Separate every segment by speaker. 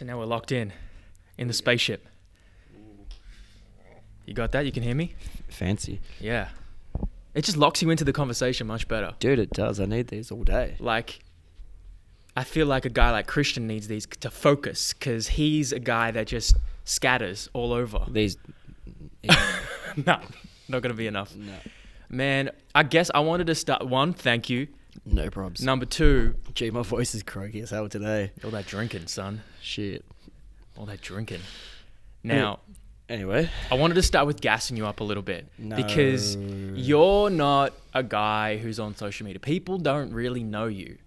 Speaker 1: So now we're locked in, in the spaceship. You got that? You can hear me?
Speaker 2: Fancy.
Speaker 1: Yeah. It just locks you into the conversation much better.
Speaker 2: Dude, it does. I need these all day.
Speaker 1: Like, I feel like a guy like Christian needs these to focus because he's a guy that just scatters all over.
Speaker 2: These.
Speaker 1: no, not gonna be enough.
Speaker 2: no.
Speaker 1: Man, I guess I wanted to start. One, thank you.
Speaker 2: No probs.
Speaker 1: Number two,
Speaker 2: Gee, my voice is croaky as hell today.
Speaker 1: all that drinking, son.
Speaker 2: Shit.
Speaker 1: All that drinking. Now,
Speaker 2: Anyway.
Speaker 1: I wanted to start with gassing you up a little bit because
Speaker 2: No.
Speaker 1: you're not a guy who's on social media. People don't really know you.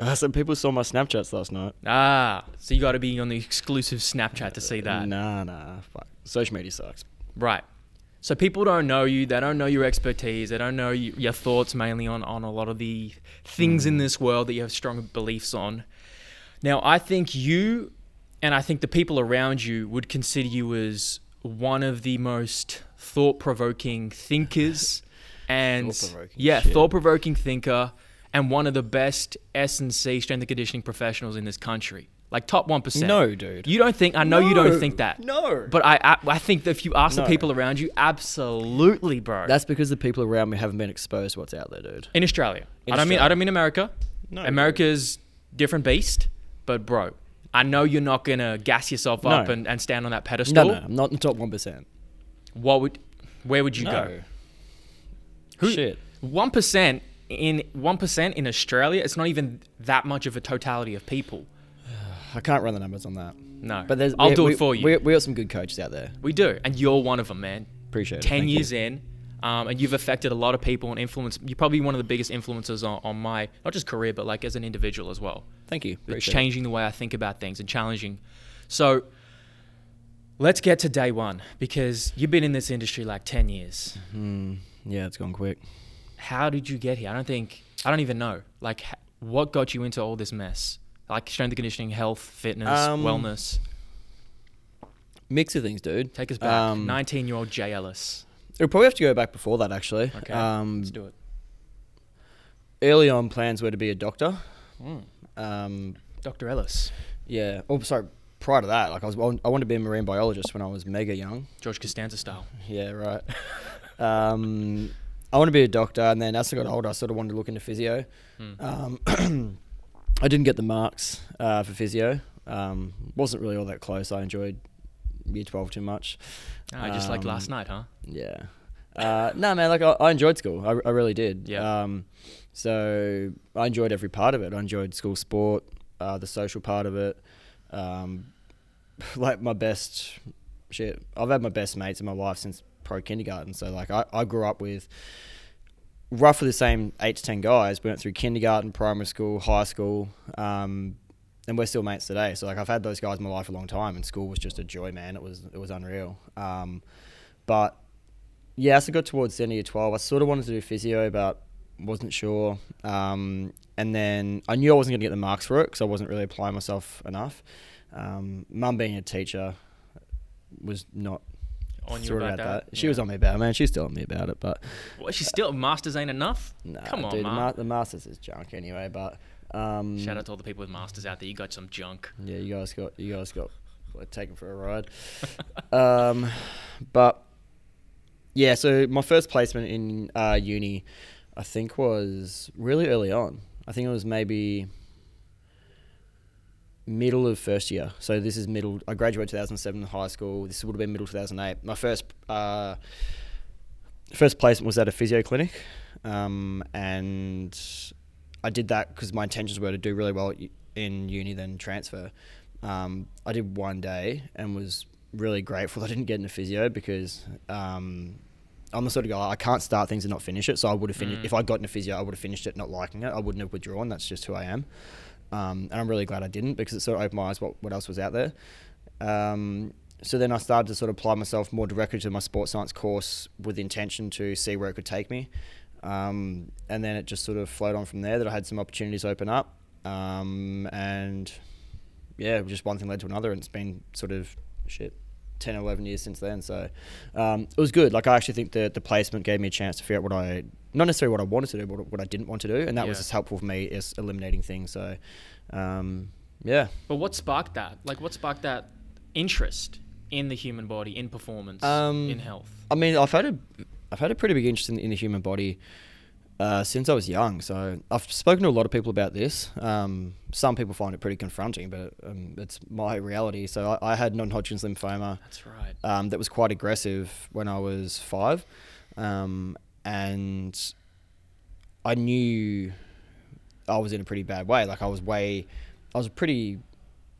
Speaker 2: Uh, some people saw my Snapchats last night.
Speaker 1: Ah, so you got to be on the exclusive Snapchat to see that.
Speaker 2: Nah, nah. Fuck. Social media sucks.
Speaker 1: Right. So people don't know you. They don't know your expertise. They don't know y your thoughts mainly on, on a lot of the things
Speaker 2: Mm.
Speaker 1: in this world that you have strong beliefs on. Now, I think you and I think the people around you would consider you as one of the most thought provoking thinkers and
Speaker 2: Thought-provoking
Speaker 1: yeah,
Speaker 2: shit.
Speaker 1: thought provoking thinker and one of the best S&C strength and conditioning professionals in this country. Like top 1%.
Speaker 2: No, dude.
Speaker 1: You don't think I know you don't
Speaker 2: No.
Speaker 1: think that.
Speaker 2: No.
Speaker 1: But I, I, I think that if you ask
Speaker 2: No.
Speaker 1: the people around you, absolutely, bro.
Speaker 2: That's because the people around me haven't been exposed to what's out there, dude.
Speaker 1: in Australia. I
Speaker 2: In
Speaker 1: don't mean I
Speaker 2: Australia.
Speaker 1: don't mean America.
Speaker 2: No,
Speaker 1: America's different beast. But bro, I know you're not gonna gas yourself
Speaker 2: No.
Speaker 1: up and, and stand on that pedestal.
Speaker 2: No, no. I'm not in the top 1%.
Speaker 1: What would, where would you go? Who-
Speaker 2: Shit.
Speaker 1: One percent in one percent in Australia. It's not even that much of a totality of people.
Speaker 2: I can't run the numbers on that.
Speaker 1: No,
Speaker 2: But there's,
Speaker 1: I'll
Speaker 2: we-
Speaker 1: do
Speaker 2: we-
Speaker 1: it for you.
Speaker 2: We, we got some good coaches out there.
Speaker 1: we do, and you're one of them, man.
Speaker 2: Appreciate it.
Speaker 1: 10
Speaker 2: Thank you.
Speaker 1: years in um, and you've affected a lot of people and influenced you're probably one of the biggest influencers on, on my not just career but like as an individual as well
Speaker 2: Thank you.
Speaker 1: it's
Speaker 2: Appreciate it.
Speaker 1: changing the way i think about things and challenging so let's get to day one because you've been in this industry like 10 years
Speaker 2: Yeah, it's gone quick.
Speaker 1: how did you get here i don't think i don't even know like h- what got you into all this mess like strength and conditioning health fitness
Speaker 2: Um,
Speaker 1: wellness
Speaker 2: Mix of things, dude.
Speaker 1: take us back
Speaker 2: Um,
Speaker 1: 19 year old jay ellis
Speaker 2: We'll probably have to go back before that, actually.
Speaker 1: okay
Speaker 2: Um,
Speaker 1: let's do it
Speaker 2: early on, plans were to be a doctor. Um,
Speaker 1: dr Hmm. ellis
Speaker 2: yeah. Oh, sorry. Prior to that, like I was, I wanted to be a marine biologist when I was mega young.
Speaker 1: george costanza style
Speaker 2: Yeah, right. um, I want to be a doctor, and then as I got older, I sort of wanted to look into physio.
Speaker 1: Hmm.
Speaker 2: Um, I didn't get the marks uh, for physio. Um, wasn't really all that close. I enjoyed year twelve too much.
Speaker 1: Ah, just like
Speaker 2: Um,
Speaker 1: last night huh
Speaker 2: Yeah. Uh, no, man, like I, I enjoyed school. I, I really did.
Speaker 1: Yeah.
Speaker 2: Um, so I enjoyed every part of it. I enjoyed school sport, uh, the social part of it. Um, like my best shit. I've had my best mates in my life since pro kindergarten. So like I, I grew up with roughly the same eight to ten guys. We went through kindergarten, primary school, high school, um, and we're still mates today. So like I've had those guys in my life a long time, and school was just a joy, man. It was it was unreal. Um, but yeah, as I got towards the end of year twelve, I sort of wanted to do physio, but wasn't sure. Um, and then I knew I wasn't going to get the marks for it because I wasn't really applying myself enough. Um, Mum being a teacher was not
Speaker 1: on you
Speaker 2: thrilled
Speaker 1: about, that.
Speaker 2: She was
Speaker 1: Yeah.
Speaker 2: on me about it, man. She's still on me about it, but
Speaker 1: Well, she's still masters ain't enough.
Speaker 2: Nah,
Speaker 1: Come on,
Speaker 2: dude, the,
Speaker 1: Ma.
Speaker 2: ma- the Masters is junk anyway. But um,
Speaker 1: Shout out to all the people with masters out there. You got some junk.
Speaker 2: yeah, you guys got you guys got like, taken for a ride. um, but yeah, so my first placement in uh, uni, I think was really early on. I think it was maybe middle of first year. So this is middle. I graduated 2007 in high school. This would have been middle 2008. My first uh, first placement was at a physio clinic, um, and I did that because my intentions were to do really well at u- in uni, then transfer. Um, I did one day and was really grateful I didn't get into physio because um, I'm the sort of guy I can't start things and not finish it. So I would have finished
Speaker 1: Mm.
Speaker 2: if I got into physio, I would have finished it, not liking it. I wouldn't have withdrawn. That's just who I am. Um, and I'm really glad I didn't because it sort of opened my eyes what, what else was out there. Um, so then I started to sort of apply myself more directly to my sports science course with intention to see where it could take me. Um, and then it just sort of flowed on from there that I had some opportunities open up. Um, and yeah, just one thing led to another. And it's been sort of shit. 10 or 11 years since then so um, it was good like i actually think that the placement gave me a chance to figure out what i not necessarily what i wanted to do but what i didn't want to do and that was
Speaker 1: Yeah.
Speaker 2: as helpful for me as eliminating things so um, Yeah.
Speaker 1: But what sparked that? Like, what sparked that interest in the human body, in performance,
Speaker 2: Um,
Speaker 1: in health?
Speaker 2: I mean, I've had a, I've had a pretty big interest in, in the human body uh, since I was young. So I've spoken to a lot of people about this. Um, some people find it pretty confronting, but um, it's my reality. So I, I had non-Hodgkin's lymphoma
Speaker 1: That's right.
Speaker 2: um, that was quite aggressive when I was five, um, and I knew I was in a pretty bad way. Like I was way, I was a pretty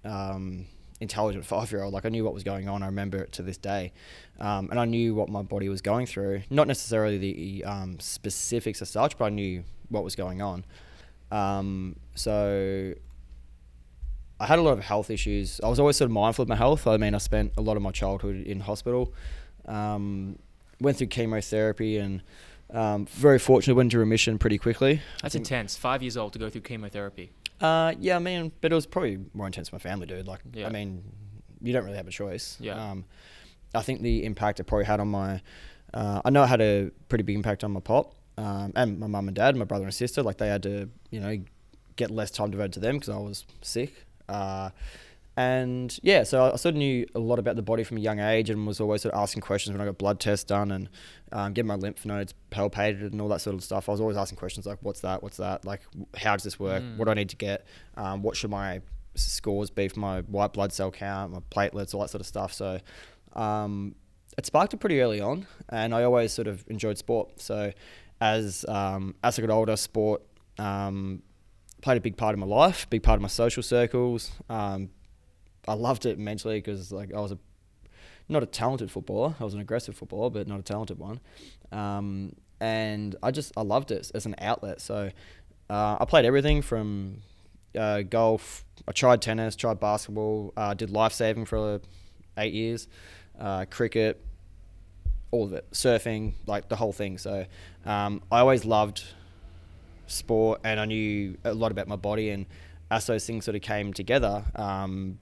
Speaker 2: um, intelligent five year old. Like I knew what was going on. I remember it to this day, um, and I knew what my body was going through. Not necessarily the um, specifics as such, but I knew what was going on. Um, so I had a lot of health issues. I was always sort of mindful of my health. I mean, I spent a lot of my childhood in hospital. Um, went through chemotherapy and um, very fortunate went into remission pretty quickly.
Speaker 1: That's intense. Five years old to go through chemotherapy.
Speaker 2: Uh, yeah, I mean, but it was probably more intense for my family, dude. Like,
Speaker 1: Yeah.
Speaker 2: I mean, you don't really have a choice.
Speaker 1: Yeah.
Speaker 2: Um, I think the impact it probably had on my, uh, I know it had a pretty big impact on my pop um, and my mum and dad, my brother and sister. Like, they had to, you know, get less time devoted to them because I was sick. Uh, and yeah, so I, I sort of knew a lot about the body from a young age and was always sort of asking questions when I got blood tests done and um, getting my lymph nodes palpated and all that sort of stuff. I was always asking questions like, what's that? What's that? Like, w- how does this work?
Speaker 1: Mm.
Speaker 2: What do I need to get? Um, what should my s- scores be for my white blood cell count, my platelets, all that sort of stuff? So um, it sparked it pretty early on. And I always sort of enjoyed sport. So as, um, as I got older, sport um, played a big part of my life, big part of my social circles. Um, I loved it mentally because like I was a not a talented footballer. I was an aggressive footballer, but not a talented one. Um, and I just I loved it as an outlet. So uh, I played everything from uh, golf. I tried tennis, tried basketball. Uh, did life saving for eight years. Uh, cricket, all of it. Surfing, like the whole thing. So um, I always loved sport, and I knew a lot about my body. And as those things sort of came together, um,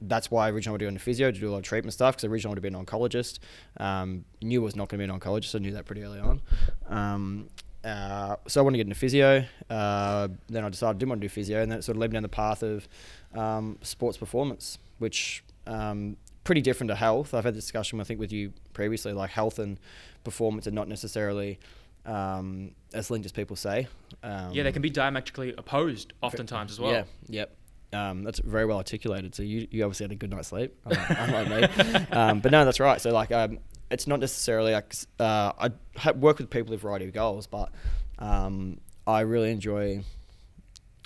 Speaker 2: that's why originally I wanted to do into physio to do a lot of treatment stuff because originally I wanted to be an oncologist. Um, knew I was not going to be an oncologist. I knew that pretty early on. Um, uh, so I wanted to get into physio. Uh, then I decided I didn't want to do physio, and that sort of led me down the path of um, sports performance, which um, pretty different to health. I've had this discussion I think with you previously, like health and performance are not necessarily um, as linked as people say. Um,
Speaker 1: yeah, they can be diametrically opposed oftentimes as well.
Speaker 2: yeah, yep. Um, that's very well articulated. So you, you obviously had a good night's sleep, unlike unlike me. Um, but no, that's right. So like, um, it's not necessarily like s- uh, I ha- work with people with a variety of goals, but um, I really enjoy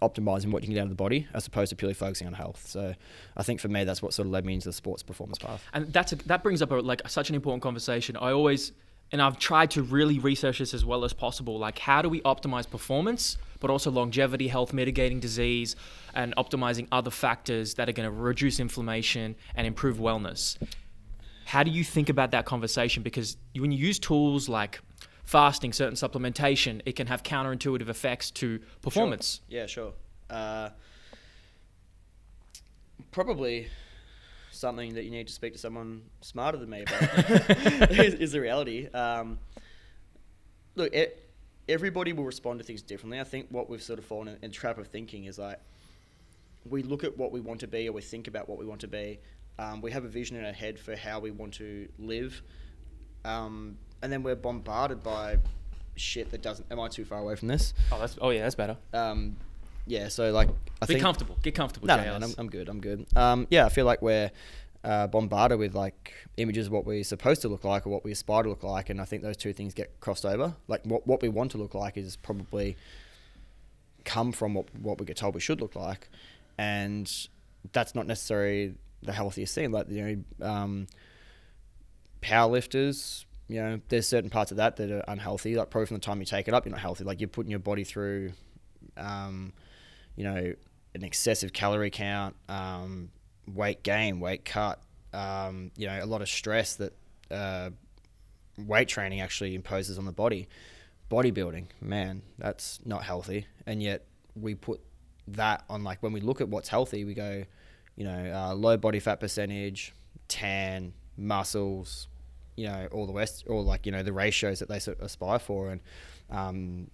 Speaker 2: optimizing what you can get out of the body as opposed to purely focusing on health. So I think for me, that's what sort of led me into the sports performance path.
Speaker 1: and that's a, that brings up a, like such an important conversation. I always and I've tried to really research this as well as possible. Like, how do we optimize performance, but also longevity, health, mitigating disease, and optimizing other factors that are going to reduce inflammation and improve wellness? How do you think about that conversation? Because when you use tools like fasting, certain supplementation, it can have counterintuitive effects to performance.
Speaker 2: Yeah, sure. Uh, probably something that you need to speak to someone smarter than me about is, is the reality. Um, look, e everybody will respond to things differently. I think what we've sort of fallen in, in trap of thinking is like we look at what we want to be or we think about what we want to be. Um, we have a vision in our head for how we want to live. Um, and then we're bombarded by shit that doesn't. Am I too far away from this?
Speaker 1: Oh, that's oh yeah, that's better.
Speaker 2: Um, yeah, so like I
Speaker 1: Be
Speaker 2: think
Speaker 1: comfortable. Get comfortable.
Speaker 2: no, no,
Speaker 1: JLs.
Speaker 2: no, I'm, I'm good. I'm good. Um, yeah, I feel like we're uh, bombarded with like images of what we're supposed to look like or what we aspire to look like, and I think those two things get crossed over. Like what what we want to look like is probably come from what what we get told we should look like, and that's not necessarily the healthiest thing. Like you know, um, powerlifters. You know, there's certain parts of that that are unhealthy. Like probably from the time you take it up, you're not healthy. Like you're putting your body through um, you know, an excessive calorie count, um, weight gain, weight cut, um, you know, a lot of stress that uh, weight training actually imposes on the body. Bodybuilding, man, that's not healthy. And yet we put that on, like, when we look at what's healthy, we go, you know, uh, low body fat percentage, tan, muscles, you know, all the rest, all like, you know, the ratios that they sort of aspire for. And, um,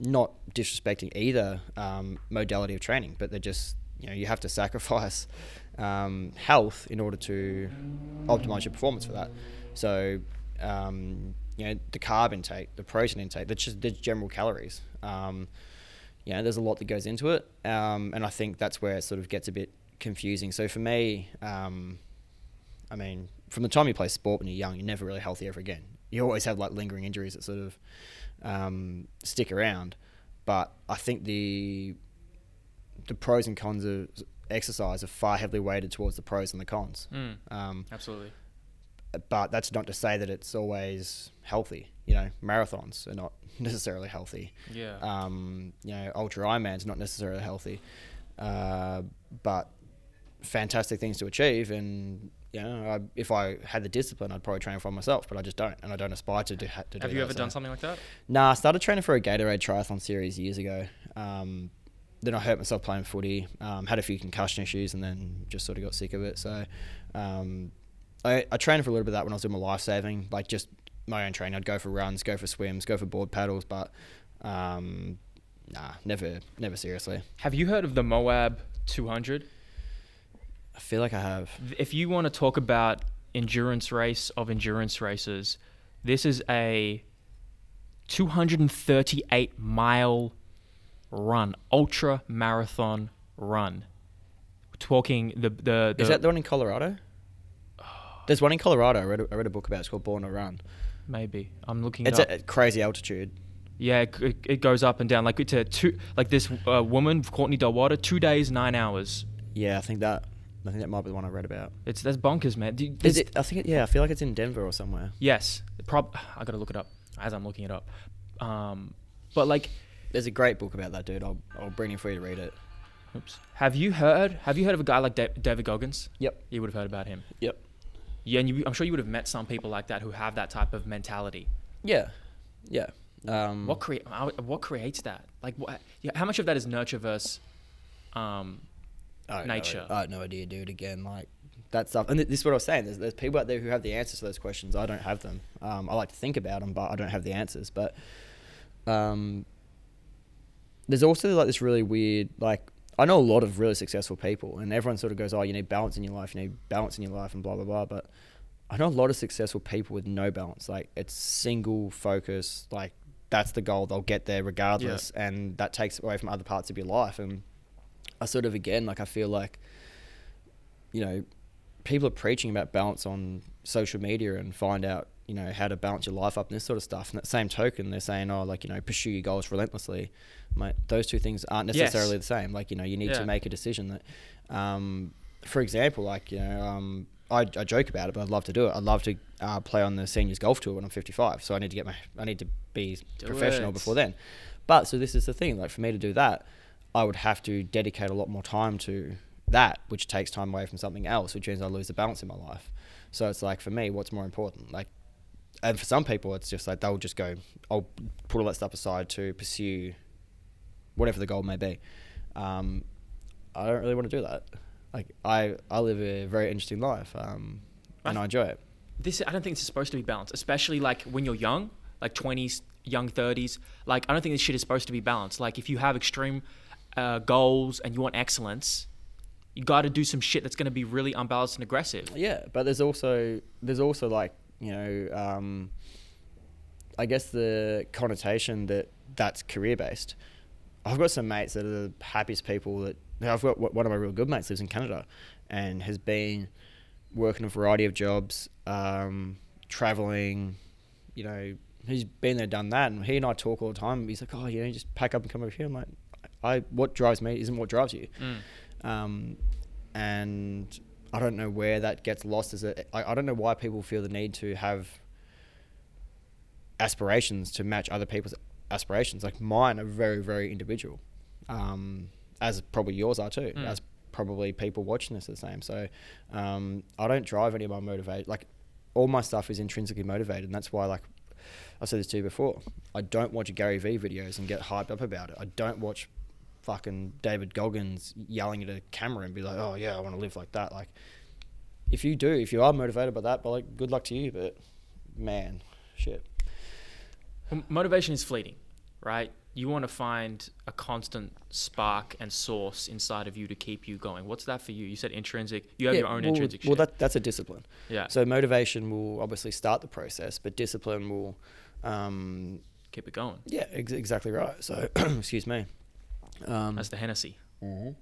Speaker 2: not disrespecting either um, modality of training, but they're just you know you have to sacrifice um, health in order to optimize your performance for that. So um, you know the carb intake, the protein intake, the just the general calories. Um, you know, there's a lot that goes into it, um, and I think that's where it sort of gets a bit confusing. So for me, um, I mean, from the time you play sport when you're young, you're never really healthy ever again. You always have like lingering injuries that sort of um, stick around. But I think the the pros and cons of exercise are far heavily weighted towards the pros and the cons.
Speaker 1: Mm,
Speaker 2: Um,
Speaker 1: absolutely.
Speaker 2: but that's not to say that it's always healthy. You know, marathons are not necessarily healthy.
Speaker 1: Yeah.
Speaker 2: Um, you know, ultra Ironman's not necessarily healthy, uh, but fantastic things to achieve. And you know, I, if I had the discipline, I'd probably train for myself, but I just don't, and I don't aspire to do. ha- To
Speaker 1: Have
Speaker 2: do
Speaker 1: you
Speaker 2: that,
Speaker 1: ever
Speaker 2: so-
Speaker 1: done something like that?
Speaker 2: Nah, I started training for a Gatorade triathlon series years ago. Um, then I hurt myself playing footy, um, had a few concussion issues, and then just sort of got sick of it. So um, I, I trained for a little bit of that when I was doing my life saving, like just my own training. I'd go for runs, go for swims, go for board paddles, but um, nah, never, never seriously.
Speaker 1: Have you heard of the Moab 200?
Speaker 2: I feel like I have.
Speaker 1: If you want to talk about endurance race of endurance races, this is a 238 mile run, ultra marathon run. We're talking the the, the
Speaker 2: Is that the one in Colorado? There's one in Colorado. I read, a, I read a book about. it. It's called Born to Run.
Speaker 1: maybe I'm looking.
Speaker 2: It's
Speaker 1: it up.
Speaker 2: at at crazy altitude.
Speaker 1: yeah, it, it- it goes up and down. Like it's a two like this uh, woman Courtney Delwater, two days, nine hours.
Speaker 2: Yeah, I think that. I think that might be the one I read about.
Speaker 1: It's that's bonkers, man. Do-
Speaker 2: Is
Speaker 1: this-
Speaker 2: it? I think it, yeah. I feel like it's in Denver or somewhere.
Speaker 1: Yes, prob. I gotta look it up as I'm looking it up. Um, but like,
Speaker 2: There's a great book about that dude. I'll I'll bring it for you to read it.
Speaker 1: oops. Have you heard? Have you heard of a guy like da- David Goggins?
Speaker 2: Yep.
Speaker 1: You would have heard about him.
Speaker 2: Yep.
Speaker 1: Yeah, and you, I'm sure you would have met some people like that who have that type of mentality.
Speaker 2: Yeah. Yeah. Um,
Speaker 1: What create? What creates that? Like, what? Yeah, how much of that is nurture versus? Um,
Speaker 2: I don't know.
Speaker 1: nature?
Speaker 2: I have no idea, dude. Again, like that stuff. And th- this is what I was saying. There's, there's people out there who have the answers to those questions. I don't have them. Um, I like to think about them, but I don't have the answers. But um, there's also like this really weird like. I know a lot of really successful people, and everyone sort of goes, "Oh, you need balance in your life. You need balance in your life," and blah blah blah. But I know a lot of successful people with no balance. Like it's single focus. Like that's the goal. They'll get there regardless, and that takes away from other parts of your life. And I sort of again like I feel like you know people are preaching about balance on social media and find out you know how to balance your life up and this sort of stuff. And that same token, they're saying, "Oh, like you know, pursue your goals relentlessly." Mate, those two things aren't
Speaker 1: Yes.
Speaker 2: necessarily the same. Like you know, you need
Speaker 1: Yeah.
Speaker 2: to make a decision that um, for example, like you know, um, I, I joke about it, but I'd love to do it. I'd love to uh, play on the seniors golf tour when I'm 55. So I need to get my, I need to be
Speaker 1: Do
Speaker 2: professional
Speaker 1: it.
Speaker 2: before then. But so this is the thing, like for me to do that, I would have to dedicate a lot more time to that, which takes time away from something else, which means I lose the balance in my life. So it's like for me, what's more important? Like, and for some people, it's just like they'll just go, I'll put all that stuff aside to pursue whatever the goal may be. Um, I don't really want to do that. Like I, I live a very interesting life, um, and I enjoy it.
Speaker 1: this I don't think it's supposed to be balanced, especially like when you're young, like 20s, young 30s. Like I don't think this shit is supposed to be balanced. Like if you have extreme uh, goals and you want excellence, you got to do some shit that's going to be really unbalanced and aggressive.
Speaker 2: Yeah, but there's also there's also like you know, um, I guess the connotation that that's career based. I've got some mates that are the happiest people that I've got. One of my real good mates lives in Canada, and has been working a variety of jobs, um, traveling. You know, he's been there, done that, and he and I talk all the time. He's like, "Oh, you know, just pack up and come over here." I'm like, "I what drives me isn't what drives you."
Speaker 1: Mm.
Speaker 2: um, and I don't know where that gets lost. Is it? I, I don't know why people feel the need to have aspirations to match other people's aspirations. Like mine are very, very individual, um, as probably yours are too.
Speaker 1: Mm.
Speaker 2: As probably people watching this are the same. So um, I don't drive any of my motivation. Like all my stuff is intrinsically motivated, and that's why like. I've said this to you before. I don't watch Gary Vee videos and get hyped up about it. I don't watch fucking David Goggins yelling at a camera and be like, "Oh yeah, I want to live like that." Like, if you do, if you are motivated by that, but like, good luck to you. But man, shit.
Speaker 1: Well, motivation is fleeting, right? you want to find a constant spark and source inside of you to keep you going. What's that for you? You said intrinsic. You have
Speaker 2: Yeah,
Speaker 1: your own
Speaker 2: well,
Speaker 1: intrinsic.
Speaker 2: Well,
Speaker 1: shit.
Speaker 2: that, that's a discipline.
Speaker 1: yeah.
Speaker 2: So motivation will obviously start the process, but discipline will, um,
Speaker 1: keep it going.
Speaker 2: yeah, ex- exactly right. So, excuse me. Um,
Speaker 1: That's the Hennessy.
Speaker 2: Mm-hmm.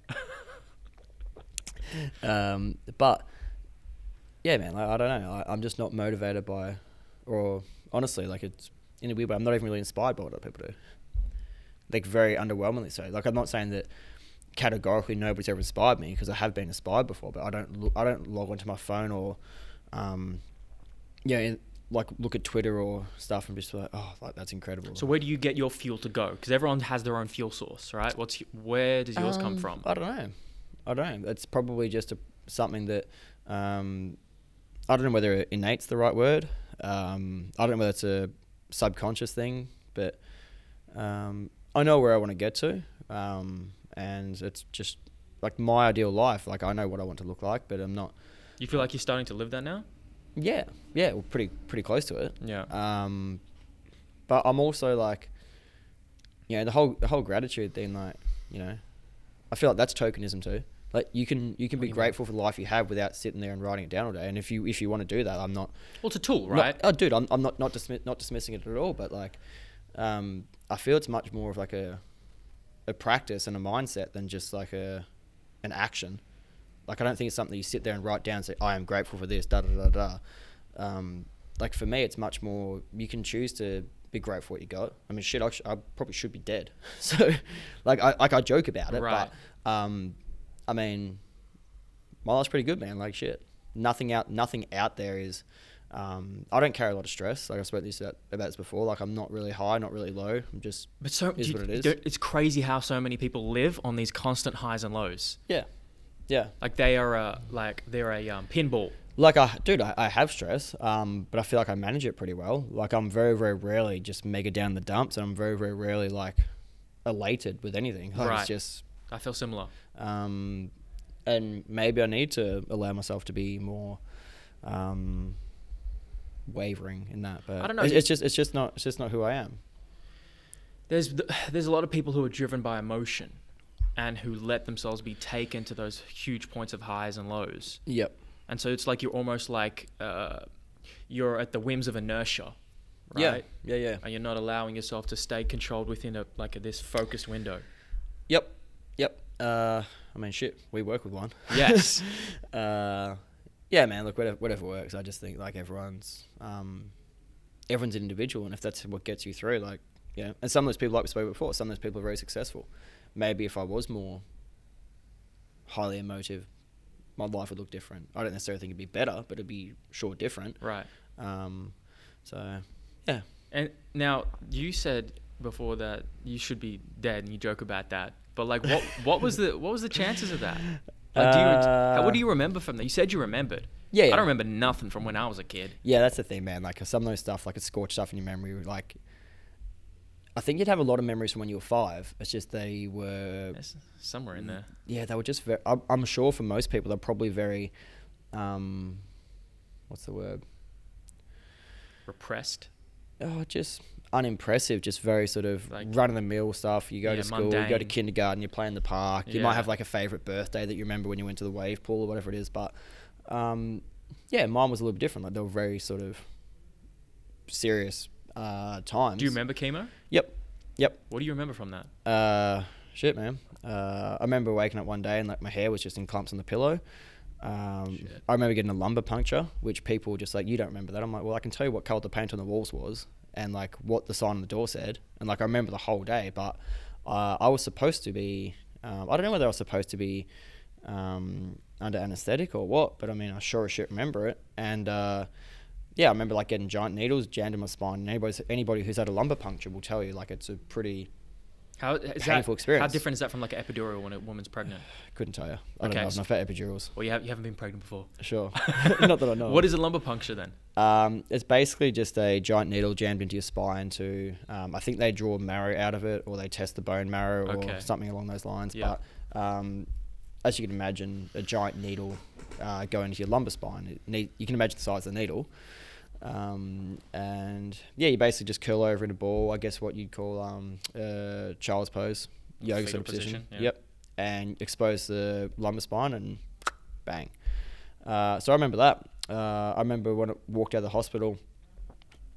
Speaker 2: um, but yeah, man, like, I don't know. I, I'm just not motivated by, or honestly, like it's in a weird way. I'm not even really inspired by what other people do. Like very underwhelmingly so. Like I'm not saying that categorically nobody's ever inspired me because I have been inspired before, but I don't look, I don't log onto my phone or, um, yeah, in- like look at Twitter or stuff and just like, oh, like that's incredible.
Speaker 1: So where do you get your fuel to go? Because everyone has their own fuel source, right? What's y- where does yours come
Speaker 2: Um,
Speaker 1: from?
Speaker 2: I don't know. I don't know. It's probably just a, something that um, I don't know whether innate's the right word. Um, I don't know whether it's a subconscious thing, but um, I know where I want to get to, um, and it's just like my ideal life. Like I know what I want to look like, but I'm not.
Speaker 1: You feel like you're starting to live that now?
Speaker 2: Yeah, yeah, we're pretty pretty close to it.
Speaker 1: Yeah.
Speaker 2: Um, but I'm also like, you know, the whole the whole gratitude thing. Like, you know, I feel like that's tokenism too. Like you can you can
Speaker 1: What do
Speaker 2: be
Speaker 1: you mean?
Speaker 2: grateful for the life you have without sitting there and writing it down all day. And if you if you want to do that, I'm not
Speaker 1: Well, it's a tool,
Speaker 2: not-
Speaker 1: right?
Speaker 2: oh, dude, I'm, I'm not not, dismi- not dismissing it at all, but like, um, I feel it's much more of like a a practice and a mindset than just like a an action. Like I don't think it's something you sit there and write down and say I am grateful for this da da da da. Um, like for me, it's much more you can choose to be grateful for what you got. I mean, shit, I, sh- I probably should be dead. So, like I like I joke about it,
Speaker 1: Right.
Speaker 2: but um, I mean, my life's pretty good, man. Like shit, nothing out, nothing out there is. Um, I don't carry a lot of stress. Like I spoke this about, about this before. Like I'm not really high, not really low. I'm just
Speaker 1: But so
Speaker 2: Is
Speaker 1: do you-
Speaker 2: what it is.
Speaker 1: don't- it's crazy how so many people live on these constant highs and lows.
Speaker 2: yeah, yeah.
Speaker 1: Like they are a like they're a um, pinball.
Speaker 2: Like I, dude, I, I have stress, um, but I feel like I manage it pretty well. Like I'm very, very rarely just mega down the dumps, and I'm very, very rarely like elated with anything. Like
Speaker 1: Right.
Speaker 2: It's just,
Speaker 1: I feel similar.
Speaker 2: um, and maybe I need to allow myself to be more um, wavering in that. But
Speaker 1: I don't know.
Speaker 2: It's, it's just, it's just not, it's just not who I am.
Speaker 1: There's th- there's a lot of people who are driven by emotion, and who let themselves be taken to those huge points of highs and lows.
Speaker 2: Yep.
Speaker 1: And so it's like you're almost like uh, you're at the whims of inertia, right?
Speaker 2: Yeah. Yeah. Yeah.
Speaker 1: And you're not allowing yourself to stay controlled within a like a, this focused window.
Speaker 2: Yep. Yep. Uh, I mean, shit, we work with one.
Speaker 1: Yes.
Speaker 2: uh, yeah, man. Look, whatever, whatever works. I just think like everyone's, um, everyone's an individual, and if that's what gets you through, like, yeah. And some of those people, like we spoke before, some of those people are very successful. Maybe if I was more highly emotive, my life would look different. I don't necessarily think it'd be better, but it'd be sure different.
Speaker 1: right.
Speaker 2: Um, so, yeah.
Speaker 1: And now you said before that you should be dead, and you joke about that. But like, what what was the what was the chances of that? Like, do you,
Speaker 2: Uh,
Speaker 1: how, what do you remember from that? You said you remembered.
Speaker 2: Yeah,
Speaker 1: I
Speaker 2: yeah.
Speaker 1: don't remember nothing from when I was a kid.
Speaker 2: Yeah, that's the thing, man. Like 'cause some of those stuff, like it's scorched stuff in your memory. Like, I think you'd have a lot of memories from when you were five. It's just they were,
Speaker 1: It's somewhere in there.
Speaker 2: yeah, they were just. Very, I'm, I'm sure for most people, they're probably very, um, what's the word?
Speaker 1: Repressed.
Speaker 2: Oh, just unimpressive. Just very sort of
Speaker 1: Like-
Speaker 2: run of the mill stuff. You go
Speaker 1: Yeah,
Speaker 2: to school, you go to
Speaker 1: mundane.
Speaker 2: kindergarten, you play in the park. You
Speaker 1: Yeah.
Speaker 2: might have like a favorite birthday that you remember when you went to the wave pool or whatever it is. But, um, yeah, mine was a little bit different. Like they were very sort of serious uh, times.
Speaker 1: Do you remember chemo?
Speaker 2: Yep. Yep.
Speaker 1: What do you remember from that?
Speaker 2: Uh, shit, man. Uh, I remember waking up one day and like my hair was just in clumps on the pillow. Um,
Speaker 1: Shit.
Speaker 2: I remember getting a lumbar puncture, which people were just like, you don't remember that. I'm like, well, I can tell you what color the paint on the walls was and like what the sign on the door said. And like, I remember the whole day, but uh, I was supposed to be, um, I don't know whether I was supposed to be um, under anesthetic or what, but I mean, I sure as shit remember it. And, uh, yeah, I remember like getting giant needles jammed in my spine. And anybody, anybody who's had a lumbar puncture will tell you like it's a pretty
Speaker 1: How is that,
Speaker 2: Painful experience.
Speaker 1: How different is that from like an epidural when a woman's pregnant,
Speaker 2: Couldn't tell you. I
Speaker 1: Okay.
Speaker 2: don't know. I've not had epidurals.
Speaker 1: or you, have, you haven't been pregnant before?
Speaker 2: Sure. not that I know.
Speaker 1: What is a lumbar puncture then?
Speaker 2: Um, it's basically just a giant needle jammed into your spine to. Um, I think they draw marrow out of it, or they test the bone marrow, or
Speaker 1: Okay.
Speaker 2: something along those lines.
Speaker 1: Yeah.
Speaker 2: But um, as you can imagine, a giant needle uh, going into your lumbar spine. It need, you can imagine the size of the needle. Um, and yeah, you basically just curl over in a ball. I guess what you'd call um, uh, child's pose, yoga
Speaker 1: Fetal
Speaker 2: sort of position.
Speaker 1: position, yeah.
Speaker 2: Yep, and expose the lumbar spine and bang. Uh, so I remember that. Uh, I remember when I walked out of the hospital,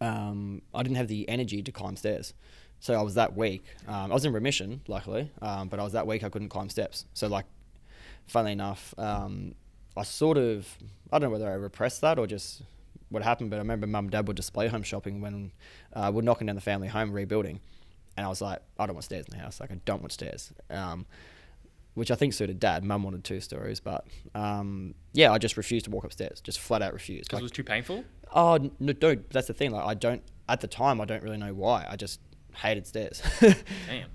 Speaker 2: um, I didn't have the energy to climb stairs. So I was that weak. Um, I was in remission, luckily, um, but I was that weak I couldn't climb steps. So, like, funnily enough, um, I sort of, I don't know whether I repressed that or just what happened, but I remember mum and dad were display home shopping when uh, we're knocking down the family home, rebuilding. And I was like, I don't want stairs in the house. Like, I don't want stairs. Um, which I think suited dad. Mum wanted two stories, but um, yeah, I just refused to walk upstairs. Just flat out refused.
Speaker 1: because
Speaker 2: Like,
Speaker 1: it was too painful.
Speaker 2: Oh n- no, dude, that's the thing. Like I don't at the time, I don't really know why. I just hated stairs.
Speaker 1: Damn.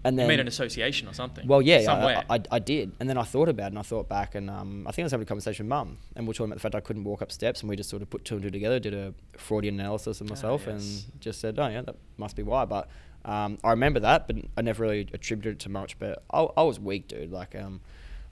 Speaker 2: And
Speaker 1: you made
Speaker 2: then-
Speaker 1: an association or something.
Speaker 2: well, yeah, yeah,
Speaker 1: Somewhere.
Speaker 2: I, I, I did, and then I thought about it, and I thought back, and um, I think I was having a conversation with mum, and we were talking about the fact I couldn't walk up steps, and we just sort of put two and two together, did a Freudian analysis of
Speaker 1: Ah,
Speaker 2: myself,
Speaker 1: yes.
Speaker 2: and just said, oh yeah, that must be why. But um, I remember that, but I never really attributed it to much. But I, I was weak, dude. Like um,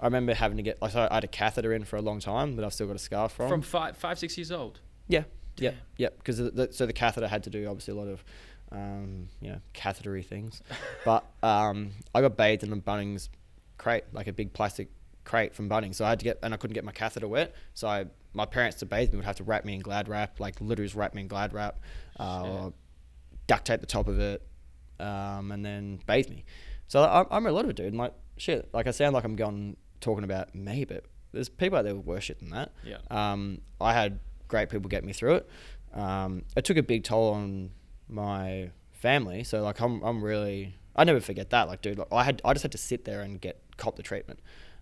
Speaker 2: I remember having to get like I had a catheter in for a long time that I've still got a scar
Speaker 1: from, five, five, six years old.
Speaker 2: yeah, yeah,
Speaker 1: Damn.
Speaker 2: yeah. Because the, so the catheter had to do obviously a lot of, um, you know, cathetery things. but um, I got bathed in a Bunnings crate, like a big plastic crate from Bunnings. So I had to get, and I couldn't get my catheter wet. So I, my parents to bathe me would have to wrap me in Glad wrap, like literally just wrap me in Glad wrap, uh,
Speaker 1: Shit.
Speaker 2: or duct tape the top of it, um, and then bathe me. So I, I'm a lot of it, dude. And like shit, like I sound like I'm going talking about me, but there's people out there with worse shit than that.
Speaker 1: Yeah.
Speaker 2: Um, I had great people get me through it. Um, it took a big toll on my family. So like I'm, I'm really, I never forget that. Like, dude, like I had, I just had to sit there and get cop the treatment.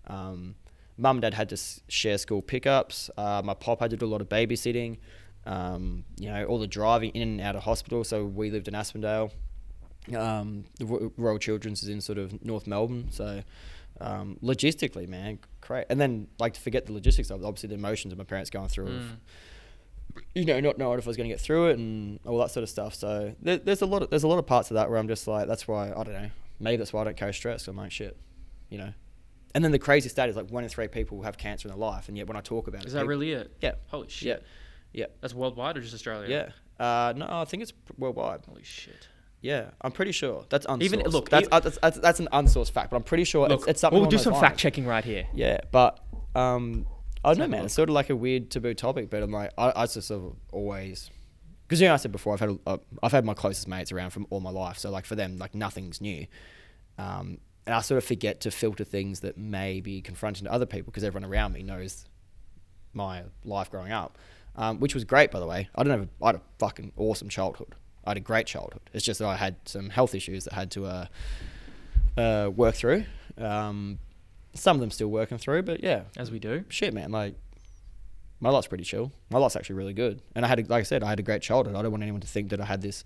Speaker 2: Um, Mum and dad had to s- share school pickups. Uh, my pop had to do a lot of babysitting. Um, you know, all the driving in and out of hospital. So we lived in Aspendale um, the Ro- Royal Children's is in sort of North Melbourne, so um, logistically, man, great. And then like to forget the logistics of it, obviously the emotions of my parents going through, of,
Speaker 1: Mm.
Speaker 2: you know, not knowing if I was going to get through it and all that sort of stuff. So there, there's a lot of there's a lot of parts of that where I'm just like, that's why I don't know, maybe that's why I don't carry stress. I'm like shit, you know. And then the crazy stat is like one in three people have cancer in their life, and yet when I talk about it,
Speaker 1: Is that
Speaker 2: people-
Speaker 1: really it?
Speaker 2: Yeah,
Speaker 1: Holy shit.
Speaker 2: yeah, yeah,
Speaker 1: That's worldwide or just Australia?
Speaker 2: yeah. Uh, no, I think it's worldwide.
Speaker 1: Holy shit.
Speaker 2: Yeah, I'm pretty sure that's unsourced.
Speaker 1: Even-
Speaker 2: Even
Speaker 1: look,
Speaker 2: look, that's,
Speaker 1: e-
Speaker 2: uh, that's, that's, that's an unsourced fact, but I'm pretty sure
Speaker 1: Look,
Speaker 2: it's, it's something.
Speaker 1: we'll
Speaker 2: along
Speaker 1: do
Speaker 2: those
Speaker 1: some
Speaker 2: lines.
Speaker 1: fact checking right here.
Speaker 2: Yeah, but um, I don't know,
Speaker 1: have a
Speaker 2: man.
Speaker 1: look.
Speaker 2: It's sort of like a weird taboo topic, but I'm like, I, I just sort of always, because you know, I said before, I've had a, uh, I've had my closest mates around from all my life, so like for them, like nothing's new. Um, and I sort of forget to filter things that may be confronting to other people because everyone around me knows my life growing up, um, which was great, by the way. I don't have a, I had a fucking awesome childhood. I had a great childhood. It's just that I had some health issues that I had to uh, uh, work through. Um, some of them still working through, but yeah,
Speaker 1: As we do.
Speaker 2: shit, man. Like, my lot's pretty chill. My lot's actually really good. And I had, a, like I said, I had a great childhood. I don't want anyone to think that I had this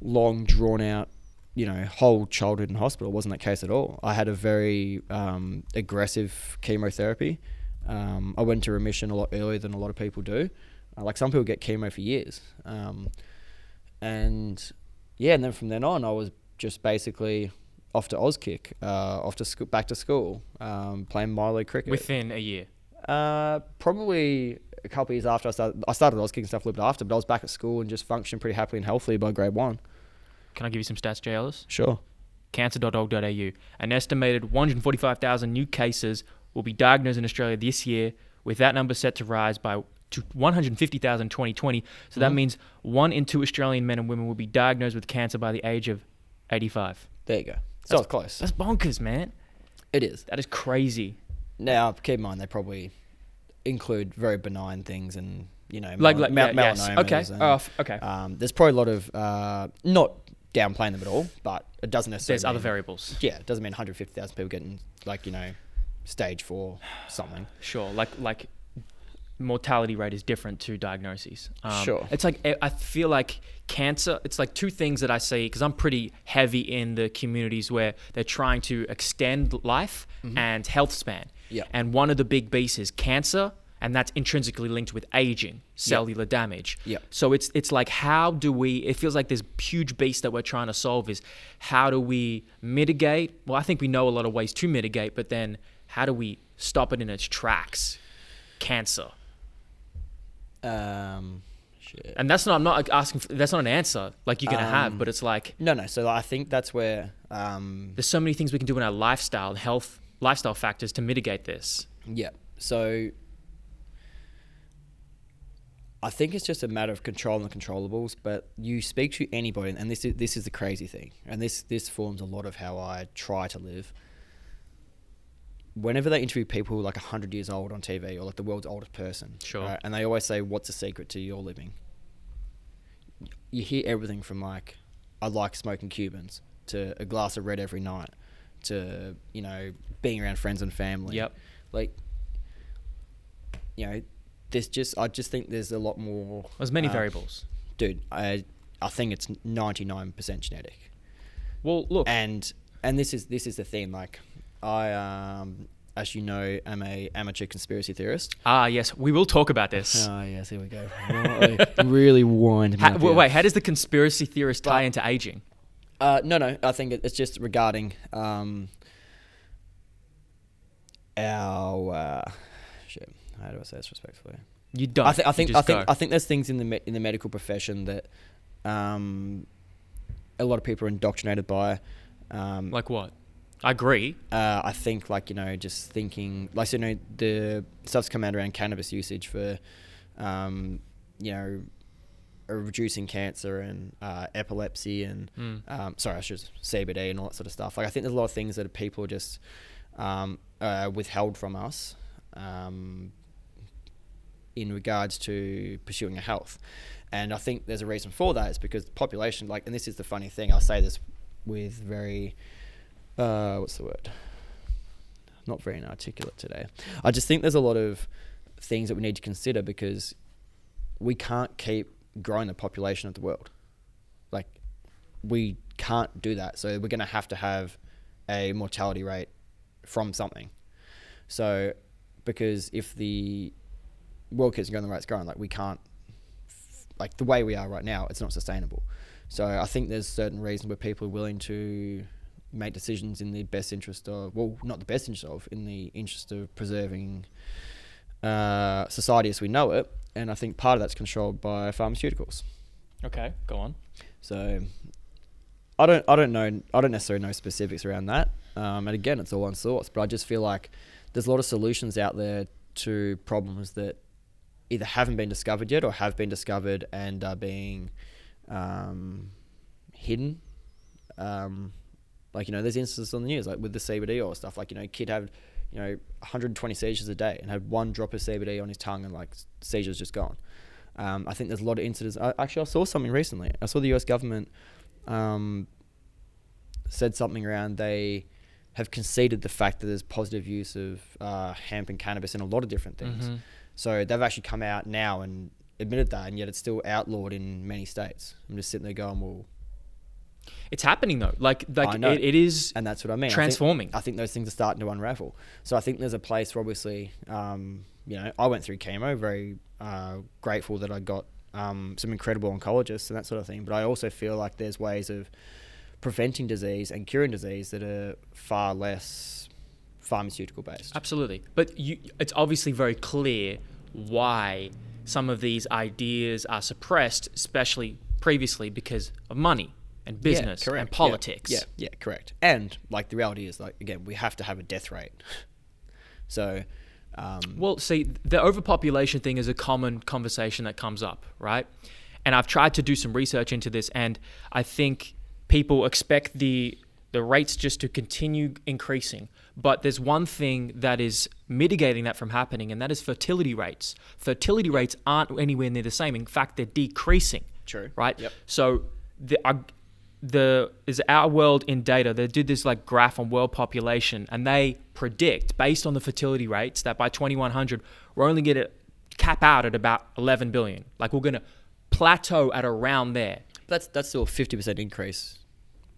Speaker 2: long, drawn out, you know, whole childhood in hospital. It wasn't that case at all. I had a very um, aggressive chemotherapy. Um, I went into remission a lot earlier than a lot of people do. Uh, like, some people get chemo for years. Um, and yeah, and then from then on, I was just basically off to Auskick, uh, off to school, back to school, um, playing Milo cricket.
Speaker 1: Within a year.
Speaker 2: Uh, probably a couple of years after I started, I started. I was kicking stuff a little bit after, but I was back at school and just functioned pretty happily and healthily by grade one.
Speaker 1: Can I give you some stats, JLS?
Speaker 2: Sure.
Speaker 1: Cancer.org.au. An estimated 145,000 new cases will be diagnosed in Australia this year, with that number set to rise by to 150,000 in 2020. So
Speaker 2: Mm-hmm.
Speaker 1: that means one in two Australian men and women will be diagnosed with cancer by the age of 85.
Speaker 2: There you go. So it's close.
Speaker 1: That's bonkers, man.
Speaker 2: It is.
Speaker 1: That is crazy.
Speaker 2: Now, keep in mind they probably include very benign things and you know
Speaker 1: Like,
Speaker 2: mel-
Speaker 1: like,
Speaker 2: mel-
Speaker 1: yeah, yes.
Speaker 2: melanomas
Speaker 1: Okay.
Speaker 2: and,
Speaker 1: Oh, f- okay.
Speaker 2: Um, there's probably a lot of uh, not downplaying them at all, but it doesn't necessarily.
Speaker 1: There's other
Speaker 2: mean-
Speaker 1: variables.
Speaker 2: Yeah, it doesn't mean 150,000 people getting like you know stage four something.
Speaker 1: Sure, like like mortality rate is different to diagnoses. Um,
Speaker 2: Sure.
Speaker 1: it's like eh, I- I feel like cancer. It's like two things that I see because I'm pretty heavy in the communities where they're trying to extend life and health span.
Speaker 2: Yeah.
Speaker 1: and one of the big beasts is cancer. And that's intrinsically linked with aging, cellular damage.
Speaker 2: Yeah.
Speaker 1: So it's it's like how do we? It feels like this huge beast that we're trying to solve is how do we mitigate? Well, I think we know a lot of ways to mitigate, but then how do we stop it in its tracks? Cancer.
Speaker 2: Um, Shit.
Speaker 1: And that's not. I'm not like, asking. For, that's not an answer. Like you're gonna have,
Speaker 2: Um,
Speaker 1: but it's like
Speaker 2: No, no. So I think that's where. Um,
Speaker 1: there's so many things we can do in our lifestyle, health, lifestyle factors to mitigate this.
Speaker 2: yeah. So I think it's just a matter of controlling the controllables. But you speak to anybody, and this is this is the crazy thing, and this this forms a lot of how I try to live. Whenever they interview people like hundred years old on TV or like the world's oldest person,
Speaker 1: Sure.
Speaker 2: and they always say, "What's the secret to your living?" You hear everything from like, "I like smoking Cubans" to a glass of red every night, to you know being around friends and family.
Speaker 1: Yep.
Speaker 2: Like, you know, there's just I just think there's a lot more.
Speaker 1: There's many
Speaker 2: uh,
Speaker 1: variables.
Speaker 2: dude. I I think it's ninety nine percent genetic,
Speaker 1: Well, look.
Speaker 2: and and this is this is the thing. Like, I um as you know, am a amateur conspiracy theorist.
Speaker 1: ah, yes, we will talk about this.
Speaker 2: Oh yes, here we go. really wind.
Speaker 1: Ha- wait, wait, how does the conspiracy theorist tie
Speaker 2: But-
Speaker 1: into aging?
Speaker 2: Uh, no, no. I think it- it's just regarding um, our uh, shit. How do I say this respectfully?
Speaker 1: You don't.
Speaker 2: I, th- I
Speaker 1: You
Speaker 2: think I
Speaker 1: just
Speaker 2: think
Speaker 1: go.
Speaker 2: I think there's things in the me- in the medical profession that um, a lot of people are indoctrinated by. Um,
Speaker 1: like what? I agree.
Speaker 2: uh, I think like you know just thinking like so, you know the stuff's come out around cannabis usage for um, you know uh, reducing cancer and uh, epilepsy and
Speaker 1: Mm.
Speaker 2: um, sorry I should CBD and all that sort of stuff like I think there's a lot of things that people just um, uh, withheld from us um, in regards to pursuing a health and I think there's a reason for that is because the population like and this is the funny thing I'll say this with very uh, what's the word? Not very inarticulate today. I just think there's a lot of things that we need to consider because we can't keep growing the population of the world. Like, we can't do that. So, we're going to have to have a mortality rate from something. So, because if the world keeps going the way it's going, like, we can't, like, the way we are right now, it's not sustainable. So, I think there's certain reasons where people are willing to make decisions in the best interest of well not the best interest of in the interest of preserving uh, society as we know it and i think part of that's controlled by pharmaceuticals
Speaker 1: Okay, go on.
Speaker 2: so i don't i don't know i don't necessarily know specifics around that um, and again it's all on source but i just feel like there's a lot of solutions out there to problems that either haven't been discovered yet or have been discovered and are being um, hidden um, like you know there's instances on the news like with the CBD oil stuff like you know kid had you know 120 seizures a day and had one drop of CBD on his tongue and like seizures just gone um, I think there's a lot of incidents I, actually I saw something recently I saw the US government um, said something around they have conceded the fact that there's positive use of uh, hemp and cannabis in a lot of different things
Speaker 1: Mhm.
Speaker 2: so they've actually come out now and admitted that and yet it's still outlawed in many states I'm just sitting there going well
Speaker 1: It's happening though. Like, like
Speaker 2: I know.
Speaker 1: it, it is.
Speaker 2: and that's what I mean. I think-
Speaker 1: Transforming.
Speaker 2: I think, those things are starting to unravel. So I think there's a place where obviously, um, you know, I went through chemo, very uh, grateful that I got um, some incredible oncologists and that sort of thing. But I also feel like there's ways of preventing disease and curing disease that are far less pharmaceutical based.
Speaker 1: Absolutely. But you, it's obviously very clear why some of these ideas are suppressed, especially previously because of money and business and
Speaker 2: Yeah.
Speaker 1: politics.
Speaker 2: Yeah, yeah, correct. And like the reality is, like again, we have to have a death rate. so. Um,
Speaker 1: Well, see, the overpopulation thing is a common conversation that comes up, right? And I've tried to do some research into this, and I think people expect the the rates just to continue increasing. But there's one thing that is mitigating that from happening, and that is fertility rates. Fertility rates aren't anywhere near the same. In fact, they're decreasing.
Speaker 2: True.
Speaker 1: Right.
Speaker 2: Yep.
Speaker 1: So the uh, the is our world in data. They did this like graph on world population, and they predict based on the fertility rates that by 2100 we're only going to cap out at about 11 billion. Like we're going to plateau at around there,
Speaker 2: that's that's still a fifty percent increase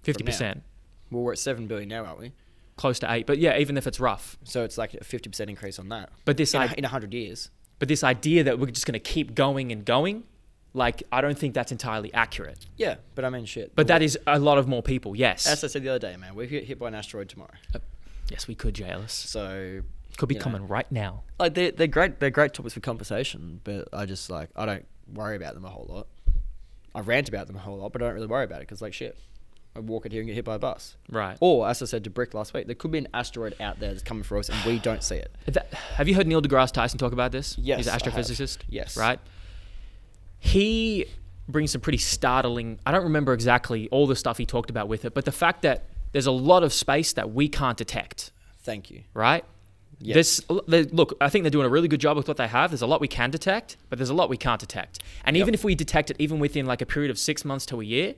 Speaker 1: 50 percent,
Speaker 2: Well, we're at seven billion now, aren't we?
Speaker 1: close to eight. But yeah, even if it's rough.
Speaker 2: So it's like a fifty percent increase on that.
Speaker 1: But this
Speaker 2: in,
Speaker 1: I-
Speaker 2: a, in a hundred years,
Speaker 1: But this idea that we're just going to keep going and going, like I don't think that's entirely accurate.
Speaker 2: yeah. But I mean, shit.
Speaker 1: But that is a lot of more people. Yes.
Speaker 2: as I said the other day, man, we get hit by an asteroid tomorrow.
Speaker 1: yes, we could, Jailus.
Speaker 2: So
Speaker 1: Could be
Speaker 2: you know.
Speaker 1: coming right now.
Speaker 2: Like they're they're great they're great topics for conversation, but I just like I don't worry about them a whole lot. I rant about them a whole lot, but I don't really worry about it because like shit, I walk it here and get hit by a bus.
Speaker 1: Right.
Speaker 2: Or as I said to Brick last week, there could be an asteroid out there that's coming for us and we don't see it.
Speaker 1: That- have you heard Neil deGrasse Tyson talk about this?
Speaker 2: Yes,
Speaker 1: He's an
Speaker 2: I have.
Speaker 1: astrophysicist.
Speaker 2: Yes.
Speaker 1: Right? He brings some pretty startling, I don't remember exactly all the stuff he talked about with it, but the fact that there's a lot of space that we can't detect,
Speaker 2: Thank you.
Speaker 1: right?
Speaker 2: Yes.
Speaker 1: This they, look, I think they're doing a really good job with what they have. There's a lot we can detect, but there's a lot we can't detect. And even if we detect it, even within like a period of six months to a year,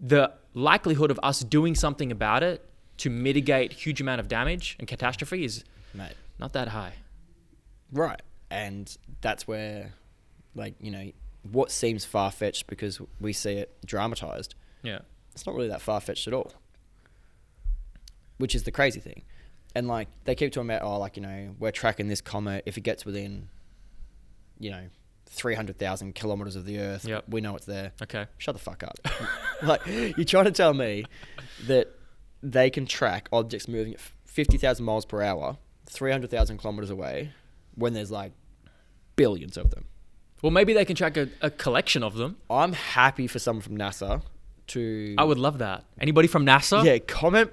Speaker 1: the likelihood of us doing something about it to mitigate huge amount of damage and catastrophe is
Speaker 2: Mate.
Speaker 1: not that high.
Speaker 2: Right. And that's where like, you know, what seems far fetched because we see it dramatized
Speaker 1: Yeah.
Speaker 2: it's not really that far fetched at all. Which is the crazy thing. And like they keep talking about, oh, like, you know, we're tracking this comet. If it gets within, you know, three hundred thousand kilometers of the Earth,
Speaker 1: Yep.
Speaker 2: we know it's there.
Speaker 1: Okay.
Speaker 2: Shut the fuck up. like you're trying to tell me that they can track objects moving at fifty thousand miles per hour, three hundred thousand kilometers away, when there's like billions of them.
Speaker 1: Well, maybe they can track a, a collection of them.
Speaker 2: I'm happy for someone from NASA to
Speaker 1: I would love that. Anybody from NASA?
Speaker 2: Yeah, comment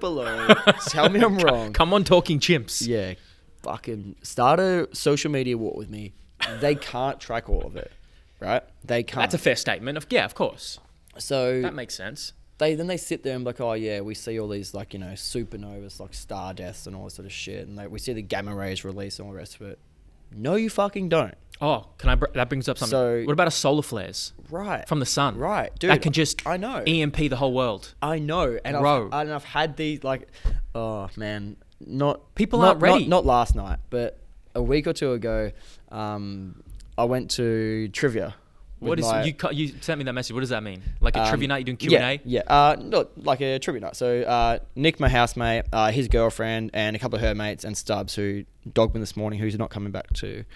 Speaker 2: below. Tell me I'm wrong.
Speaker 1: Come on, talking chimps.
Speaker 2: Yeah, fucking start a social media war with me. They can't track all of it, right? They can't.
Speaker 1: That's a fair statement. Of yeah, of course.
Speaker 2: so
Speaker 1: That makes sense.
Speaker 2: they then they sit there and be like, oh yeah, we see all these like you know supernovas, like star deaths and all this sort of shit, and like we see the gamma rays release and all the rest of it. No, you fucking don't.
Speaker 1: Oh, can I? Br- that brings up something.
Speaker 2: So-
Speaker 1: what about a solar flares
Speaker 2: Right.
Speaker 1: from the sun?
Speaker 2: Right, dude.
Speaker 1: That can just
Speaker 2: I know.
Speaker 1: EMP the whole world.
Speaker 2: I know, and
Speaker 1: Bro.
Speaker 2: I've, and I've had these like, oh man, not
Speaker 1: People
Speaker 2: not,
Speaker 1: aren't ready.
Speaker 2: Not, not last night, but a week or two ago, um, I went to trivia. with
Speaker 1: What is
Speaker 2: my-
Speaker 1: you? cu- You sent me that message. What does that mean? Like a
Speaker 2: um,
Speaker 1: trivia night? You doing Q
Speaker 2: yeah,
Speaker 1: and A?
Speaker 2: Yeah, uh, not like a tribute night. So uh, Nick, my housemate, uh, his girlfriend, and a couple of her mates, and Stubbs, who dogged me this morning, who's not coming back to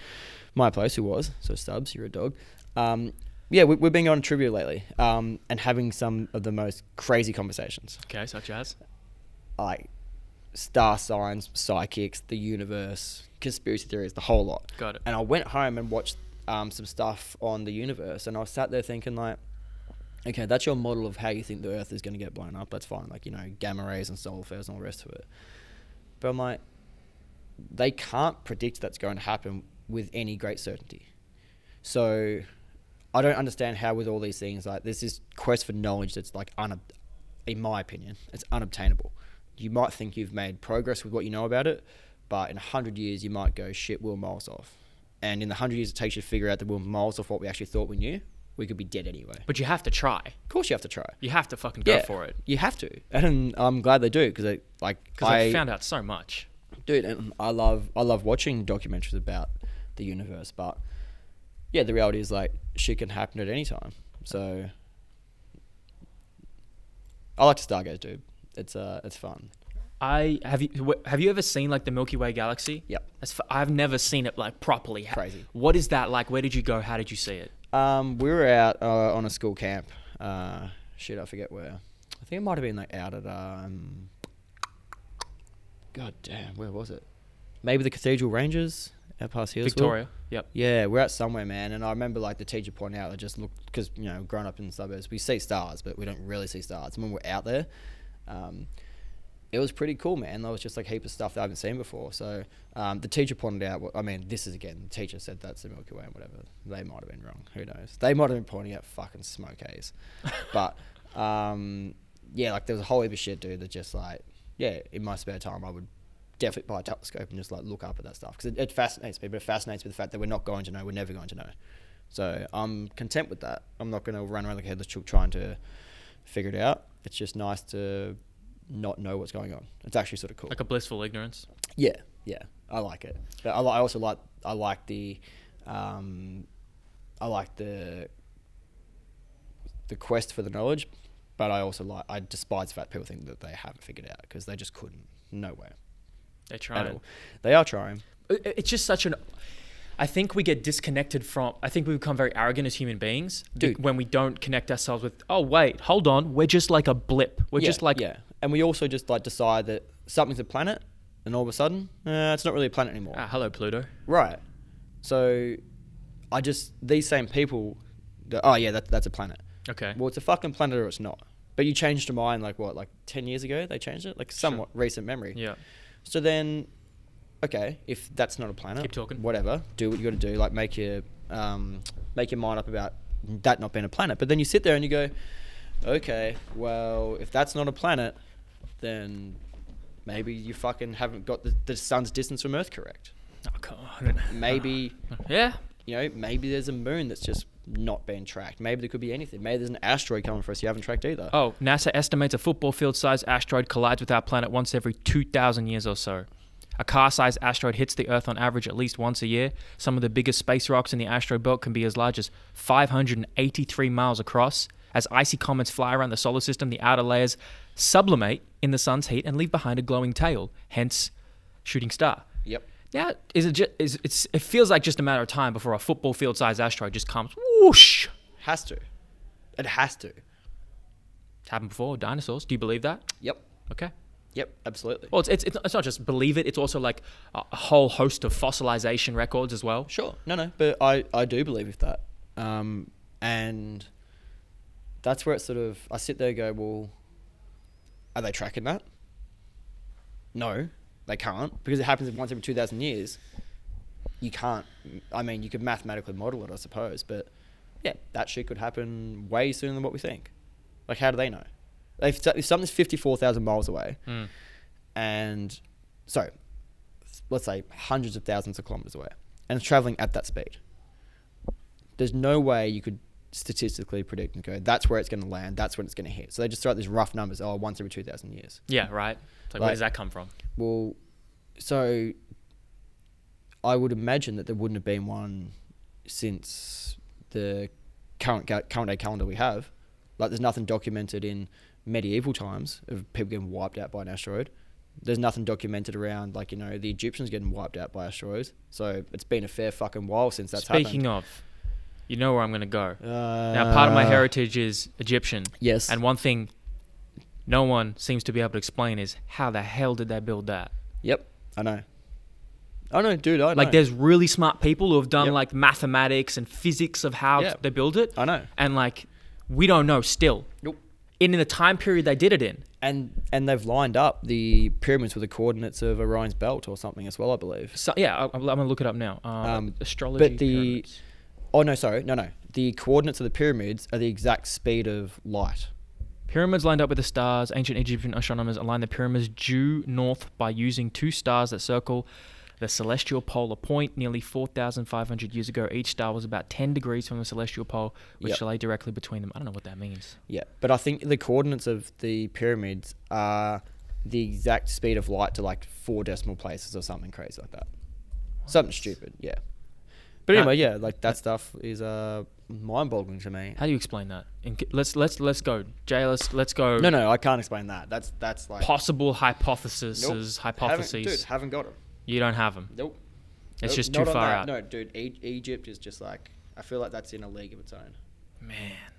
Speaker 2: my place, who was. So Stubbs, you're a dog. Um, yeah, we, we've been going to trivia lately um, and having some of the most crazy conversations
Speaker 1: Okay, such as.
Speaker 2: like star signs, psychics, the universe, conspiracy theories, the whole lot.
Speaker 1: Got it.
Speaker 2: And I went home and watched um, some stuff on the universe, and I sat there thinking like, okay, that's your model of how you think the Earth is going to get blown up. That's fine, like you know, gamma rays and solar flares and all the rest of it. But I'm like, they can't predict that's going to happen with any great certainty. So I don't understand how with all these things like there's this quest for knowledge that's like un- in my opinion, it's unobtainable. You might think you've made progress with what you know about it, but in hundred years you might go shit. We're miles off, and in the hundred years it takes you to figure out that we're miles off what we actually thought we knew, we could be dead anyway.
Speaker 1: But you have to try.
Speaker 2: Of course, you have to try.
Speaker 1: You have to fucking go for it.
Speaker 2: You have to, and I'm glad they do because like
Speaker 1: Because I found out so much.
Speaker 2: dude and i love i love watching documentaries about the universe but yeah the reality is like shit can happen at any time so i like to stargaze dude it's uh it's fun
Speaker 1: I have you wh- have you ever seen like the Milky Way galaxy?
Speaker 2: Yep.
Speaker 1: That's f- I've never seen it like properly. Ha-
Speaker 2: Crazy.
Speaker 1: What is that like? Where did you go? How did you see it?
Speaker 2: um we were out uh, on a school camp uh shit i forget where i think it might have been like out at um god damn where was it maybe the cathedral ranges out past Hillsville?
Speaker 1: Victoria. Yep.
Speaker 2: Yeah, we're out somewhere, man. And I remember like the teacher pointing out, I just looked because you know, growing up in the suburbs, we see stars, but we don't really see stars. And when we're out there, um, it was pretty cool, man. There was just like a heap of stuff that I haven't seen before. So um, the teacher pointed out. What, I mean, this is again, the teacher said that's the Milky Way and whatever. They might have been wrong. Who knows? They might have been pointing out fucking smoke haze. but um, yeah, like there was a whole heap of shit, dude. That just like yeah, in my spare time, I would definitely buy a telescope and just like look up at that stuff because it, it fascinates me. But it fascinates me the fact that we're not going to know. We're never going to know. So I'm content with that. I'm not going to run around like a headless chook trying to figure it out. It's just nice to not know what's going on. It's actually sort of cool.
Speaker 1: Like a blissful ignorance.
Speaker 2: Yeah, yeah, I like it. But I, li- I also like I like the, um, I like the the quest for the knowledge, but I also like I despise the fact people think that they haven't figured it out because they just couldn't. No way
Speaker 1: They
Speaker 2: at
Speaker 1: try.
Speaker 2: all. They are trying.
Speaker 1: it- it's just such an I think we get disconnected from I think we become very arrogant as human beings be-
Speaker 2: Dude.
Speaker 1: when we don't connect ourselves with oh wait, hold on, we're just like a blip. We're
Speaker 2: Yeah,
Speaker 1: just like
Speaker 2: yeah, and we also just like decide that something's a planet and all of a sudden, uh, it's not really a planet anymore.
Speaker 1: Ah, hello, Pluto.
Speaker 2: Right. So I just these same people. That, oh yeah, that, that's a planet.
Speaker 1: Okay.
Speaker 2: Well, it's a fucking planet or it's not. But you changed your mind like what, like ten years ago? They changed it, like somewhat recent memory.
Speaker 1: Yeah.
Speaker 2: So then, okay, if that's not a planet,
Speaker 1: Keep talking.
Speaker 2: Whatever, do what you got to do. Like make your um, make your mind up about that not being a planet. But then you sit there and you go, okay, well, if that's not a planet, then maybe you fucking haven't got the, the sun's distance from Earth correct.
Speaker 1: Oh, come on.
Speaker 2: Maybe
Speaker 1: Yeah.
Speaker 2: you know, maybe there's a moon that's just not being tracked. Maybe there could be anything. Maybe there's an asteroid coming for us you haven't tracked either.
Speaker 1: Oh, NASA estimates a football field sized asteroid collides with our planet once every 2,000 years or so. A car sized asteroid hits the Earth on average at least once a year. Some of the biggest space rocks in the asteroid belt can be as large as 583 miles across. As icy comets fly around the solar system, the outer layers sublimate in the sun's heat and leave behind a glowing tail, hence, shooting star.
Speaker 2: Yep.
Speaker 1: Yeah, is it just, is it's it feels like just a matter of time before a football field sized asteroid just comes whoosh.
Speaker 2: Has to. It has to.
Speaker 1: It's happened before with dinosaurs. Do you believe that?
Speaker 2: Yep.
Speaker 1: Okay.
Speaker 2: Yep. Absolutely.
Speaker 1: Well, it's it's it's not- it's not just believe it. It's also like a a whole host of fossilization records as well.
Speaker 2: Sure. No, no. But I, I do believe with that. Um, and that's where it's sort of, I sit there and go, well, are they tracking that? No, they can't because it happens once every 2,000 years. You can't, I mean, you could mathematically model it, I suppose, but yeah, that shit could happen way sooner than what we think. Like, how do they know? If, if something's 54,000 miles away
Speaker 1: Mm.
Speaker 2: and, so, let's say hundreds of thousands of kilometers away and it's traveling at that speed. There's no way you could statistically predict and go, that's where it's going to land, that's when it's going to hit. So they just throw out these rough numbers, oh, once every 2,000 years.
Speaker 1: Yeah, right. It's like, where
Speaker 2: Like-
Speaker 1: does that come from?
Speaker 2: Well, so I would imagine that there wouldn't have been one since the current ca- current day calendar we have. Like, there's nothing documented in medieval times of people getting wiped out by an asteroid. There's nothing documented around, like you know, the Egyptians getting wiped out by asteroids. So it's been a fair fucking while since that's
Speaker 1: Speaking
Speaker 2: happened.
Speaker 1: of, you know where I'm going to go.
Speaker 2: uh,
Speaker 1: now, part of my heritage is Egyptian,
Speaker 2: Yes.
Speaker 1: and one thing no one seems to be able to explain is how the hell did they build that?
Speaker 2: yep, I know. I know, dude. I know.
Speaker 1: Like, there's really smart people who have done
Speaker 2: Yep.
Speaker 1: like mathematics and physics of how
Speaker 2: Yeah.
Speaker 1: they build it,
Speaker 2: I know.
Speaker 1: and like we don't know still.
Speaker 2: Nope.
Speaker 1: And in the time period they did it in.
Speaker 2: and and they've lined up the pyramids with the coordinates of Orion's belt or something as well, I believe.
Speaker 1: So, yeah, I, I'm gonna look it up now. Um, astrology.
Speaker 2: but the-
Speaker 1: pyramids.
Speaker 2: Oh no, sorry, no, no. The coordinates of the pyramids are the exact speed of light.
Speaker 1: Pyramids lined up with the stars. Ancient Egyptian astronomers aligned the pyramids due north by using two stars that circle the celestial polar point. Nearly 4,500 years ago, each star was about 10 degrees from the celestial pole, which
Speaker 2: Yep.
Speaker 1: lay directly between them. I don't know what that means.
Speaker 2: Yeah, but I think the coordinates of the pyramids are the exact speed of light to like four decimal places or something crazy like that. Something stupid, yeah. But
Speaker 1: No.
Speaker 2: anyway, yeah, like that stuff is uh, mind-boggling to me.
Speaker 1: How do you explain that? In, let's let's let's go, Jay. Let's let's go.
Speaker 2: No, no, I can't explain that. That's that's like
Speaker 1: Possible hypotheses,
Speaker 2: Nope.
Speaker 1: hypotheses.
Speaker 2: Haven't, dude, haven't got them.
Speaker 1: you don't have them.
Speaker 2: Nope.
Speaker 1: It's
Speaker 2: Nope,
Speaker 1: just too
Speaker 2: not on
Speaker 1: far
Speaker 2: that.
Speaker 1: out.
Speaker 2: No, dude, e- Egypt is just like I feel like that's in a league of its own.
Speaker 1: Man.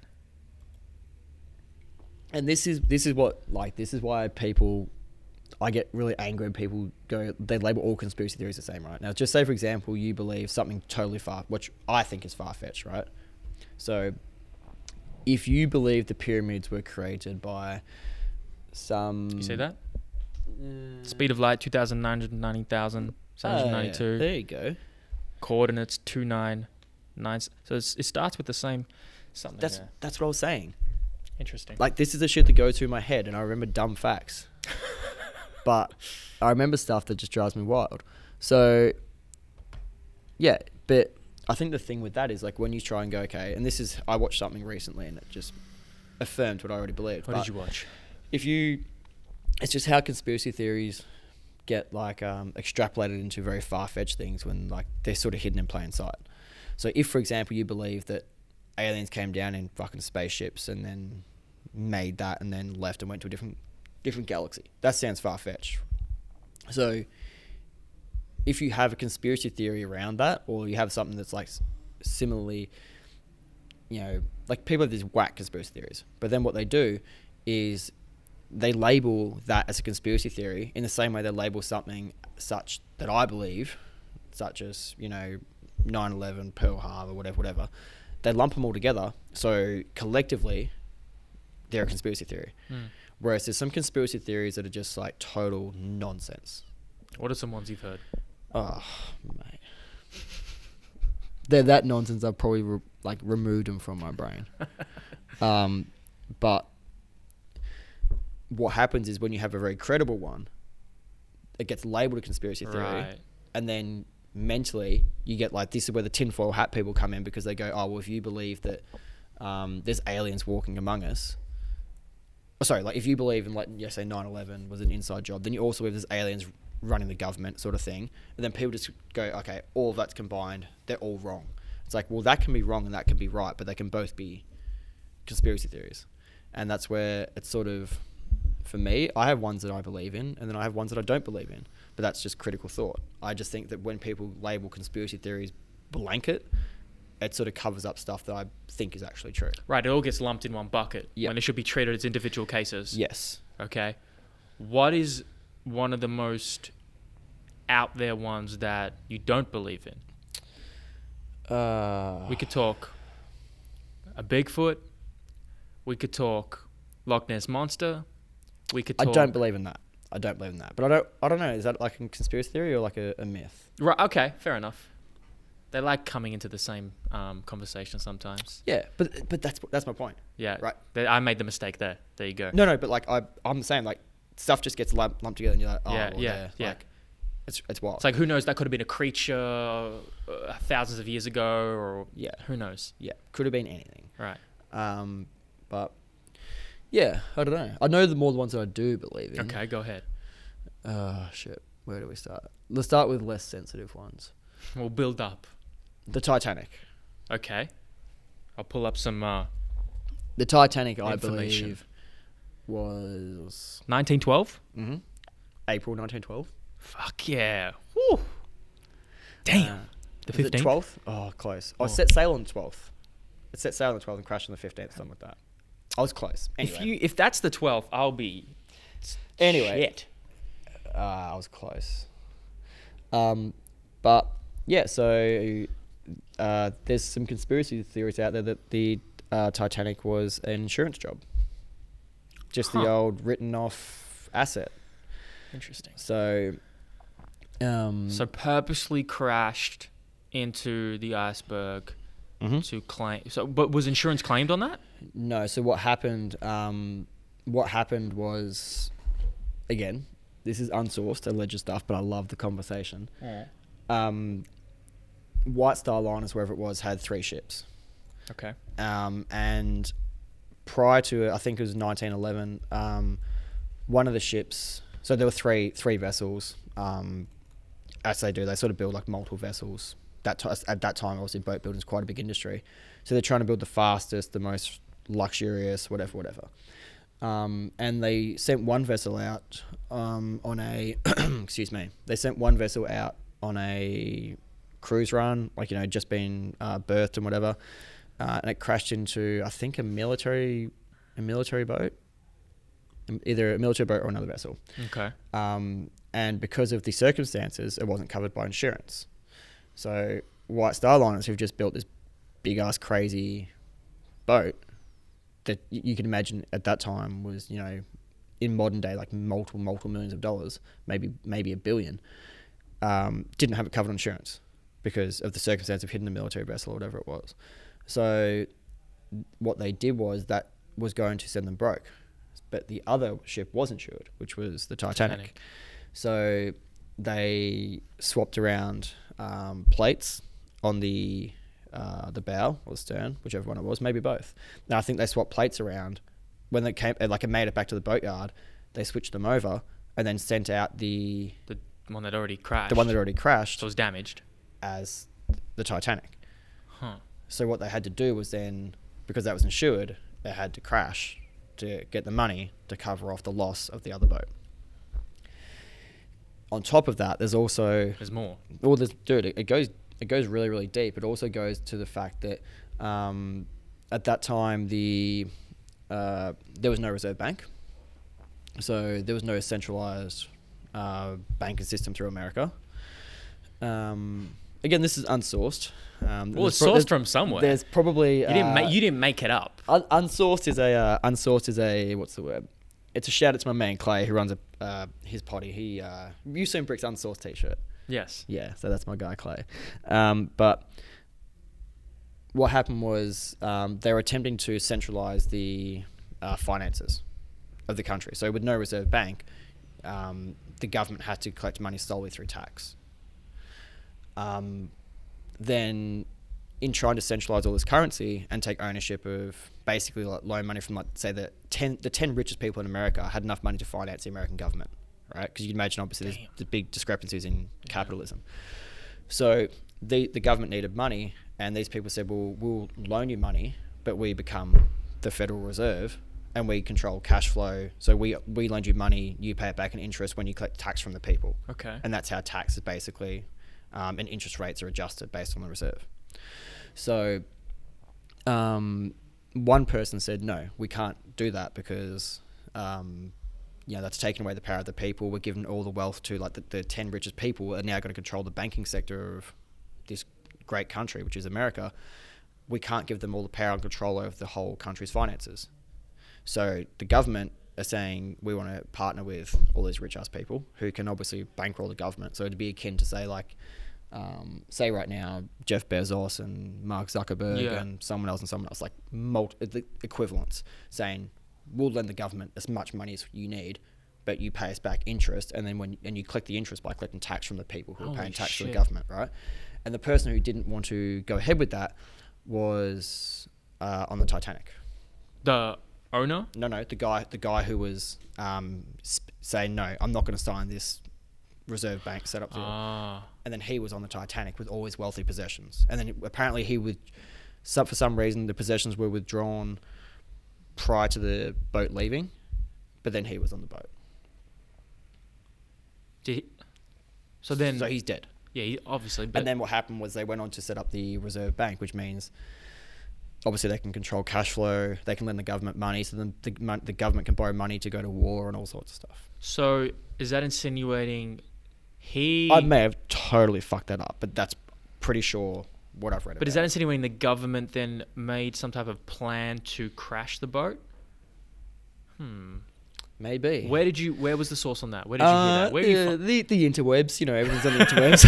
Speaker 2: And this is this is what like this is why people I get really angry when people go they label all conspiracy theories the same, right? Now just say for example you believe something totally far which I think is far fetched, right? So if you believe the pyramids were created by some
Speaker 1: You see that?
Speaker 2: Mm.
Speaker 1: Speed of light 2,990,792.
Speaker 2: Oh, yeah. There you go.
Speaker 1: coordinates two nine nine. s- So it's, it starts with the same something.
Speaker 2: That's
Speaker 1: there.
Speaker 2: that's what I was saying.
Speaker 1: interesting.
Speaker 2: like this is the shit that goes through my head and I remember dumb facts. but I remember stuff that just drives me wild. So yeah, but I think the thing with that is like when you try and go, okay, and this is I watched something recently and it just affirmed what I already believed.
Speaker 1: what
Speaker 2: but
Speaker 1: did you watch?
Speaker 2: if you it's just how conspiracy theories get like um, extrapolated into very far-fetched things when like they're sort of hidden in plain sight so if for example you believe that aliens came down in fucking spaceships and then made that and then left and went to a different different galaxy that sounds far-fetched so if you have a conspiracy theory around that or you have something that's like s- similarly you know, like people have these whack conspiracy theories, but then what they do is they label that as a conspiracy theory in the same way they label something such that I believe, such as, you know, 9 11, Pearl Harbor, whatever, whatever. They lump them all together. So collectively, they're a conspiracy theory.
Speaker 1: Mm.
Speaker 2: Whereas there's some conspiracy theories that are just like total nonsense.
Speaker 1: What are some ones you've heard?
Speaker 2: Oh, mate. They're that nonsense. I've probably re- like removed them from my brain. um, but what happens is when you have a very credible one, it gets labeled a conspiracy theory,
Speaker 1: Right.
Speaker 2: and then mentally you get like this is where the tinfoil hat people come in because they go, oh well, if you believe that um, there's aliens walking among us. oh, Sorry, like if you believe in like yes, say 9/11 was an inside job, then you also believe there's aliens running the government sort of thing, and then people just go, okay, all of that's combined, they're all wrong. It's like, well, that can be wrong and that can be right, but they can both be conspiracy theories, and that's where it's sort of, for me, I have ones that I believe in, and then I have ones that I don't believe in, but that's just critical thought. I just think that when people label conspiracy theories blanket, it sort of covers up stuff that I think is actually true.
Speaker 1: Right, it all gets lumped in one bucket
Speaker 2: Yeah.
Speaker 1: when it should be treated as individual cases.
Speaker 2: Yes.
Speaker 1: Okay. What is one of the most out there ones that you don't believe in?
Speaker 2: Uh,
Speaker 1: We could talk a Bigfoot. We could talk Loch Ness monster. We could.
Speaker 2: I
Speaker 1: Talk,
Speaker 2: don't believe in that. I don't believe in that. But I don't. I don't know. Is that like a conspiracy theory or like a, a myth?
Speaker 1: Right. Okay. Fair enough. They like coming into the same um, conversation sometimes.
Speaker 2: Yeah, but but that's that's my point.
Speaker 1: Yeah.
Speaker 2: Right.
Speaker 1: They, I made the mistake there. There you go.
Speaker 2: No, no. But like I, I'm saying like stuff just gets lump, lumped together, and you're like, oh,
Speaker 1: Yeah,
Speaker 2: well,
Speaker 1: yeah,
Speaker 2: they're,
Speaker 1: yeah.
Speaker 2: Like, it's it's wild.
Speaker 1: It's like who knows? That could have been a creature uh, thousands of years ago, or
Speaker 2: Yeah.
Speaker 1: who knows?
Speaker 2: yeah, could have been anything.
Speaker 1: Right.
Speaker 2: Um, but yeah, I don't know. I know the more the ones that I do believe in.
Speaker 1: Okay. Go ahead.
Speaker 2: Oh shit. Where do we start? Let's start with less sensitive ones.
Speaker 1: We'll build up.
Speaker 2: The Titanic.
Speaker 1: Okay. I'll pull up some uh,
Speaker 2: The Titanic, I
Speaker 1: Information.
Speaker 2: believe, was
Speaker 1: 1912.
Speaker 2: mhm, April 1912.
Speaker 1: Fuck yeah. Woo. Damn.
Speaker 2: Uh,
Speaker 1: the
Speaker 2: Was it
Speaker 1: 15th.
Speaker 2: 12th? Oh, close. I
Speaker 1: Oh.
Speaker 2: set sail on 12th. It set sail on the 12th and crashed on the 15th, something like that. I was close. Anyway,
Speaker 1: If you if that's the 12th, I'll be
Speaker 2: Anyway.
Speaker 1: Shit.
Speaker 2: uh, I was close. Um, but yeah, so uh, there's some conspiracy theories out there that the uh, Titanic was an insurance job, just the
Speaker 1: Huh.
Speaker 2: old written off asset.
Speaker 1: Interesting.
Speaker 2: So, um,
Speaker 1: So purposely crashed into the iceberg
Speaker 2: Mhm.
Speaker 1: to claim. So, but was insurance claimed on that?
Speaker 2: No. So what happened? Um, what happened was, again, this is unsourced, alleged stuff, but I love the conversation. Um, White Star Liners, wherever it was, had three ships,
Speaker 1: Okay.
Speaker 2: um, and prior to I think it was 1911, um, one of the ships. So there were three three vessels. Um, as they do, they sort of build like multiple vessels. That ti at that time, obviously, boat building is quite a big industry. So they're trying to build the fastest, the most luxurious, whatever, whatever. Um, and they sent one vessel out um, on a excuse me. They sent one vessel out on a cruise run, like you know, just been uh, berthed and whatever, uh, and it crashed into I think a military a military boat, um, either a military boat or another vessel
Speaker 1: Okay.
Speaker 2: um, and because of the circumstances, it wasn't covered by insurance. So White Star Liners, who've just built this big ass crazy boat that y- you can imagine at that time was you know in modern day like multiple multiple millions of dollars, maybe maybe a billion, um, didn't have it covered on insurance because of the circumstance of hitting a military vessel or whatever it was. So what they did was that was going to send them broke. But the other ship was insured, which was the Titanic.
Speaker 1: Titanic.
Speaker 2: So they swapped around um, plates on the uh, the bow or the stern, whichever one it was, maybe both. Now I think they swapped plates around when they came, like it made it back to the boatyard. They switched them over and then sent out the
Speaker 1: The one that already crashed.
Speaker 2: the one that already crashed
Speaker 1: so was damaged.
Speaker 2: as the Titanic.
Speaker 1: Huh.
Speaker 2: So what they had to do was then, because that was insured, they had to crash to get the money to cover off the loss of the other boat. On top of that, there's also
Speaker 1: There's more.
Speaker 2: well, this dude, it, it goes it goes really really deep. It also goes to the fact that um, at that time the uh, there was no reserve bank, So there was no centralized uh, banking system through America. Um, again, this is unsourced. Um,
Speaker 1: Well, it's
Speaker 2: there's pro-
Speaker 1: sourced from somewhere.
Speaker 2: There's probably
Speaker 1: you didn't
Speaker 2: uh,
Speaker 1: make you didn't make it up.
Speaker 2: Un- unsourced is a uh, unsourced is a what's the word? It's a shout out to my man Clay who runs a uh, his potty. He uh, you seen Brick's unsourced t-shirt.
Speaker 1: Yes.
Speaker 2: Yeah, so that's my guy Clay. Um, but what happened was um, they were attempting to centralize the uh, finances of the country. So with no reserve bank, um, the government had to collect money solely through tax. Um, then, in trying to centralize all this currency and take ownership of basically like loan money from like say the ten the ten richest people in America had enough money to finance the American government, right? Because you can imagine obviously there's
Speaker 1: Damn.
Speaker 2: the big discrepancies in capitalism. So the the government needed money, and these people said, "Well, we'll loan you money, but we become the Federal Reserve, and we control cash flow. So we we lend you money, you pay it back in interest when you collect tax from the people,
Speaker 1: Okay.
Speaker 2: and that's how tax is basically, um, and interest rates are adjusted based on the reserve. So, um, one person said, "No, we can't do that because." Um, you know, that's taken away the power of the people. We're giving all the wealth to like the, the 10 richest people are now going to control the banking sector of this great country, which is America. We can't give them all the power and control over the whole country's finances. So the government are saying we want to partner with all these rich ass people who can obviously bankroll the government. So it'd be akin to say like, um, say right now Jeff Bezos and Mark Zuckerberg
Speaker 1: Yeah.
Speaker 2: and someone else and someone else like multi- the equivalents saying we'll lend the government as much money as you need, but you pay us back interest, and then when and you collect the interest by collecting tax from the people who are
Speaker 1: Holy
Speaker 2: paying tax to the
Speaker 1: shit.
Speaker 2: government, right? And the person who didn't want to go ahead with that was uh, on the Titanic.
Speaker 1: The owner.
Speaker 2: No, no, the guy, the guy who was um, sp- saying no, I'm not going to sign this reserve bank setup deal,
Speaker 1: Ah.
Speaker 2: and then he was on the Titanic with all his wealthy possessions, and then apparently he would, some, for some reason, the possessions were withdrawn prior to the boat leaving, but then he was on the boat,
Speaker 1: Did he- so then.
Speaker 2: so he's dead.
Speaker 1: yeah, he, obviously. But
Speaker 2: And then what happened was they went on to set up the Reserve Bank, which means obviously they can control cash flow, they can lend the government money, so then the, mon- the government can borrow money to go to war and all sorts of stuff.
Speaker 1: so is that insinuating he?
Speaker 2: I may have totally fucked that up, but that's pretty sure what I've read.
Speaker 1: But is that
Speaker 2: about
Speaker 1: insinuating the government then made some type of plan to crash the boat? Hmm.
Speaker 2: it. maybe?
Speaker 1: Where did you? Where was the source on that? Where did you hear that? Where
Speaker 2: Uh, the,
Speaker 1: are you? From?
Speaker 2: the the interwebs, you know, everything's on the interwebs.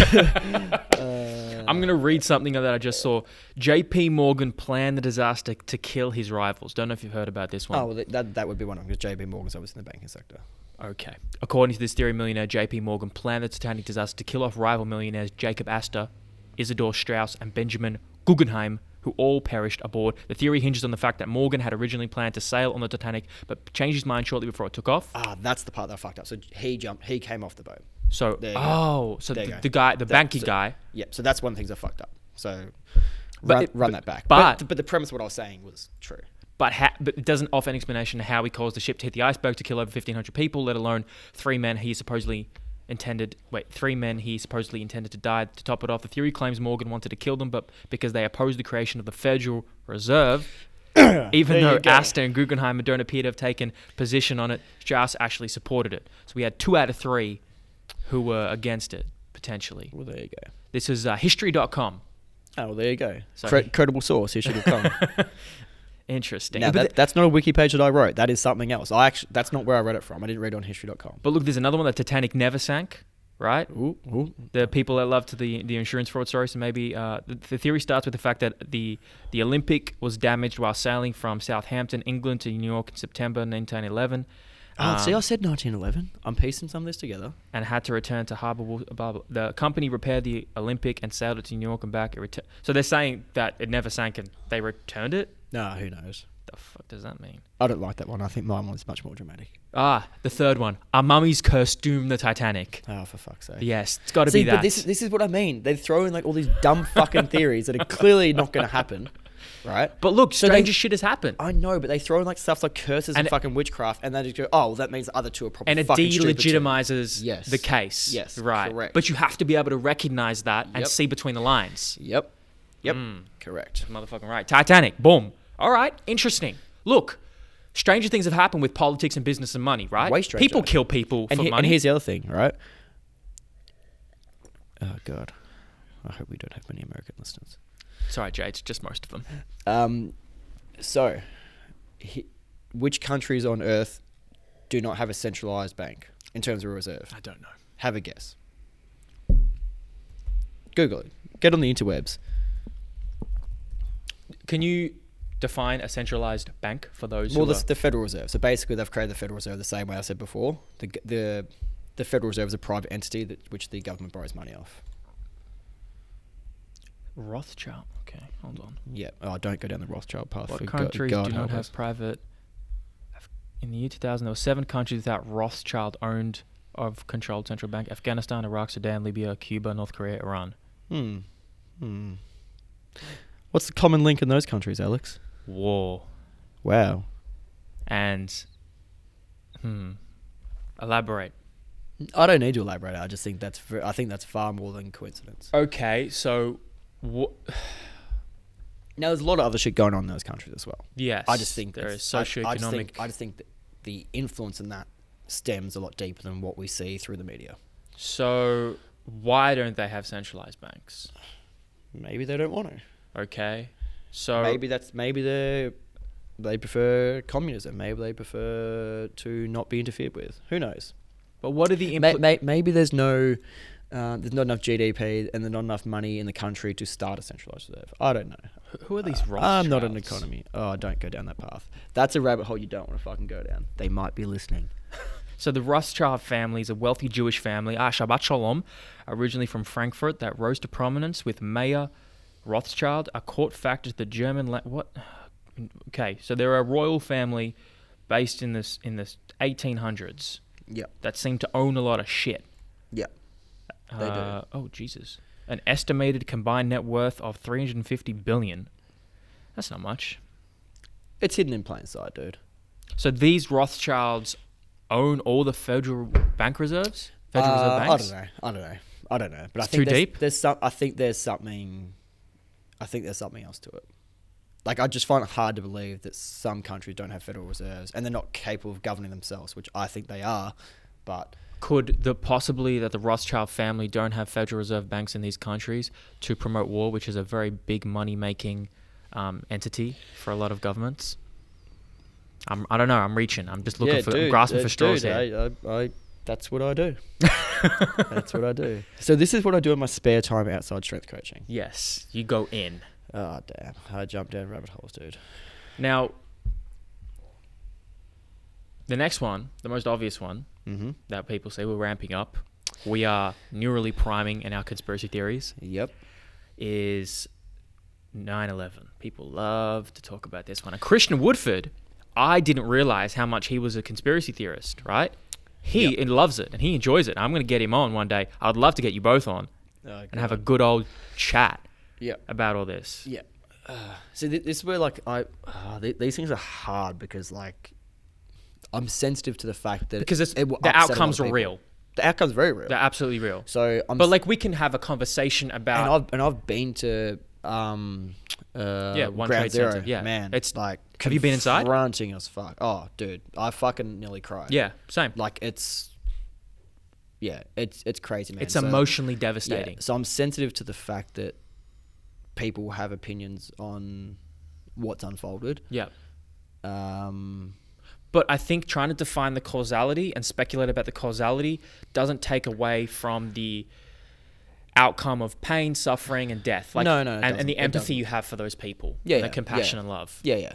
Speaker 2: uh,
Speaker 1: I'm gonna read something that I just saw. J.P. Morgan planned the disaster to kill his rivals. Don't know if you've heard about this one.
Speaker 2: Oh, well, that that would be one of them because JB Morgan's obviously in the banking sector.
Speaker 1: Okay. According to this theory, millionaire J.P. Morgan planned the Titanic disaster to kill off rival millionaires Jacob Astor, Isidore Strauss, and Benjamin Guggenheim, who all perished aboard. The theory hinges on the fact that Morgan had originally planned to sail on the Titanic, but changed his mind shortly before it took off.
Speaker 2: Ah, that's the part that I fucked up. So he jumped, he came off the boat.
Speaker 1: So,
Speaker 2: There you go.
Speaker 1: oh, so
Speaker 2: There you
Speaker 1: the,
Speaker 2: go.
Speaker 1: the guy, the
Speaker 2: That-
Speaker 1: banky
Speaker 2: so-
Speaker 1: guy.
Speaker 2: Yep. So that's one of the things I fucked up. So
Speaker 1: But
Speaker 2: run,
Speaker 1: it-
Speaker 2: run
Speaker 1: but-
Speaker 2: that back.
Speaker 1: but-
Speaker 2: but the premise of what I was saying was true.
Speaker 1: But, ha- but it doesn't offer an explanation how he caused the ship to hit the iceberg to kill over 1,500 people, let alone three men he supposedly intended. Wait, three men he supposedly intended to die. To top it off, the theory claims Morgan wanted to kill them, but because they opposed the creation of the Federal Reserve, even
Speaker 2: There
Speaker 1: though
Speaker 2: you go.
Speaker 1: Astor and Guggenheim don't appear to have taken position on it, Strauss actually supported it. So we had two out of three who were against it potentially.
Speaker 2: Well, there you go.
Speaker 1: This is uh, History.com.
Speaker 2: Oh, well, there you go.
Speaker 1: So-
Speaker 2: Cre- credible source. He should have come.
Speaker 1: Interesting.
Speaker 2: now,
Speaker 1: But
Speaker 2: that, that's not a wiki page that I wrote. That is something else. I actually, that's not where I read it from. I didn't read it on history.com.
Speaker 1: But look, there's another one that Titanic never sank, right?
Speaker 2: Ooh, ooh.
Speaker 1: The people that love to the the insurance fraud stories, and maybe uh, the, the theory starts with the fact that the the Olympic was damaged while sailing from Southampton, England, to New York in September 1911,
Speaker 2: Oh, see, I
Speaker 1: um,
Speaker 2: said 1911. I'm piecing some of this together.
Speaker 1: and had to return to harbor. wa- blah, blah. The company repaired the Olympic and sailed it to New York and back. It retu- so they're saying that it never sank and they returned it.
Speaker 2: Nah, who knows?
Speaker 1: The fuck does that mean?
Speaker 2: I don't like that one. I think mine one's much more dramatic.
Speaker 1: Ah, the third one. Our mummies curse doom the Titanic.
Speaker 2: Oh, for fuck's sake.
Speaker 1: Yes, it's got to
Speaker 2: See,
Speaker 1: be that.
Speaker 2: but this, this is what I mean. They throw in like all these dumb fucking theories that are clearly not going to happen, right?
Speaker 1: but look,
Speaker 2: So they-
Speaker 1: stranger shit has happened.
Speaker 2: I know, but they throw in like stuff like curses and,
Speaker 1: And it-
Speaker 2: fucking witchcraft, and they just go, "Oh, well, that means the other two are probably
Speaker 1: and it
Speaker 2: fucking stupid too."
Speaker 1: delegitimizes
Speaker 2: Yes.
Speaker 1: the case.
Speaker 2: Yes,
Speaker 1: right.
Speaker 2: correct.
Speaker 1: But you have to be able to recognize that and
Speaker 2: Yep.
Speaker 1: see between the lines.
Speaker 2: Yep,
Speaker 1: Hmm.
Speaker 2: yep, correct.
Speaker 1: Motherfucking right. Titanic. Boom. All right. Interesting. Look, stranger things have happened with politics and business and money, right?
Speaker 2: Way stranger.
Speaker 1: people kill people
Speaker 2: And,
Speaker 1: for
Speaker 2: he- and
Speaker 1: money.
Speaker 2: here's the other thing, right? Oh God, I hope we don't have many American listeners.
Speaker 1: Sorry, Jay, it's just most of them.
Speaker 2: Um, so, he, which countries on Earth do not have a centralized bank in terms of a reserve?
Speaker 1: I don't know.
Speaker 2: Have a guess. Google it. Get on the interwebs.
Speaker 1: Can you define a centralized bank for those?
Speaker 2: Well,
Speaker 1: who
Speaker 2: the,
Speaker 1: are-
Speaker 2: the Federal Reserve. So basically, they've created the Federal Reserve the same way I said before. The g- the the Federal Reserve is a private entity that which the government borrows money off.
Speaker 1: Rothschild. Okay, hold on.
Speaker 2: Yeah. Oh, don't go down the Rothschild path.
Speaker 1: What
Speaker 2: for go-
Speaker 1: countries
Speaker 2: God
Speaker 1: do not
Speaker 2: help
Speaker 1: have
Speaker 2: us.
Speaker 1: private? Af- In the year 2000, there were seven countries without Rothschild-owned of controlled central bank: Afghanistan, Iraq, Sudan, Libya, Cuba, North Korea, Iran.
Speaker 2: Hmm. Hmm. What's the common link in those countries, Alex?
Speaker 1: War
Speaker 2: Wow.
Speaker 1: and hmm. Elaborate.
Speaker 2: I don't need to elaborate. I just think that's ver- I think that's far more than coincidence.
Speaker 1: Okay, so what?
Speaker 2: Now there's a lot of other shit going on in those countries as well.
Speaker 1: Yes,
Speaker 2: I just think
Speaker 1: there is
Speaker 2: that's- I- I, just
Speaker 1: socioeconomic.
Speaker 2: think, I just think that the influence in that stems a lot deeper than what we see through the media.
Speaker 1: so why don't they have centralized banks?
Speaker 2: Maybe they don't want to.
Speaker 1: Okay, so
Speaker 2: maybe that's maybe they they prefer communism. Maybe they prefer to not be interfered with. Who knows?
Speaker 1: but what are the
Speaker 2: May,
Speaker 1: impl-
Speaker 2: may, maybe there's no uh, there's not enough GDP and there's not enough money in the country to start a centralized reserve. I don't know. Uh,
Speaker 1: who are these Rothschilds?
Speaker 2: I'm not an economy. Oh, don't go down that path. That's a rabbit hole you don't want to fucking go down. They might be listening.
Speaker 1: So the Rothschild family is a wealthy Jewish family, Ah Shabbat Shalom, originally from Frankfurt, that rose to prominence with Mayer Rothschild, a court fact at the German la- what? Okay, so they're a royal family based in this in the 1800s
Speaker 2: Yep.
Speaker 1: that seem to own a lot of shit.
Speaker 2: Yep. They do.
Speaker 1: Uh, Oh Jesus! An estimated combined net worth of 350 billion. That's not much.
Speaker 2: It's hidden in plain sight, dude.
Speaker 1: So these Rothschilds own all the federal bank reserves. Federal
Speaker 2: Uh,
Speaker 1: Reserve banks.
Speaker 2: I don't know. I don't know. I don't know. But
Speaker 1: It's
Speaker 2: I think
Speaker 1: too
Speaker 2: there's,
Speaker 1: deep?
Speaker 2: There's some. I think there's something. I think there's something else to it. Like I just find it hard to believe that some countries don't have federal reserves and they're not capable of governing themselves, which I think they are. But
Speaker 1: Could the possibly that the Rothschild family don't have Federal Reserve banks in these countries to promote war, which is a very big money making um, entity for a lot of governments? I'm, I don't know. I'm reaching. I'm just looking for. I'm grasping for straws here.
Speaker 2: I, that's what I do. that's what I do. So this is what I do in my spare time outside strength coaching.
Speaker 1: Yes, you go in
Speaker 2: Oh damn! I jump down rabbit holes, dude.
Speaker 1: now. The next one, the most obvious one
Speaker 2: Mm-hmm.
Speaker 1: that people say we're ramping up, we are neurally priming in our conspiracy theories.
Speaker 2: Yep.
Speaker 1: is 9-11 people love to talk about this one and christian woodford i didn't realize how much he was a conspiracy theorist right he
Speaker 2: Yep.
Speaker 1: loves it and he enjoys it i'm going to get him on one day i'd love to get you both on and have a good old chat
Speaker 2: Yep.
Speaker 1: about all this
Speaker 2: Yeah. Uh, so th- this is where like I uh, th- these things are hard because like I'm sensitive to the fact that
Speaker 1: because it's,
Speaker 2: it will
Speaker 1: the
Speaker 2: upset a lot
Speaker 1: outcomes
Speaker 2: of
Speaker 1: are
Speaker 2: people.
Speaker 1: real
Speaker 2: The outcomes are very real.
Speaker 1: they're absolutely real
Speaker 2: so I'm
Speaker 1: but
Speaker 2: s-
Speaker 1: like we can have a conversation about
Speaker 2: and I've and I've been to um uh
Speaker 1: Yeah, One
Speaker 2: Ground
Speaker 1: Trade
Speaker 2: Zero.
Speaker 1: Center, yeah.
Speaker 2: man,
Speaker 1: It's-
Speaker 2: it's like
Speaker 1: have you been inside?
Speaker 2: Ranting as fuck. Oh, dude, I fucking nearly cried.
Speaker 1: yeah same
Speaker 2: like it's yeah, it's it's crazy, man.
Speaker 1: it's
Speaker 2: So-
Speaker 1: emotionally
Speaker 2: yeah,
Speaker 1: devastating
Speaker 2: so I'm sensitive to the fact that people have opinions on what's unfolded.
Speaker 1: yeah
Speaker 2: Um,
Speaker 1: But I think trying to define the causality and speculate about the causality doesn't take away from the outcome of pain, suffering, and death. Like,
Speaker 2: No, no, it
Speaker 1: and, and
Speaker 2: doesn't.
Speaker 1: the
Speaker 2: It
Speaker 1: empathy
Speaker 2: doesn't.
Speaker 1: you have for those people,
Speaker 2: Yeah,
Speaker 1: and the
Speaker 2: yeah,
Speaker 1: compassion
Speaker 2: yeah.
Speaker 1: and love.
Speaker 2: yeah, yeah.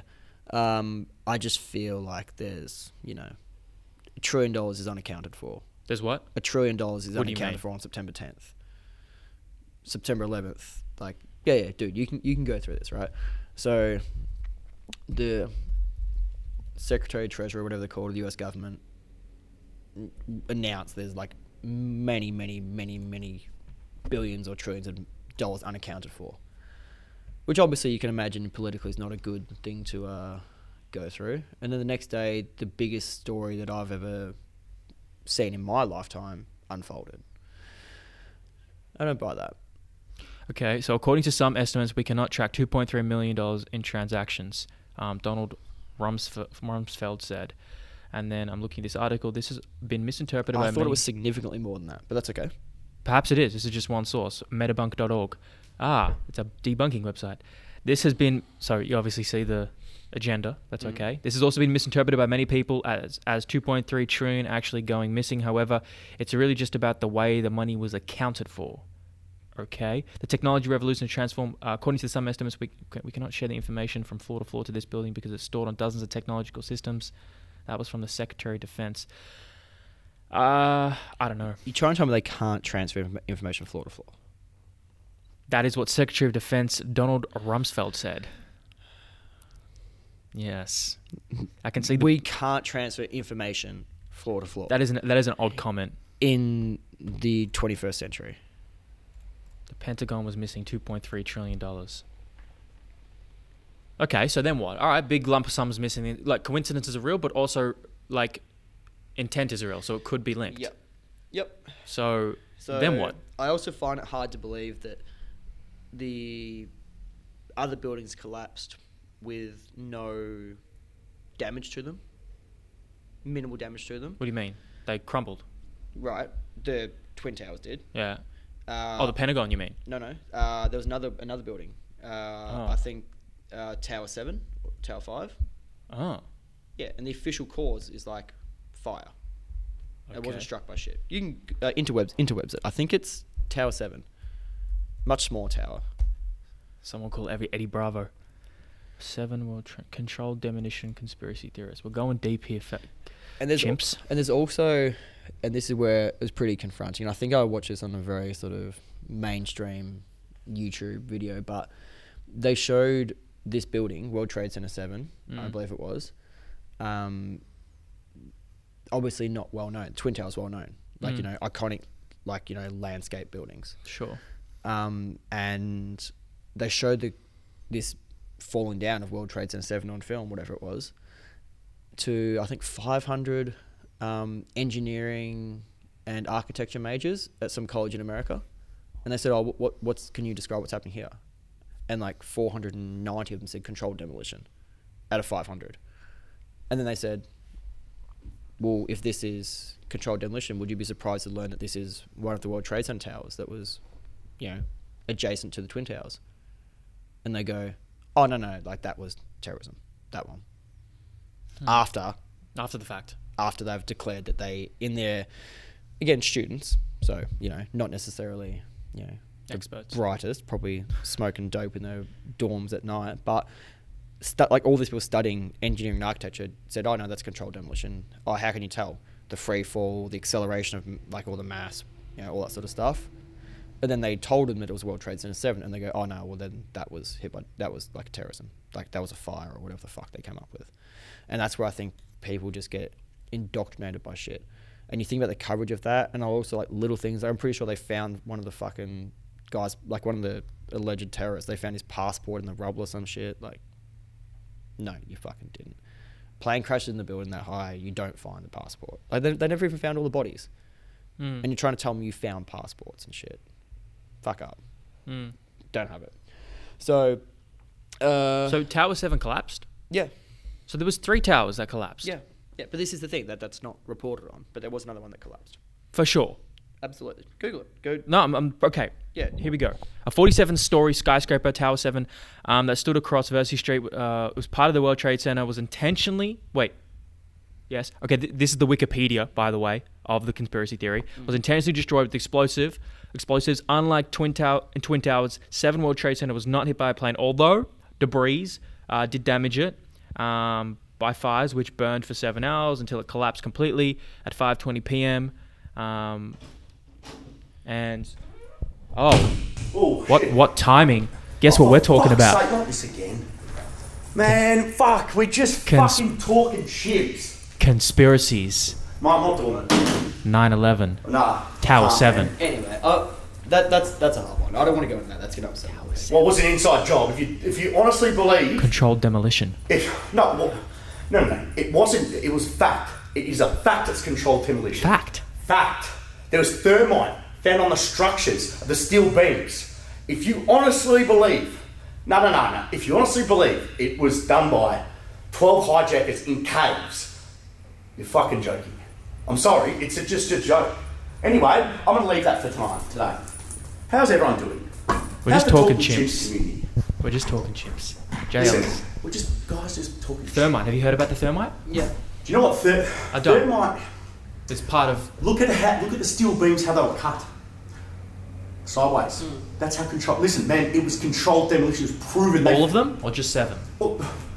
Speaker 2: Um, I just feel like there's, you know, a trillion dollars is unaccounted for.
Speaker 1: There's what?
Speaker 2: A trillion dollars is
Speaker 1: What do you mean?
Speaker 2: unaccounted for on September 10th, September 11th. Like, yeah, yeah, dude, you can you can go through this, right? So, the Secretary, Treasurer, whatever they call it, the U.S. government n- announced there's like many, many, many, many billions or trillions of dollars unaccounted for. which obviously you can imagine politically is not a good thing to uh, go through. And then the next day, the biggest story that I've ever seen in my lifetime unfolded. I don't buy that.
Speaker 1: Okay, so according to some estimates, we cannot track 2.3 million dollars in transactions. Um, Donald Rumsf- Rumsfeld said. And then I'm looking at this article. This has been misinterpreted by
Speaker 2: I thought
Speaker 1: many-
Speaker 2: it was significantly more than that, but that's okay.
Speaker 1: Perhaps it is. This is just one source, metabunk.org. Ah, it's a debunking website. This has been, so you obviously see the agenda. That's
Speaker 2: Mm.
Speaker 1: okay. This has also been misinterpreted by many people as, as 2.3 trillion actually going missing. However, it's really just about the way the money was accounted for. Okay. The technology revolution has transformed. Uh, according to some estimates, we, we cannot share the information from floor to floor to this building because it's stored on dozens of technological systems. That was from the Secretary of Defense. Uh, I don't know.
Speaker 2: You try and tell me they can't transfer inf- information floor to floor.
Speaker 1: That is what Secretary of Defense Donald Rumsfeld said. Yes, I can see the,
Speaker 2: we can't transfer information floor to floor.
Speaker 1: that is an that is an odd comment.
Speaker 2: in the 21st century.
Speaker 1: The Pentagon was missing 2.3 trillion dollars. Okay, so then what? All right, big lump sums missing. Like coincidences are real, but also like intent is real, so it could be linked.
Speaker 2: Yep.
Speaker 1: So, then what?
Speaker 2: I also find it hard to believe that the other buildings collapsed with no damage to them, minimal damage to them.
Speaker 1: What do you mean? They crumbled.
Speaker 2: Right. The Twin Towers did.
Speaker 1: Yeah.
Speaker 2: Uh,
Speaker 1: oh, the Pentagon. You mean?
Speaker 2: No, no. Uh, there was another another building. Uh, I think uh, Tower Seven, or Tower Five.
Speaker 1: Oh.
Speaker 2: Yeah, and the official cause is like fire. It
Speaker 1: okay.
Speaker 2: wasn't struck by shit. You can uh, interwebs interwebs it. I think it's Tower Seven, much smaller tower.
Speaker 1: Someone call every Eddie Bravo. Seven world tra- controlled demolition conspiracy theorists. We're going deep here, fa-
Speaker 2: And there's al-
Speaker 1: chimps.
Speaker 2: and there's also, and this is where it was pretty confronting. And I think I watched this on a very sort of mainstream YouTube video, but they showed this building, World Trade Center Seven, I
Speaker 1: Mm.
Speaker 2: believe it was. Um, obviously not well known. Twin Towers well known, like you
Speaker 1: Mm.
Speaker 2: know iconic, like you know landscape buildings.
Speaker 1: Sure.
Speaker 2: um, and they showed the this falling down of World Trade Center Seven on film, whatever it was, to I think 500 um, engineering and architecture majors at some college in America, and they said, "Oh, wh- what what's can you describe what's happening here?" And like 490 of them said controlled demolition, out of 500, and then they said. Well, if this is controlled demolition, would you be surprised to learn that this is one of the World Trade Center towers that was you know, adjacent to the Twin Towers. And they go, oh, no, no, like that was terrorism, that one. After,
Speaker 1: After the fact.
Speaker 2: after they've declared that they, in their, again, students, so, you know, not necessarily, you know, the
Speaker 1: Experts.
Speaker 2: brightest, probably smoking dope in their dorms at night, but stu- like all these people studying engineering and architecture said, oh, no, that's controlled demolition. Oh, how can you tell? The free fall, the acceleration of m- like all the mass, you know, all that sort of stuff. And then they told them that it was World Trade Center 7, and they go, oh, no, well, then that was hit by, that was like terrorism. Like that was a fire or whatever the fuck they came up with. And that's where I think people just get indoctrinated by shit. And you think about the coverage of that, and also like little things. I'm pretty sure they found one of the fucking guys, like one of the alleged terrorists, they found his passport in the rubble or some shit. Like, no, you fucking didn't. Plane crashes in the building that high, you don't find the passport. Like, they, they never even found all the bodies.
Speaker 1: Mm.
Speaker 2: And you're trying to tell me you found passports and shit. Fuck up.
Speaker 1: Mm.
Speaker 2: Don't have it. So, uh,
Speaker 1: So Tower Seven collapsed.
Speaker 2: yeah,
Speaker 1: So there was three towers that collapsed.
Speaker 2: yeah, yeah. But this is the thing that that's not reported on. But there was another one that collapsed.
Speaker 1: For sure.
Speaker 2: Absolutely. Google it. Go.
Speaker 1: No, I'm, I'm okay.
Speaker 2: Yeah.
Speaker 1: Here we go. A 47-story skyscraper, Tower Seven, um, that stood across Versi Street, uh, was part of the World Trade Center. Was intentionally wait. Yes. Okay. Th- this is the Wikipedia, by the way, of the conspiracy theory. Was intentionally destroyed with explosive explosives. Unlike Twin Tower and Twin Towers, Seven World Trade Center was not hit by a plane, although debris uh, did damage it um, by fires, which burned for seven hours until it collapsed completely at 5:20 p.m. Um, and oh,
Speaker 3: Oh,
Speaker 1: what
Speaker 3: shit.
Speaker 1: what timing? Guess what
Speaker 3: Oh,
Speaker 1: we're
Speaker 3: for
Speaker 1: talking
Speaker 3: fuck's
Speaker 1: about?
Speaker 3: sake, not this again. Man, fuck, we're just
Speaker 1: Cons-
Speaker 3: fucking talking chips.
Speaker 1: Conspiracies.
Speaker 3: Mom, I'm not doing it.
Speaker 1: 9/11.
Speaker 3: Nah.
Speaker 1: Tower
Speaker 3: Nah,
Speaker 1: Seven.
Speaker 3: man.
Speaker 2: Anyway, uh, that that's that's a hard one. I don't want to go into that. That's gonna upset. me.
Speaker 3: What was an inside job? If you, if you honestly believe,
Speaker 1: Controlled demolition.
Speaker 3: it, no, well, no, no, no, it wasn't. It was fact. It is a fact. It's controlled demolition.
Speaker 1: Fact.
Speaker 3: Fact. There was thermite found on the structures of the steel beams. If you honestly believe, no, no, no, no. If you honestly believe it was done by 12 hijackers in caves. You're fucking joking. I'm sorry, it's a, just a joke. Anyway, I'm going to leave that for time today. How's everyone doing?
Speaker 1: We're
Speaker 3: How's
Speaker 1: just
Speaker 3: the
Speaker 1: talking
Speaker 3: chimps
Speaker 1: chimps.
Speaker 3: community?
Speaker 1: We're just talking chips. JLs.
Speaker 3: Listen, we're just guys just talking. Do
Speaker 1: Thermite. Have you heard about the thermite?
Speaker 3: you know what? Thir-
Speaker 1: I don't.
Speaker 3: Thermite.
Speaker 1: It's part of.
Speaker 3: Look at how, look at the steel beams, how they were cut. Sideways.
Speaker 4: Hmm.
Speaker 3: That's how control. Listen, man, it was controlled demolition. It was proven.
Speaker 1: All of them, or just seven?
Speaker 3: Oh,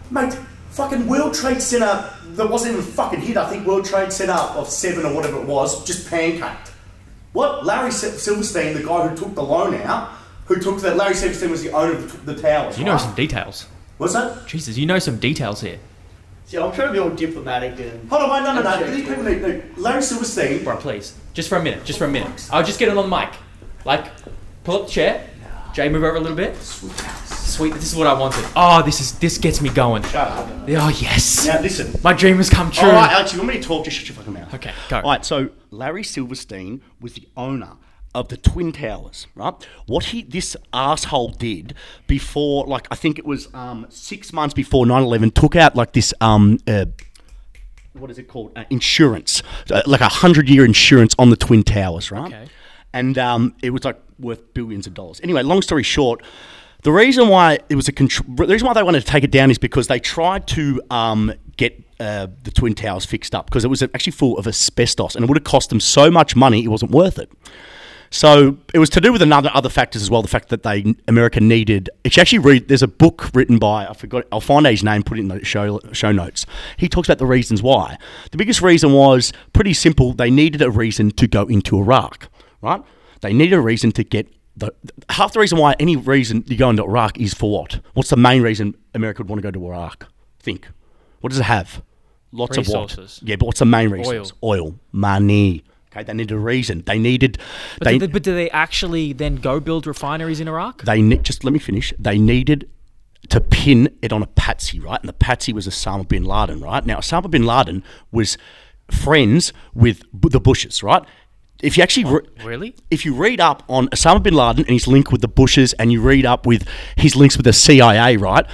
Speaker 3: mate, fucking World Trade Center that wasn't even fucking hit. I think World Trade Center of seven or whatever it was just pancaked. What? Larry Sil- Silverstein, the guy who took the loan out, who took that. Larry Silverstein was the owner of the the towers.
Speaker 1: You know
Speaker 3: right?
Speaker 1: some details.
Speaker 3: What's that?
Speaker 1: Jesus, you know some details here.
Speaker 4: See, I'm trying to be all diplomatic and.
Speaker 3: Hold on, wait, no, no, no.
Speaker 4: Okay.
Speaker 3: These people need. No. Larry Silverstein.
Speaker 1: Bro, please. Just for a minute. Just for a minute. I'll just get it on the mic. Like, pull up the chair. Jay, move over a little bit. Sweet. This is what I wanted. Oh, this is this gets me going.
Speaker 3: Shut up.
Speaker 1: Oh yes.
Speaker 3: Now listen.
Speaker 1: My dream has come true.
Speaker 3: All right, Alex, you want me to talk? Just shut your fucking mouth.
Speaker 1: Okay, go.
Speaker 3: All right, so Larry Silverstein was the owner of the Twin Towers, right? What he this asshole did before, like I think it was um, six months before 9-11, took out like this um, uh, what is it called? Uh, insurance, uh, like a hundred year insurance on the Twin Towers, right?
Speaker 1: Okay.
Speaker 3: And um, it was like worth billions of dollars. Anyway, long story short, the reason why it was a contr- the reason why they wanted to take it down is because they tried to um, get uh, the Twin Towers fixed up because it was actually full of asbestos and it would have cost them so much money it wasn't worth it. So it was to do with another other factors as well. The fact that they America needed. It's actually read. There's a book written by I forgot. I'll find out his name. Put it in the show show notes. He talks about the reasons why. The biggest reason was pretty simple. They needed a reason to go into Iraq, right? They needed a reason to get. The, half the reason why any reason you go into Iraq is for what? What's the main reason America would want to go to Iraq? Think. What does it have? Lots
Speaker 1: Resources.
Speaker 3: of what? Yeah, but what's the main reason?
Speaker 1: Oil.
Speaker 3: Oil, money. Okay, they needed a reason. They needed.
Speaker 1: But, do they, but do they actually then go build refineries in Iraq?
Speaker 3: they ne- just let me finish. They needed to pin it on a patsy, right? And the patsy was Osama bin Laden, right? Now Osama bin Laden was friends with B- the Bushes, right? If you actually re-
Speaker 1: Oh, really?
Speaker 3: if you read up on Osama bin Laden and his link with the Bushes, and you read up with his links with the CIA, right?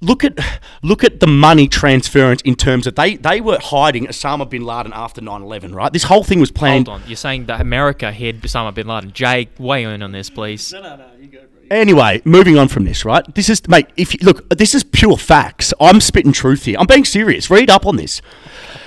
Speaker 3: Look at look at the money transference in terms of they they were hiding Osama bin Laden after 9-11, right? This whole thing was planned.
Speaker 1: Hold on. You're saying that America hid Osama bin Laden. Jay, weigh in on this, please.
Speaker 4: No, no, no, you go, bro.
Speaker 3: Anyway, moving on from this, right? This is, mate. If you, look, this is pure facts. I'm spitting truth here. I'm being serious. Read up on this.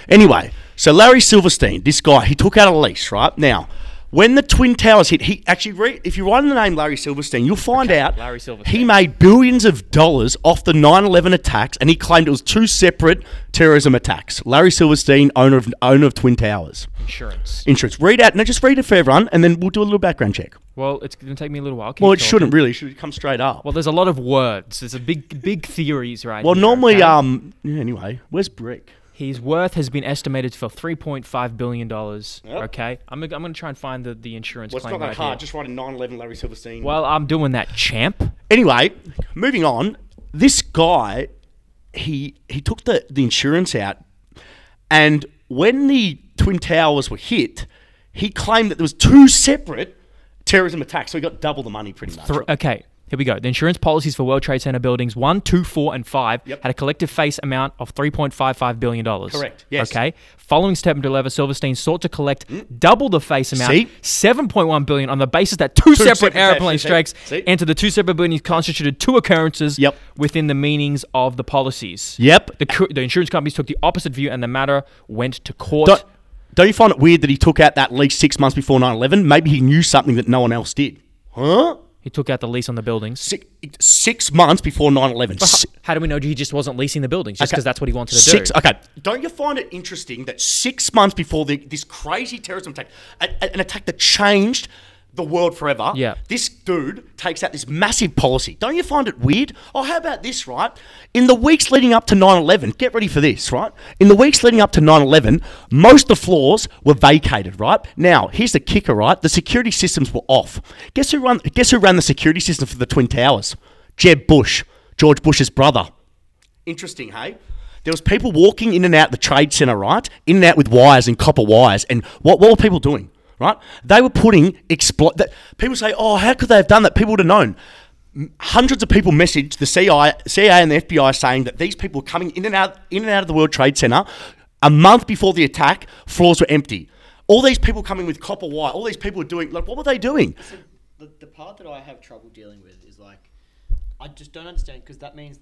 Speaker 3: Anyway, so Larry Silverstein, this guy, he took out a lease, right? Now, when the Twin Towers hit, he actually, re- if you write in the name Larry Silverstein, you'll find out
Speaker 1: Larry
Speaker 3: he
Speaker 1: Silverstein.
Speaker 3: made billions of dollars off the 9/11 attacks, and he claimed it was two separate terrorism attacks. Larry Silverstein, owner of owner of Twin Towers
Speaker 1: Insurance.
Speaker 3: Insurance. Read out, no, just read it for everyone, and then we'll do a little background check.
Speaker 1: Well, it's going to take me a little while. Keep
Speaker 3: Well, it
Speaker 1: talking.
Speaker 3: shouldn't really. It should come straight up.
Speaker 1: Well, there's a lot of words. There's a big, big theories right
Speaker 3: Well,
Speaker 1: here,
Speaker 3: normally,
Speaker 1: okay?
Speaker 3: um, yeah, anyway, where's Brick?
Speaker 1: His worth has been estimated for $3.5 billion. Okay. I'm, I'm going to try and find the, the insurance claim. right here.
Speaker 3: Just write a 911 Larry Silverstein.
Speaker 1: Well, I'm doing that, champ.
Speaker 3: anyway, moving on. This guy, he he took the, the insurance out, and when the Twin Towers were hit, he claimed that there was two separate terrorism attacks, so he got double the money pretty much.
Speaker 1: Thr- okay, here we go. The insurance policies for World Trade Center buildings 1, 2, 4, and 5
Speaker 3: Yep.
Speaker 1: had a collective face amount of $3.55 billion.
Speaker 3: Correct, yes. Mm.
Speaker 1: Okay. Following step and deliver, Silverstein sought to collect double the face amount,
Speaker 3: See?
Speaker 1: $7.1 billion, on the basis that two, separate,
Speaker 3: separate
Speaker 1: airplane
Speaker 3: actions, see?
Speaker 1: strikes
Speaker 3: See?
Speaker 1: into the two separate buildings constituted two occurrences
Speaker 3: Yep.
Speaker 1: within the meanings of the policies.
Speaker 3: Yep.
Speaker 1: The, cr- the insurance companies took the opposite view and the matter went to court.
Speaker 3: Don't, don't you find it weird that he took out that lease six months before 9/11? Maybe he knew something that no one else did. Huh?
Speaker 1: he took out the lease on the buildings.
Speaker 3: Six, six months before 9/11. Si-
Speaker 1: How do we know he just wasn't leasing the buildings? Just
Speaker 3: Okay.
Speaker 1: because that's what he wanted to
Speaker 3: six,
Speaker 1: do.
Speaker 3: Okay. Don't you find it interesting that six months before the, this crazy terrorism attack, a, a- an attack that changed the world forever,
Speaker 1: Yeah.
Speaker 3: this dude takes out this massive policy. Don't you find it weird? Oh, how about this, right? In the weeks leading up to 9 11, get ready for this, right? In the weeks leading up to 9 11, most of the floors were vacated, right? Now, here's the kicker, right? The security systems were off. Guess who, run, guess who ran the security system for the Twin Towers? Jeb Bush, George Bush's brother. Interesting, hey? There was people walking in and out the trade center, right? In and out with wires and copper wires. And what, what were people doing, right? They were putting explo- that People say, oh, how could they have done that? People would have known. m- hundreds of people messaged the CIA, CIA and the FBI saying that these people were coming in and out, in and out of the World Trade Center. A month before the attack, floors were empty. All these people coming with copper wire. All these people were doing like, what were they doing?
Speaker 2: the, the part that I have trouble dealing with is like, I just don't understand because that means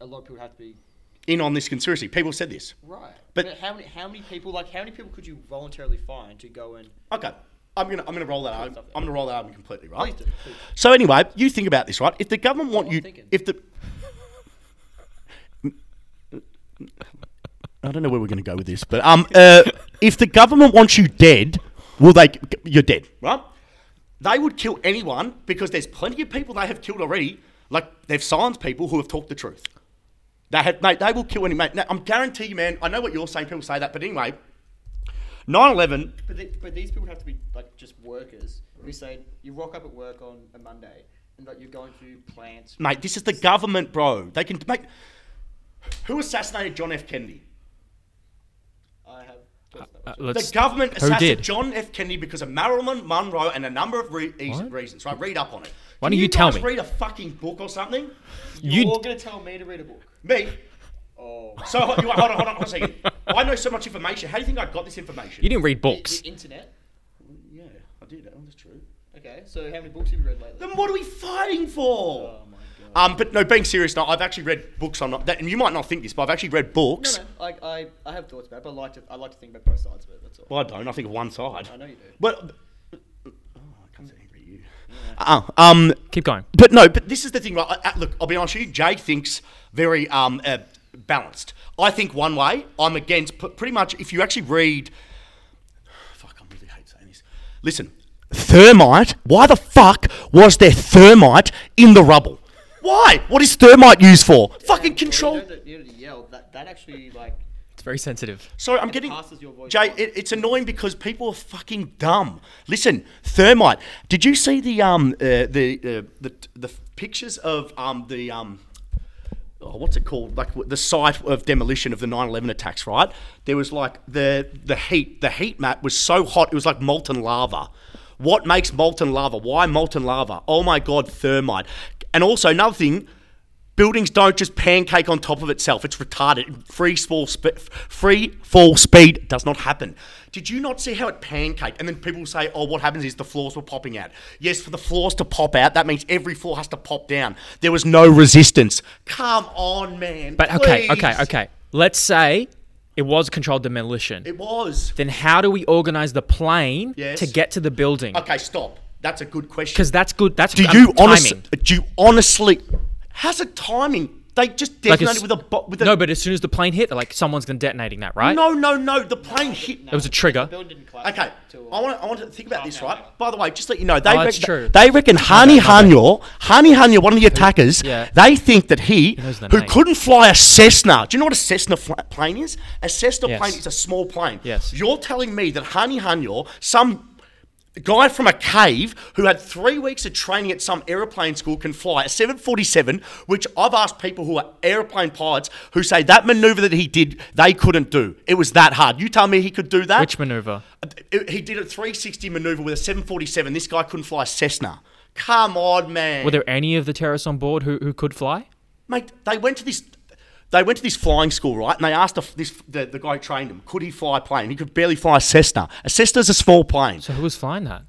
Speaker 2: a lot of people have to be
Speaker 3: In on this conspiracy, people said this.
Speaker 2: right.
Speaker 3: But-
Speaker 2: how many how many people like how many people could you voluntarily find to go and
Speaker 3: Okay. I'm gonna I'm gonna roll that out. I'm gonna roll that out completely, right?
Speaker 2: Please do, please.
Speaker 3: So anyway, you think about this, right? If the government want
Speaker 2: I'm
Speaker 3: you,
Speaker 2: thinking.
Speaker 3: if the I don't know where we're gonna go with this, but um, uh, if the government wants you dead, will they? You're dead, right? They would kill anyone because there's plenty of people they have killed already. Like they've silenced people who have talked the truth. They have, mate. They will kill any mate. Now, I'm guarantee you, man. I know what you're saying. People say that, but anyway, 9/11
Speaker 2: But, the, but these people have to be like just workers who say you rock up at work on a Monday and that you're going to plants.
Speaker 3: mate. This is the government, bro. They can make. Who assassinated John F. Kennedy?
Speaker 2: I have.
Speaker 1: Uh,
Speaker 3: The
Speaker 1: let's,
Speaker 3: government assassinated
Speaker 1: did?
Speaker 3: John F. Kennedy because of Marilyn Monroe and a number of re- eas-
Speaker 1: What?
Speaker 3: reasons. Right, read up on it.
Speaker 1: Why
Speaker 3: Can
Speaker 1: don't you tell
Speaker 3: guys
Speaker 1: me?
Speaker 3: Read a fucking book or something.
Speaker 1: you
Speaker 2: You're going to tell me to read a book.
Speaker 3: Me.
Speaker 2: Oh,
Speaker 3: So hold on, hold on, hold on a second. I know so much information. How do you think I got this information?
Speaker 1: you didn't read
Speaker 2: the,
Speaker 1: books.
Speaker 2: the internet.
Speaker 3: yeah, I did. That was true.
Speaker 2: Okay, so how many books have you read lately?
Speaker 3: Then what are we fighting for?
Speaker 2: Oh my god.
Speaker 3: Um, but no, being serious, no, I've actually read books on that, and you might not think this, but I've actually read books.
Speaker 2: No, no, I, I, I have thoughts about it, but I like to, I like to think about both sides of it. That's all.
Speaker 3: Well, I don't. I think of one side.
Speaker 2: I know you do.
Speaker 3: But oh, I can't say angry at you. Uh, um,
Speaker 1: Keep going.
Speaker 3: but no, but this is the thing, right? I, I- look, I'll be honest with you. Jay thinks very um, uh, balanced. I think one way. I'm against p- pretty much. If you actually read, fuck, I really hate saying this. Listen, thermite. Why the fuck was there thermite in the rubble? Why? What is thermite used for? Fucking
Speaker 2: You
Speaker 3: control.
Speaker 2: don't need to yell. That, that actually like.
Speaker 1: It's very sensitive.
Speaker 3: Sorry, I'm getting.
Speaker 2: passes your voice
Speaker 3: Jay,
Speaker 2: on.
Speaker 3: it, it's annoying because people are fucking dumb. Listen, thermite. Did you see the um uh, the uh, the the pictures of um the um. Oh, what's it called? Like w- the site of demolition of the 9/11 attacks, right? There was like the the heat. The heat map was so hot it was like molten lava. What makes molten lava? Why molten lava? Oh my god, thermite. And also another thing, buildings don't just pancake on top of itself. It's retarded. Free fall, spe- free fall speed does not happen. Did you not see how it pancaked? And then people say, oh, what happens is the floors were popping out. Yes, for the floors to pop out, that means every floor has to pop down. There was no resistance. Come on, man.
Speaker 1: But okay, okay,
Speaker 3: please.
Speaker 1: okay. Let's say it was controlled demolition.
Speaker 3: It was.
Speaker 1: then how do we organize the plane
Speaker 3: Yes.
Speaker 1: to get to the building?
Speaker 3: Okay, stop. That's a good question.
Speaker 1: Because that's good. That's
Speaker 3: Do
Speaker 1: um,
Speaker 3: you honestly?
Speaker 1: timing.
Speaker 3: Do you honestly? How's it timing? They just
Speaker 1: Like
Speaker 3: detonated
Speaker 1: as-
Speaker 3: with a bo- with a
Speaker 1: no, but as soon as the plane hit, they're like someone's gonna detonating that, right?
Speaker 3: no, no, no. The plane hit.
Speaker 1: It was a trigger.
Speaker 2: The building didn't collapse.
Speaker 3: Okay,
Speaker 2: till-
Speaker 3: I want to I want to think about
Speaker 2: Half
Speaker 3: this,
Speaker 2: an hour.
Speaker 3: right? By the way, just to let you know, they
Speaker 1: Oh, that's
Speaker 3: reckon,
Speaker 1: true.
Speaker 3: they reckon Hani Hanyor, Hani Hanyor, one of the attackers,
Speaker 1: yeah.
Speaker 3: they think that he,
Speaker 1: knows the
Speaker 3: who
Speaker 1: name.
Speaker 3: couldn't fly a Cessna, do you know what a Cessna fl- plane is? A Cessna
Speaker 1: Yes.
Speaker 3: plane is a small plane.
Speaker 1: Yes.
Speaker 3: You're telling me that Hani Hanyor, some guy from a cave who had three weeks of training at some aeroplane school, can fly a 747, which I've asked people who are aeroplane pilots who say that maneuver that he did, they couldn't do. It was that hard. You tell me he could do that?
Speaker 1: Which maneuver?
Speaker 3: It- He did a 360 maneuver with a 747. This guy couldn't fly a Cessna. Come on, man.
Speaker 1: Were there any of the terrorists on board who, who could fly?
Speaker 3: Mate, they went to this. They went to this flying school, right? And they asked the, this, the, the guy who trained him, could he fly a plane? He could barely fly a Cessna. A Cessna's a small plane.
Speaker 1: So who was flying that?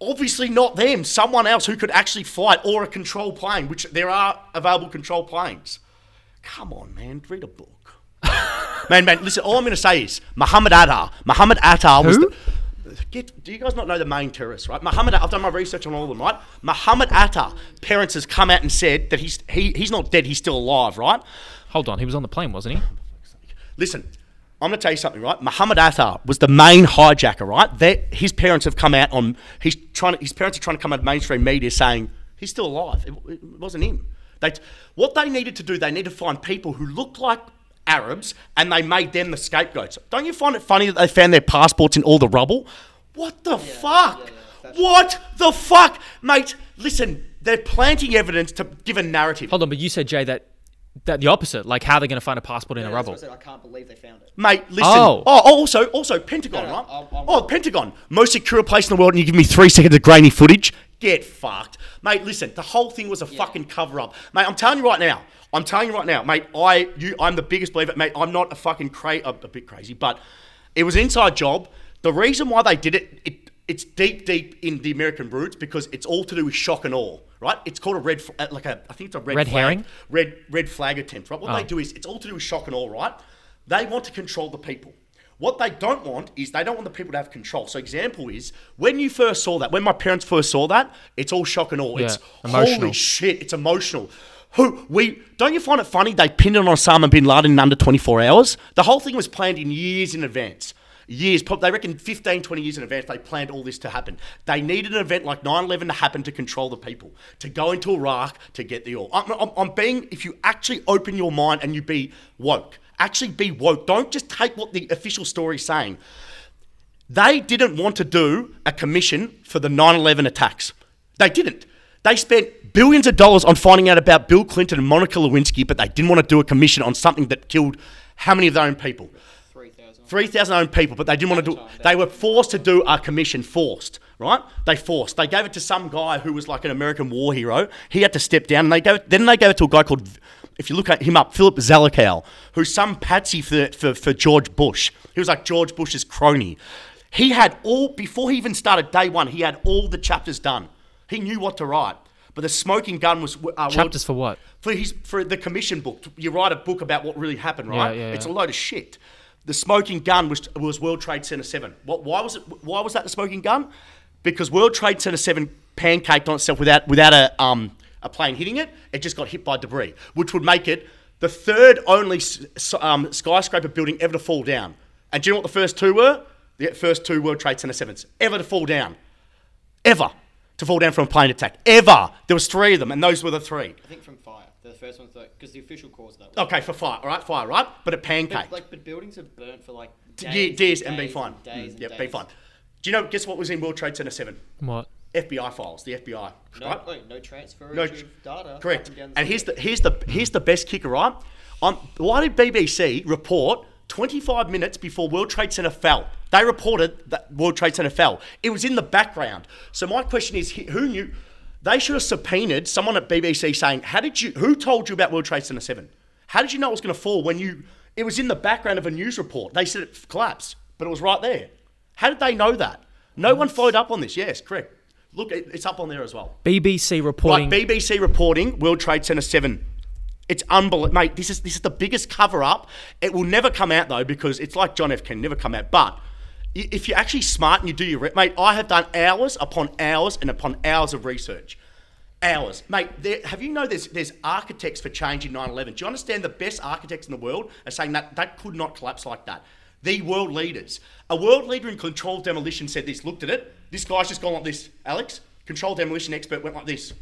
Speaker 3: Obviously not them. Someone else who could actually fly it or a control plane, which there are available control planes. Come on, man. Read a book. man, man, listen. All I'm going to say is Muhammad Atta. Muhammad Atta was
Speaker 1: Who?
Speaker 3: the... Get, do you guys not know the main terrorist, right? Muhammad, I've done my research on all of them, right? Muhammad Atta, parents has come out and said that he's he, he's not dead, he's still alive, right?
Speaker 1: Hold on, he was on the plane, wasn't he?
Speaker 3: Listen, I'm going to tell you something, right? Muhammad Atta was the main hijacker, right? That his parents have come out on. He's trying. To, his parents are trying to come out of mainstream media saying he's still alive. It, it wasn't him. They, what they needed to do, they need to find people who looked like Arabs, and they made them the scapegoats. Don't you find it funny that they found their passports in all the rubble? What the fuck?
Speaker 2: yeah, yeah, that's-
Speaker 3: what the fuck, mate? Listen, they're planting evidence to give a narrative.
Speaker 1: Hold on, but you said Jay that that the opposite. Like how they're gonna find a passport in
Speaker 2: Yeah,
Speaker 1: a
Speaker 2: that's what
Speaker 1: rubble?
Speaker 2: I said. I can't believe they found it.
Speaker 3: Mate, listen. Oh,
Speaker 1: Oh.
Speaker 3: also, also Pentagon,
Speaker 2: No, no,
Speaker 3: right?
Speaker 2: I'll- I'll-
Speaker 3: oh, Pentagon, most secure place in the world, and you give me three seconds of grainy footage. Get fucked. Mate, listen, the whole thing was a fucking cover up. Mate, I'm telling you right now. I'm telling you right now, mate, I you I'm the biggest believer, mate. I'm not a fucking cra- a, a bit crazy, but it was an inside job. The reason why they did it, it it's deep, deep in the American roots because it's all to do with shock and awe, right? It's called a red, f- uh, like a, I think it's a red,
Speaker 1: Red
Speaker 3: flag-
Speaker 1: herring?
Speaker 3: red red flag attempt, right? What
Speaker 1: Ah.
Speaker 3: they do is it's all to do with shock and awe, right? They want to control the people. What they don't want is they don't want the people to have control. So example is when you first saw that, when my parents first saw that, it's all shock and awe. It's
Speaker 1: Yeah, emotional.
Speaker 3: holy shit, it's emotional. Who we don't you find it funny they pinned it on Osama bin Laden in under 24 hours? The whole thing was planned in years in advance. Years, prob- they reckon 15, 20 years in advance, they planned all this to happen. They needed an event like 9 11 to happen to control the people, to go into Iraq, to get the oil. I'm, I'm, I'm being, if you actually open your mind and you be woke, actually be woke, don't just take what the official story is saying. They didn't want to do a commission for the 9 11 attacks. They didn't. They spent billions of dollars on finding out about Bill Clinton and Monica Lewinsky, but they didn't want to do a commission on something that killed how many of their own people?
Speaker 5: 3,000.
Speaker 3: 3,000 own people, but they didn't want to do They were forced to do a commission, forced, right? They forced. They gave it to some guy who was like an American war hero. He had to step down, and they gave it, then they gave it to a guy called, if you look at him up, Philip Zalikow, who's some patsy for, for, for George Bush. He was like George Bush's crony. He had all, before he even started day one, he had all the chapters done. He knew what to write. But the smoking gun was. Uh,
Speaker 1: Chapters for what?
Speaker 3: for his for the commission book. You write a book about what really happened, right?
Speaker 1: yeah,
Speaker 3: It's a
Speaker 1: yeah.
Speaker 3: load of shit. The smoking gun was was World Trade Center Seven. What? Why was it? Why was that the smoking gun? Because World Trade Center Seven pancaked on itself without without a um a plane hitting it. It just got hit by debris, which would make it the third only s- s- um, skyscraper building ever to fall down. And do you know what the first two were? The first two World Trade Center Sevens ever to fall down, ever to fall down from a plane attack. Ever there was three of them, and those were the three.
Speaker 5: I think from fire. The first one's like, because the official cause of that. was-
Speaker 3: Okay, for fire, all right, fire, right? But it pancaked.
Speaker 5: But, like, but buildings are burnt for like
Speaker 3: D-
Speaker 5: days,
Speaker 3: yeah, days and
Speaker 5: and
Speaker 3: be
Speaker 5: days
Speaker 3: fine.
Speaker 5: and Days
Speaker 3: Mm,
Speaker 5: and
Speaker 3: yep,
Speaker 5: days.
Speaker 3: be fine. Do you know? Guess what was in World Trade Center Seven?
Speaker 1: What?
Speaker 3: FBI files. The FBI.
Speaker 5: No,
Speaker 3: right?
Speaker 5: wait, no transfer
Speaker 3: No
Speaker 5: of
Speaker 3: tr-
Speaker 5: data.
Speaker 3: Correct.
Speaker 5: up down
Speaker 3: And here's the
Speaker 5: system.
Speaker 3: here's the here's the best kicker, right? Um, why did BBC report 25 minutes before World Trade Center fell? They reported that World Trade Center fell. It was in the background. So my question is, he- who knew? They should have subpoenaed someone at BBC saying, "How did you? Who told you about World Trade Center 7? How did you know it was going to fall when you? It was in the background of a news report. They said it collapsed, but it was right there. How did they know that? No one followed up on this. Yes, correct. Look, it- it's up on there as well.
Speaker 1: BBC reporting.
Speaker 3: Like BBC reporting World Trade Center Seven. It's unbelievable, mate. This is this is the biggest cover up. It will never come out though because it's like John F. Kennedy never come out. But i- if you're actually smart and you do your re- mate, I have done hours upon hours and upon hours of research. Hours, mate. There, have you know there's there's architects for changing 9/11. Do you understand the best architects in the world are saying that that could not collapse like that? The world leaders. A world leader in controlled demolition said this. Looked at it. This guy's just gone like this. Alex, controlled demolition expert went like this.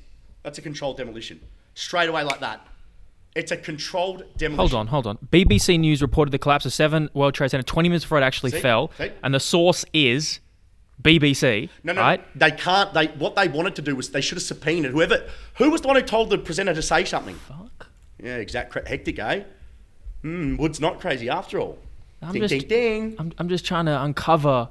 Speaker 3: That's a controlled demolition. Straight away like that. It's a controlled demolition.
Speaker 1: Hold on, hold on. BBC News reported the collapse of seven World Trade Center 20 minutes before it actually
Speaker 3: See?
Speaker 1: fell,
Speaker 3: See?
Speaker 1: and the source is BBC.
Speaker 3: No, no,
Speaker 1: right?
Speaker 3: they can't. They what they wanted to do was they should have subpoenaed whoever. Who was the one who told the presenter to say something?
Speaker 1: Fuck.
Speaker 3: Yeah, exact. cra- Hectic, eh? Hmm, Wood's not crazy after all.
Speaker 1: I'm
Speaker 3: ding,
Speaker 1: just-
Speaker 3: ding, ding.
Speaker 1: I'm, I'm just trying to uncover.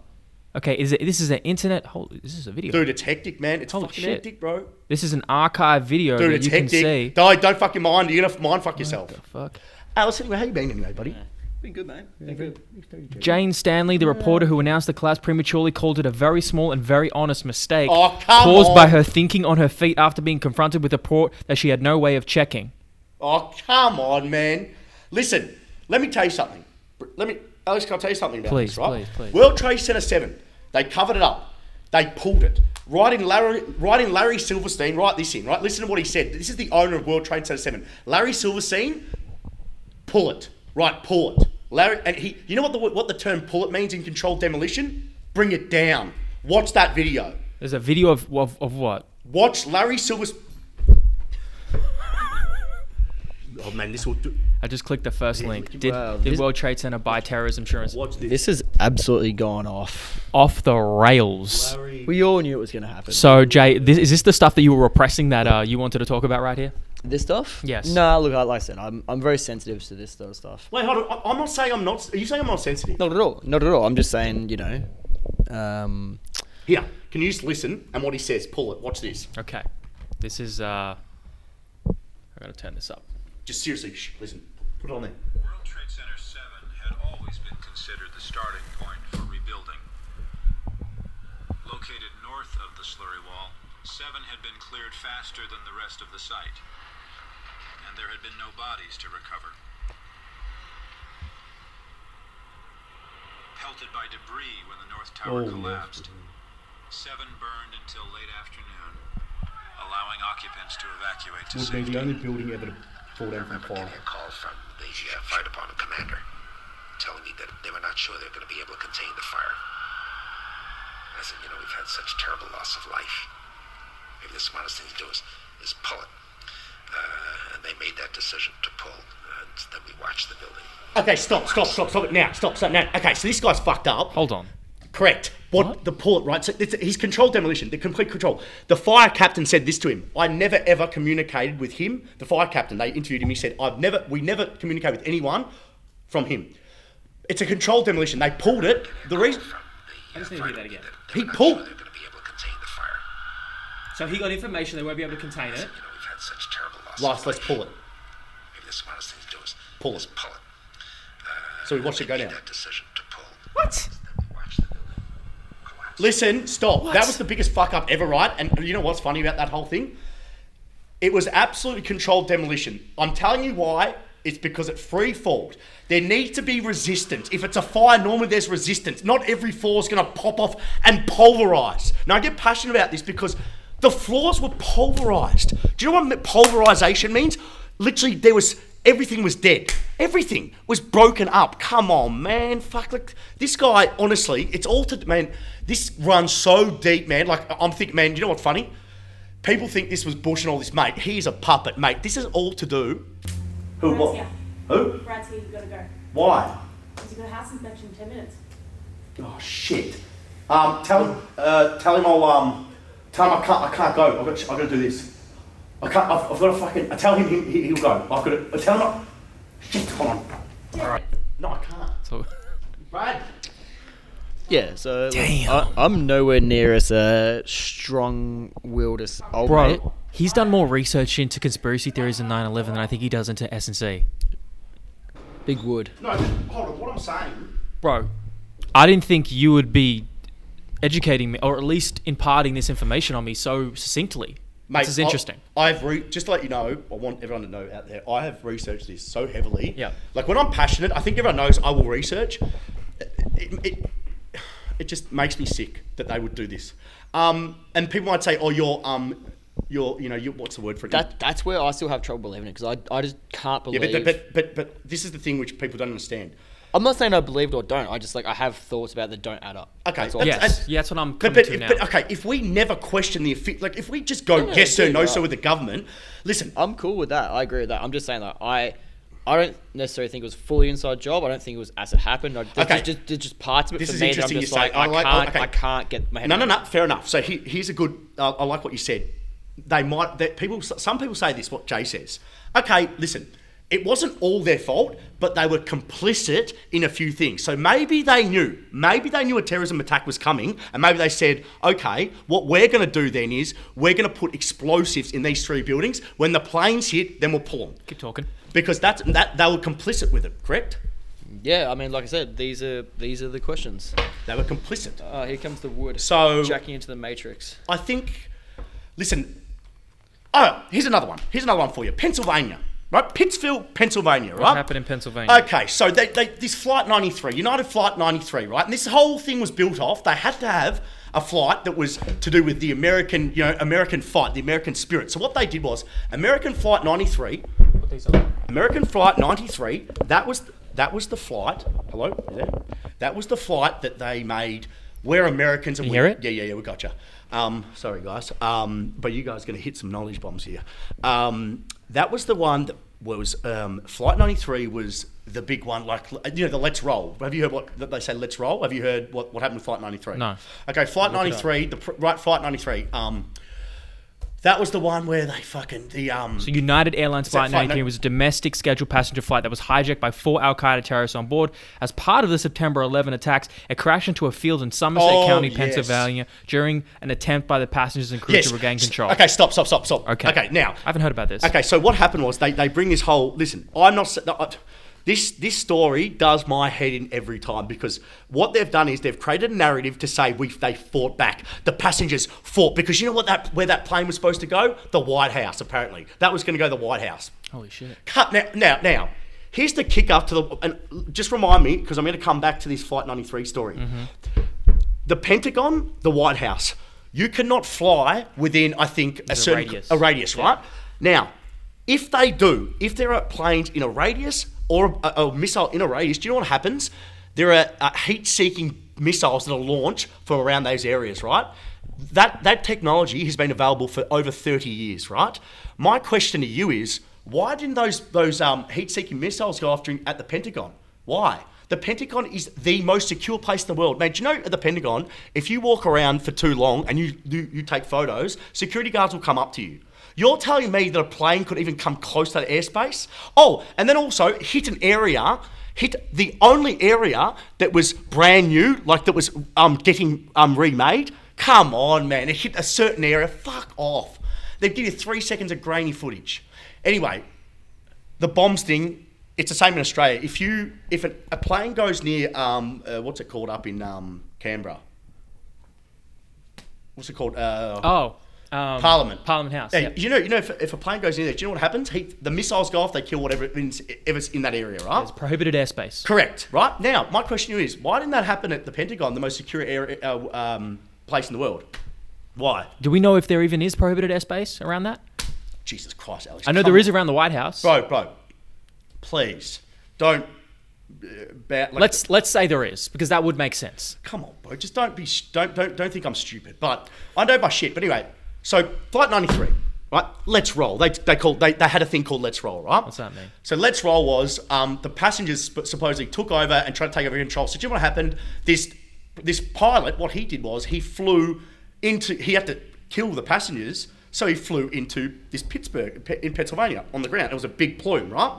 Speaker 1: Okay, is it? This is an internet. Hold, this is a video.
Speaker 3: Dude, it's hectic, man. It's
Speaker 1: Holy
Speaker 3: fucking
Speaker 1: shit.
Speaker 3: hectic, bro.
Speaker 1: This is an archive video
Speaker 3: Dude,
Speaker 1: that
Speaker 3: it's
Speaker 1: you
Speaker 3: hectic.
Speaker 1: can see.
Speaker 3: Don't, don't fucking mind. You're gonna mind fuck yourself.
Speaker 1: Fuck.
Speaker 3: Alison, how you been anyway, buddy?
Speaker 4: Been good, mate. Been good.
Speaker 1: Jane Stanley, the reporter who announced the collapse prematurely, called it a very small and very honest mistake
Speaker 3: Oh, come
Speaker 1: caused
Speaker 3: on.
Speaker 1: by her thinking on her feet after being confronted with a report that she had no way of checking.
Speaker 3: Oh, come on, man. Listen, let me tell you something. Let me, Alex, can I tell you something about
Speaker 1: Please,
Speaker 3: this, right?
Speaker 1: please, please.
Speaker 3: World Trade Center 7, they covered it up. They pulled it. Right in Larry, right in Larry Silverstein, write this in, right? Listen to what he said. This is the owner of World Trade Center 7. Larry Silverstein, pull it. Right, pull it. Larry, and he, you know what the, what the term pull it means in controlled demolition? Bring it down. Watch that video.
Speaker 1: There's a video of of, of what?
Speaker 3: Watch Larry Silverstein. oh, man, this will do.
Speaker 1: I just clicked the first link. Did,
Speaker 2: Wow,
Speaker 1: did
Speaker 2: this-
Speaker 1: World Trade Center buy terrorism insurance?
Speaker 3: Watch this.
Speaker 2: This has absolutely gone off.
Speaker 1: Off the rails.
Speaker 2: We all knew it was going to happen.
Speaker 1: So Jay, this, is this the stuff that you were repressing that uh, you wanted to talk about right here?
Speaker 2: this stuff?
Speaker 1: Yes.
Speaker 2: Nah, look, I- like I said, I'm, I'm very sensitive to this sort of stuff.
Speaker 3: Wait, hold on. I- I'm not saying I'm not. Are you saying I'm not sensitive?
Speaker 2: Not at all. Not at all. I'm just saying, you know, um,
Speaker 3: Here, can you just listen and what he says? Pull it. Watch this.
Speaker 1: Okay. This is uh I gotta turn this up.
Speaker 3: Just seriously, shh, listen. Put it on there.
Speaker 6: World Trade Center 7 had always been considered the starting point for rebuilding. Located north of the slurry wall, 7 had been cleared faster than the rest of the site, and there had been no bodies to recover. Pelted by debris when the North
Speaker 3: Oh,
Speaker 6: Tower
Speaker 3: yes.
Speaker 6: collapsed, 7 burned until late afternoon, allowing occupants to evacuate to
Speaker 3: Would be
Speaker 6: safety.
Speaker 3: the only building ever to fall down from
Speaker 7: Remember
Speaker 3: fire.
Speaker 7: getting a call from the uh, fire department commander telling me that they were not sure they were going to be able to contain the fire. I said, you know, we've had such terrible loss of life. Maybe the smartest thing to do is, is pull it. Uh, and they made that decision to pull. And then we watched the building.
Speaker 3: Okay, stop, stop, stop, stop it now. Stop, stop now. Okay, so this guy's fucked up.
Speaker 1: Hold on.
Speaker 3: Correct. What, the pull it right? So it's, he's controlled demolition. The complete control. The fire captain said this to him. I never ever communicated with him. The fire captain. They interviewed him. He said, "I've never. We never communicate with anyone from him. It's a controlled demolition. They pulled it. The reason."
Speaker 7: From the, uh,
Speaker 5: just need to
Speaker 7: fire
Speaker 5: hear that again.
Speaker 7: department that
Speaker 3: He
Speaker 7: they were not
Speaker 3: pulled-
Speaker 7: sure they were going to be able to contain the fire.
Speaker 5: So he got information they won't be able to contain it.
Speaker 7: You know, we've had such terrible loss
Speaker 3: Last,
Speaker 7: of
Speaker 3: let's
Speaker 7: life.
Speaker 3: pull it.
Speaker 7: Maybe the smartest thing to do is
Speaker 3: Pull it.
Speaker 7: is pull it.
Speaker 3: So we watch it go
Speaker 7: Made
Speaker 3: down.
Speaker 7: that decision to pull.
Speaker 1: What?
Speaker 7: Then we watched the building collapse.
Speaker 3: Listen, stop. That was the biggest fuck up ever, right? And you know what's funny about that whole thing? It was absolutely controlled demolition. I'm telling you why. It's because it free falled. There needs to be resistance. If it's a fire, normally there's resistance. Not every floor is going to pop off and pulverize. Now, I get passionate about this because the floors were pulverized. Do you know what me- pulverization means? Literally, there was everything was dead. Everything was broken up. Come on, man. Fuck, look. This guy, honestly, it's altered, man. This runs so deep, man. Like, I'm thinking, man, you know what's funny? People think this was Bush and all this, mate. He's a puppet, mate. This is all to do. Who?
Speaker 8: Brad's here.
Speaker 3: Who?
Speaker 8: Brad's here. You gotta go.
Speaker 3: Why?
Speaker 8: He's got a house inspection in ten minutes.
Speaker 3: Oh shit. Um, tell him. Uh, tell him I'll. Um, tell him I can't. I can't go. I've got. I got to do this. I can't. I've, I've got to fucking. I tell him he, he, he'll go. I've got to. I tell him. I, shit. Hold on. All right. No, I can't.
Speaker 1: So
Speaker 3: Brad.
Speaker 2: Yeah, so look, I,
Speaker 1: Damn.
Speaker 2: I'm nowhere near as a strong-willed as old mate.
Speaker 1: Bro, he's done more research into conspiracy theories in 9/11 than I think he does into S&C.
Speaker 2: Big wood.
Speaker 3: No. Hold on. What I'm saying.
Speaker 1: Bro, I didn't think you would be educating me or at least imparting this information on me so succinctly. this is
Speaker 3: I-
Speaker 1: interesting.
Speaker 3: I've re- just to let you know. I want everyone to know out there. I have researched this so heavily.
Speaker 1: Yeah.
Speaker 3: Like when I'm passionate, I think everyone knows I will research. It, it, it just makes me sick that they would do this. Um, and people might say, "Oh, you're um, you're you know, you what's the word for it?
Speaker 2: That that's where I still have trouble believing it because I, I just can't
Speaker 3: yeah,
Speaker 2: believe.
Speaker 3: but, but but but this is the thing which people don't understand.
Speaker 2: I'm not saying I believed or don't. I just like I have thoughts about that don't add up.
Speaker 3: Okay,
Speaker 2: That's all I'm
Speaker 3: that's-
Speaker 2: saying.
Speaker 1: Yes, yeah, that's what I'm
Speaker 3: But,
Speaker 1: coming
Speaker 3: but,
Speaker 1: to now.
Speaker 3: but okay, if we never question the affi- like if we just go
Speaker 2: no,
Speaker 3: yes sir
Speaker 2: yeah,
Speaker 3: no
Speaker 2: right.
Speaker 3: sir with the government, listen,
Speaker 2: I'm cool with that. I agree with that. I'm just saying that I. I don't necessarily think it was fully inside job. I don't think it was as it happened. I, there's
Speaker 3: Okay.
Speaker 2: just, just, there's just parts of it
Speaker 3: This
Speaker 2: for
Speaker 3: is
Speaker 2: me that I'm
Speaker 3: interesting you
Speaker 2: just
Speaker 3: say.
Speaker 2: like,
Speaker 3: I
Speaker 2: I,
Speaker 3: like-
Speaker 2: can't,
Speaker 3: okay.
Speaker 2: I can't get my head.
Speaker 3: No, no,
Speaker 2: around
Speaker 3: no.
Speaker 2: it.
Speaker 3: Fair enough. So he, here's a good. I I like what you said. They might that people. Some people say this. What Jay says. Okay, listen. It wasn't all their fault, but they were complicit in a few things. So maybe they knew. Maybe they knew a terrorism attack was coming, and maybe they said, "Okay, what we're going to do then is we're going to put explosives in these three buildings. When the planes hit, then we'll pull them."
Speaker 1: Keep talking.
Speaker 3: Because that's that they were complicit with it. Correct?
Speaker 2: Yeah, I mean, like I said, these are these are the questions.
Speaker 3: They were complicit.
Speaker 2: Oh, here comes the wood.
Speaker 3: So-
Speaker 2: jacking into the matrix.
Speaker 3: I think. Listen. Oh, here's another one. Here's another one for you. Pennsylvania, right? Pittsfield, Pennsylvania, right?
Speaker 1: happened in Pennsylvania?
Speaker 3: Okay, so they, they, this flight 93, United Flight 93, right? And this whole thing was built off. They had to have a flight that was to do with the American, you know, American fight, the American spirit. So what they did was American Flight 93. American Flight 93. That was that was the flight. Hello, You there? That was the flight that they made. We're Americans and
Speaker 1: You
Speaker 3: we
Speaker 1: hear it?
Speaker 3: Yeah, yeah, yeah. We gotcha. Um, sorry, guys. Um, but you guys are going to hit some knowledge bombs here. Um, that was the one that was um, Flight 93 was the big one. Like you know, the Let's Roll. Have you heard what that they say? Let's Roll. Have you heard what, what happened with Flight 93?
Speaker 1: No.
Speaker 3: Okay, Flight 93. The pr- right Flight 93. Um, That was the one where they fucking the um.
Speaker 1: So United Airlines
Speaker 3: that
Speaker 1: Flight
Speaker 3: flight
Speaker 1: 19
Speaker 3: no-
Speaker 1: was a domestic scheduled passenger flight that was hijacked by four Al Qaeda terrorists on board. As part of the September 11 attacks, it crashed into a field in Somerset
Speaker 3: Oh,
Speaker 1: County,
Speaker 3: yes.
Speaker 1: Pennsylvania, during an attempt by the passengers and crew
Speaker 3: yes.
Speaker 1: to regain control.
Speaker 3: Okay, stop, stop, stop, stop.
Speaker 1: Okay.
Speaker 3: Okay, now.
Speaker 1: I haven't heard about this.
Speaker 3: Okay, so what happened was they, they bring this whole listen. I'm not s- I- this this story does my head in every time because what they've done is they've created a narrative to say we they fought back. The passengers fought because you know what that where that plane was supposed to go the White House apparently that was going to go to the White House.
Speaker 1: Holy shit.
Speaker 3: Cut now, now, now. Here's the kicker to the and just remind me because I'm going to come back to this Flight 93 story. The Pentagon, the White House. You cannot fly within, I think, a certain
Speaker 1: radius.
Speaker 3: a radius, right? Now, if they do, if there are planes in a radius or a, a missile in a radius, do you know what happens? There are uh, heat-seeking missiles that are launched from around those areas, right? That that technology has been available for over 30 years, right? My question to you is, why didn't those those um, heat-seeking missiles go off during, at the Pentagon? Why? The Pentagon is the most secure place in the world. Now, do you know at the Pentagon, if you walk around for too long and you, you, you take photos, security guards will come up to you. You're telling me that a plane could even come close to that airspace? Oh, and then also hit an area, hit the only area that was brand new, like that was um, getting um, remade. Come on, man. It hit a certain area. Fuck off. They give you three seconds of grainy footage. Anyway, the bombs thing, it's the same in Australia. If you if a, a plane goes near um uh, what's it called up in um Canberra, what's it called? Uh,
Speaker 1: Oh. Um,
Speaker 3: Parliament.
Speaker 1: Parliament House.
Speaker 3: Hey,
Speaker 1: yep.
Speaker 3: You know, you know, if, if a plane goes near there, do you know what happens? He, the missiles go off, they kill whatever is ever's in that area, right?
Speaker 1: It's prohibited airspace.
Speaker 3: Correct. Right now, my question to you is: Why didn't that happen at the Pentagon, the most secure area, uh, um, place in the world? Why?
Speaker 1: Do we know if there even is prohibited airspace around that?
Speaker 3: Jesus Christ, Alex!
Speaker 1: I know
Speaker 3: come
Speaker 1: there is around the White House.
Speaker 3: bro, bro, please don't. uh, Bat, like-
Speaker 1: Let's let's say there is because that would make sense.
Speaker 3: come on, bro. Just don't be st- don't don't don't think I'm stupid. But I know my shit. But anyway, so flight 93, right? Let's roll. They they called they, they had a thing called Let's Roll, right?
Speaker 1: What's that mean?
Speaker 3: So Let's Roll was um, the passengers sp- supposedly took over and tried to take over control. So do you know what happened? This this pilot, what he did was he flew into he had to kill the passengers. So he flew into this Pittsburgh in Pennsylvania on the ground. It was a big plume, right?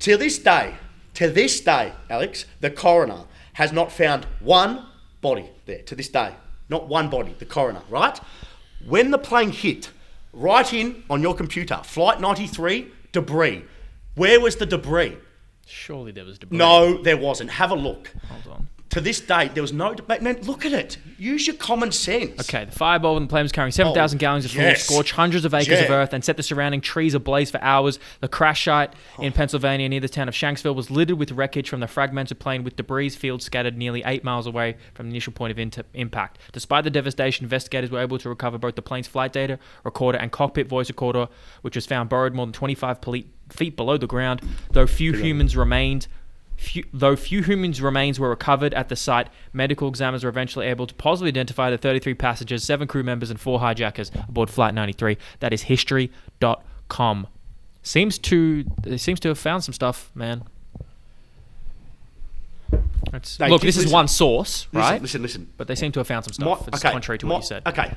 Speaker 3: To this day, to this day, Alex, the coroner has not found one body there. To this day, not one body. The coroner, right? When the plane hit, write in on your computer, flight 93, debris. Where was the debris?
Speaker 1: Surely there was debris.
Speaker 3: No, there wasn't. Have a look.
Speaker 1: Hold on.
Speaker 3: To this day, there was no debate. Man, look at it. Use your common sense.
Speaker 1: Okay, the fireball and the plane was carrying 7,000
Speaker 3: Oh,
Speaker 1: gallons of fuel,
Speaker 3: yes.
Speaker 1: scorched hundreds of acres of
Speaker 3: Yeah.
Speaker 1: earth, and set the surrounding trees ablaze for hours. The crash site in Pennsylvania near the town of Shanksville was littered with wreckage from the fragmented plane, with debris fields scattered nearly eight miles away from the initial point of int- impact. Despite the devastation, investigators were able to recover both the plane's flight data recorder and cockpit voice recorder, which was found buried more than 25 poli- feet below the ground, though few humans remained. Few, though few humans' remains were recovered at the site, medical examiners were eventually able to positively identify the 33 passengers, seven crew members, and four hijackers aboard Flight 93. That is history.com. Seems to they seems to have found some stuff, man. That's-
Speaker 3: They
Speaker 1: look,
Speaker 3: did
Speaker 1: this is
Speaker 3: listen-
Speaker 1: one source,
Speaker 3: Listen,
Speaker 1: right?
Speaker 3: Listen, listen.
Speaker 1: But they seem to have found some
Speaker 3: My-
Speaker 1: stuff. it's contrary to
Speaker 3: my-
Speaker 1: what you said.
Speaker 3: Okay.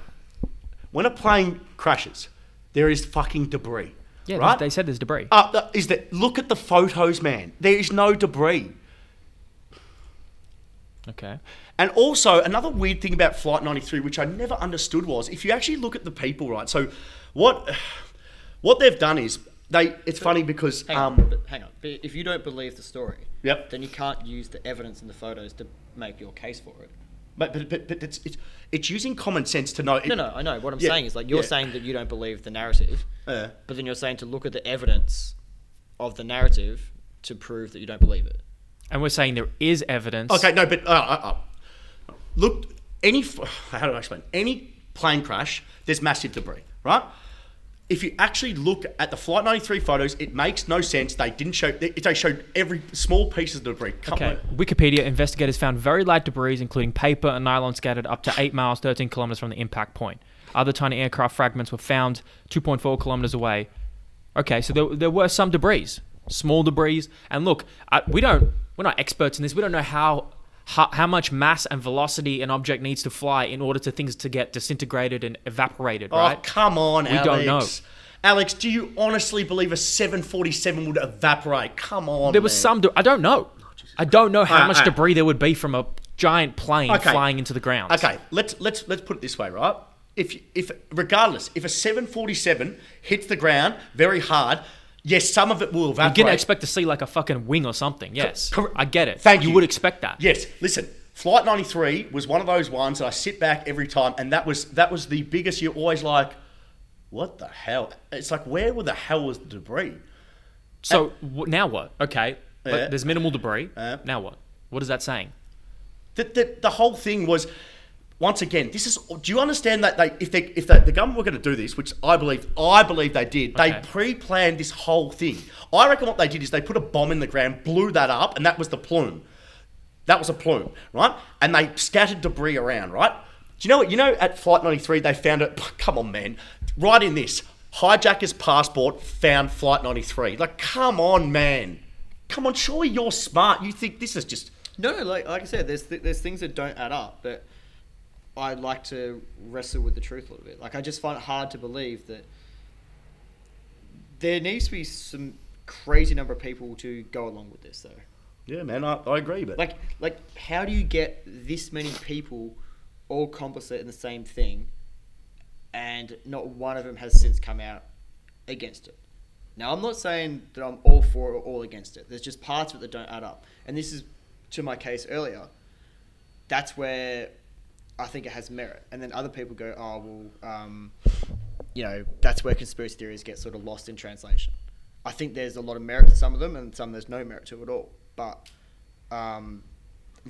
Speaker 3: When a plane crashes, there is fucking debris.
Speaker 1: Yeah,
Speaker 3: right?
Speaker 1: they said there's debris.
Speaker 3: Uh, the- is that look at the photos, man? There is no debris.
Speaker 1: okay.
Speaker 3: And also, another weird thing about Flight 93, which I never understood, was if you actually look at the people, right? So, what what they've done is they. It's funny because
Speaker 2: Hang on,
Speaker 3: um,
Speaker 2: but hang on. But if you don't believe the story,
Speaker 3: Yep.
Speaker 2: then you can't use the evidence in the photos to make your case for it.
Speaker 3: But but, but, but it's, it's it's using common sense to know. It,
Speaker 2: No, no, I know. What I'm
Speaker 3: Yeah,
Speaker 2: saying is like you're
Speaker 3: yeah. Uh,
Speaker 2: saying that you don't believe the narrative,
Speaker 3: Yeah.
Speaker 2: but then you're saying to look at the evidence of the narrative to prove that you don't believe it.
Speaker 1: And we're saying there is evidence.
Speaker 3: Okay, no, but uh, uh, uh, look, any how do I explain? Any plane crash, there's massive debris, right? If you actually look at the Flight 93 photos, it makes no sense. They didn't show. They, they showed every small piece of debris. Come
Speaker 1: Okay.
Speaker 3: on.
Speaker 1: Wikipedia investigators found very light debris, including paper and nylon, scattered up to 8 miles, 13 kilometers from the impact point. Other tiny aircraft fragments were found 2.4 kilometers away. Okay, so there, there were some debris, small debris. And look, I, we don't, we're not experts in this. We don't know how how, how much mass and velocity an object needs to fly in order to things to get disintegrated and evaporated, right?
Speaker 3: Oh, come on,
Speaker 1: We
Speaker 3: Alex.
Speaker 1: don't know.
Speaker 3: Alex, do you honestly believe a 747 would evaporate? Come on. Oh,
Speaker 1: There was
Speaker 3: man.
Speaker 1: some. I don't know. I don't know how
Speaker 3: Alright,
Speaker 1: much
Speaker 3: alright.
Speaker 1: debris there would be from a giant plane
Speaker 3: Okay.
Speaker 1: flying into the ground.
Speaker 3: Okay, let's let's let's put it this way, right? If if regardless, if a 747 hits the ground very hard, yes, some of it will
Speaker 1: You
Speaker 3: evaporate.
Speaker 1: didn't expect to see like a fucking wing or something. Yes,
Speaker 3: Cor-
Speaker 1: I get it.
Speaker 3: Thank
Speaker 1: you.
Speaker 3: you.
Speaker 1: would expect that.
Speaker 3: Yes, listen. Flight 93 was one of those ones that I sit back every time, and that was that was the biggest. You're always like, what the hell? It's like, where were the hell was the debris?
Speaker 1: So w- now what? Okay, but
Speaker 3: Yeah.
Speaker 1: there's minimal debris.
Speaker 3: Yeah.
Speaker 1: Now what? What is that saying?
Speaker 3: The, the, the whole thing was, once again, this is. Do you understand that they, if they, if they, the government were going to do this, which I believe, I believe they did,
Speaker 1: Okay.
Speaker 3: they pre-planned this whole thing. I reckon what they did is they put a bomb in the ground, blew that up, and that was the plume. That was a plume, right? And they scattered debris around, right? Do you know what? You know, at Flight 93, they found it. Come on, man. Right in this. Hijacker's passport found Flight 93. Like, come on, man. Come on, surely you're smart. You think this is just.
Speaker 2: No, no, like like I said, there's th- there's things that don't add up, but I like to wrestle with the truth a little bit. Like I just find it hard to believe that there needs to be some crazy number of people to go along with this, though.
Speaker 3: Yeah, man, I, I agree, but.
Speaker 2: Like like how do you get this many people all complicit in the same thing, and not one of them has since come out against it? Now I'm not saying that I'm all for it or all against it. There's just parts of it that don't add up, and this is to my case earlier. That's where I think it has merit, and then other people go, "Oh well, um, you know, that's where conspiracy theories get sort of lost in translation." I think there's a lot of merit to some of them, and some there's no merit to at all. But um,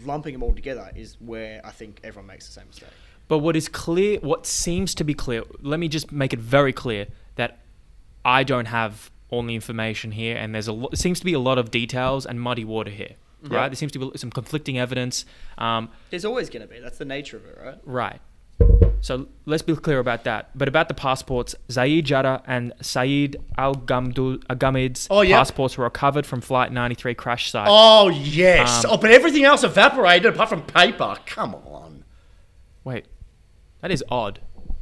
Speaker 2: lumping them all together is where I think everyone makes the same mistake.
Speaker 1: But what is clear, what seems to be clear, let me just make it very clear that I don't have all the information here, and there's a lot, seems to be a lot of details and muddy water here, right? There seems to be some conflicting evidence. Um,
Speaker 2: There's always going to be. That's the nature of it, right?
Speaker 1: Right. So let's be clear about that. But about the passports, Zaid Jada and Saeed Al Gamid's
Speaker 3: Oh, yeah.
Speaker 1: passports were recovered from Flight 93 crash site.
Speaker 3: Oh yes.
Speaker 1: Um,
Speaker 3: oh, but everything else evaporated apart from paper. Come on.
Speaker 1: Wait, that is odd.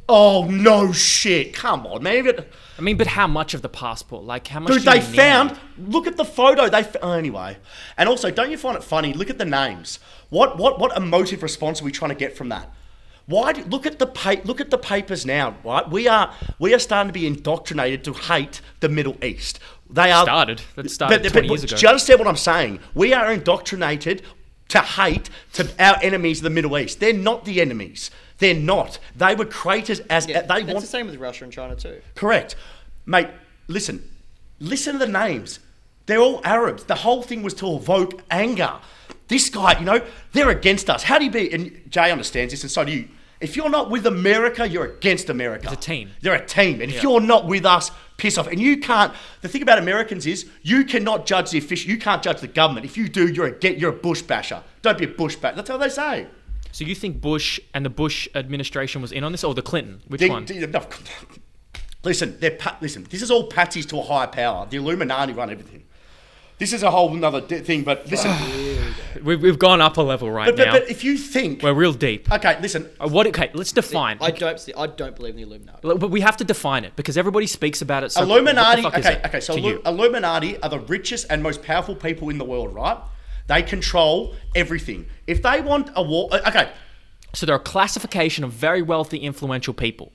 Speaker 3: Oh no shit. Come on, man. Even-
Speaker 1: I mean, but how much of the passport? Like, how much?
Speaker 3: Dude,
Speaker 1: do
Speaker 3: they
Speaker 1: you need?
Speaker 3: found. Look at the photo. They f- oh, anyway. And also, don't you find it funny? Look at the names. What what what emotive response are we trying to get from that? Why do, look at the pa- look at the papers now, right? We are we are starting to be indoctrinated to hate the Middle East. They are
Speaker 1: Started. That started 20 years ago.
Speaker 3: Do you understand what I'm saying? We are indoctrinated to hate to our enemies of the Middle East. They're not the enemies. They're not. They were creators as
Speaker 2: Yeah,
Speaker 3: they
Speaker 2: that's
Speaker 3: want
Speaker 2: the same with Russia and China too.
Speaker 3: Correct. Mate, listen. Listen to the names. They're all Arabs. The whole thing was to evoke anger. This guy, you know, they're against us. How do you be? And Jay understands this, and so do you. If you're not with America, you're against America.
Speaker 1: It's a team.
Speaker 3: They're a team. And if
Speaker 1: Yeah.
Speaker 3: you're not with us, piss off. And you can't, the thing about Americans is you cannot judge the official, you can't judge the government. If you do, you're a, get, you're a bush basher. Don't be a bush basher. That's how they say.
Speaker 1: So you think Bush and the Bush administration was in on this, or the Clinton? Which
Speaker 3: They-
Speaker 1: one?
Speaker 3: they- no, listen, they're pa- listen. This is all patsies to a higher power. The Illuminati run everything. This is a whole another d- thing. But listen,
Speaker 1: We've, we've gone up a level right
Speaker 3: but, but,
Speaker 1: now.
Speaker 3: but if you think,
Speaker 1: We're real deep.
Speaker 3: okay, listen,
Speaker 1: Uh, what? Okay, let's define.
Speaker 2: I don't see. I don't believe in the Illuminati.
Speaker 1: But we have to define it because everybody speaks about it. So
Speaker 3: Illuminati.
Speaker 1: What the fuck is
Speaker 3: Okay,
Speaker 1: it
Speaker 3: okay. So
Speaker 1: to
Speaker 3: Illu-
Speaker 1: you?
Speaker 3: Illuminati are the richest and most powerful people in the world, right? They control everything. If they want a war, uh, okay,
Speaker 1: So they're a classification of very wealthy, influential people.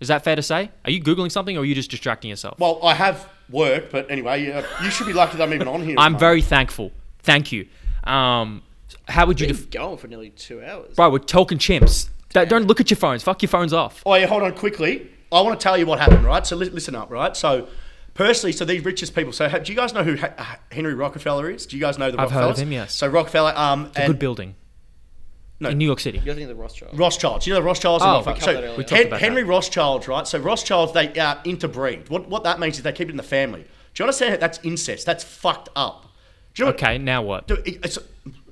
Speaker 1: Is that fair to say? Are you Googling something or are you just distracting yourself?
Speaker 3: well, I have work, but anyway, uh, you should be lucky that I'm even on here.
Speaker 1: I'm very thankful. Thank you. Um, how would you.
Speaker 2: We've
Speaker 1: Def-
Speaker 2: been going for nearly two hours.
Speaker 1: Bro, we're talking chimps. Don't- don't look at your phones. Fuck your phones off.
Speaker 3: Oh, yeah, hold on quickly. I want to tell you what happened, right? So li- listen up, right? So, personally, so these richest people. So, ha- do you guys know who ha- uh, Henry Rockefeller is? Do you guys know the
Speaker 1: I've heard of
Speaker 3: Rockefellers?
Speaker 1: him, yes.
Speaker 3: So Rockefeller, um, and
Speaker 1: Good building.
Speaker 3: No.
Speaker 1: In New York City.
Speaker 2: You're thinking of the Rothschild.
Speaker 3: Rothschilds. You know the Rothschilds. and
Speaker 1: Oh,
Speaker 3: Rockefeller-
Speaker 1: we
Speaker 2: covered that earlier.
Speaker 3: so
Speaker 2: We
Speaker 1: talked
Speaker 3: Hen-
Speaker 1: about
Speaker 3: Henry
Speaker 1: that.
Speaker 3: Rothschilds, right? So Rothschilds, they uh, interbreed. What what that means is they keep it in the family. Do you understand that? That's incest. That's fucked up. Do you know what-
Speaker 1: Okay, now what?
Speaker 3: Dude, it- it's-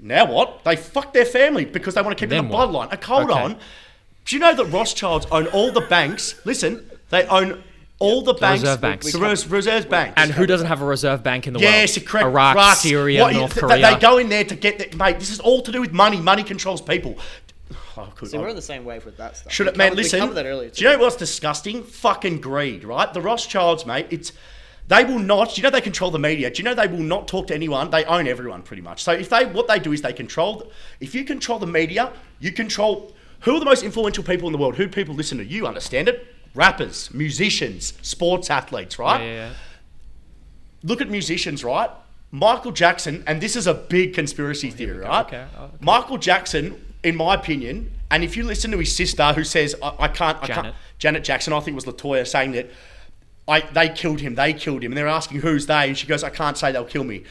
Speaker 3: now what? They fuck their family because they want to keep it in
Speaker 1: Then
Speaker 3: the
Speaker 1: what?
Speaker 3: bloodline. Uh, hold
Speaker 1: Okay.
Speaker 3: on. Do you know that Rothschilds own all the banks? Listen, they own All the banks,
Speaker 1: Reserve banks.
Speaker 3: the res- reserve banks,
Speaker 1: And who doesn't have a reserve bank in the world?
Speaker 3: Yes, correct.
Speaker 1: Iraq,
Speaker 3: Iraq's-
Speaker 1: Syria,
Speaker 3: what you-
Speaker 1: North
Speaker 3: th-
Speaker 1: Korea.
Speaker 3: They go in there to get that, mate. This is all to do with money. Money controls people. Oh, I could-
Speaker 2: See,
Speaker 3: I-
Speaker 2: we're on the same wave with that stuff.
Speaker 3: should
Speaker 2: We
Speaker 3: it, man?
Speaker 2: covered- we
Speaker 3: listen.
Speaker 2: covered that earlier
Speaker 3: do you know what's disgusting? Fucking greed, right? The Rothschilds, mate. It's they will not. You know they control the media. Do you know they will not talk to anyone? They own everyone pretty much. So if they what they do is they control. If you control the media, you control who are the most influential people in the world. Who do people listen to? You understand it? Rappers, musicians, sports athletes, right?
Speaker 1: Yeah, yeah, yeah.
Speaker 3: look at musicians, right? Michael Jackson, and this is a big conspiracy theory, right?
Speaker 1: Okay, oh, okay.
Speaker 3: Michael Jackson, in my opinion, and if you listen to his sister who says, I, I can't, I
Speaker 1: Janet.
Speaker 3: can't, Janet Jackson, I think it was Latoya saying that I, they killed him, they killed him. And they're asking, who's they? And she goes, I can't say they'll kill me.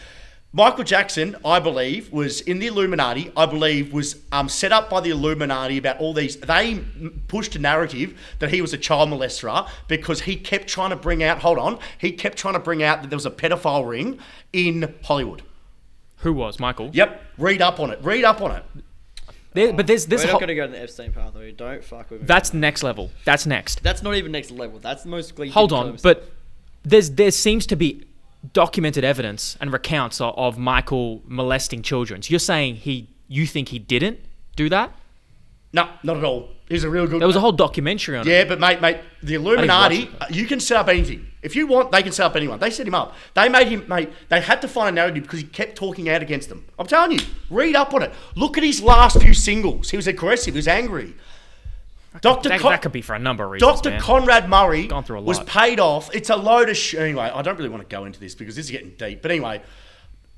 Speaker 3: Michael Jackson, I believe, was in the Illuminati. I believe was um, set up by the Illuminati about all these. They m- pushed a narrative that he was a child molester because he kept trying to bring out. Hold on, he kept trying to bring out that there was a pedophile ring in Hollywood.
Speaker 1: Who was Michael?
Speaker 3: Yep, read up on it. Read up on it.
Speaker 1: There, but there's this.
Speaker 2: We're
Speaker 1: whole-
Speaker 2: not going to go down the Epstein pathway. Don't fuck with me.
Speaker 1: that's next level. That's next.
Speaker 2: That's not even next level. That's the most. glee-
Speaker 1: Hold on, but there's there seems to be documented evidence and recounts of, of Michael molesting children. So you're saying he, you think he didn't do that?
Speaker 3: No, not at all. He's a real good.
Speaker 1: There was a whole documentary on it.
Speaker 3: Yeah, but mate, mate, the Illuminati,
Speaker 1: watch it,
Speaker 3: uh, you can set up anything. If you want, they can set up anyone. They set him up. They made him, mate, they had to find a narrative because he kept talking out against them. I'm telling you, read up on it. Look at his last few singles. He was aggressive, he was angry. Dr.
Speaker 1: That,
Speaker 3: Con-
Speaker 1: that could be for a number of reasons.
Speaker 3: Dr.
Speaker 1: man.
Speaker 3: Conrad Murray
Speaker 1: Gone through a
Speaker 3: was
Speaker 1: lot.
Speaker 3: paid off. It's a load of sh- anyway. I don't really want to go into this because this is getting deep. But anyway,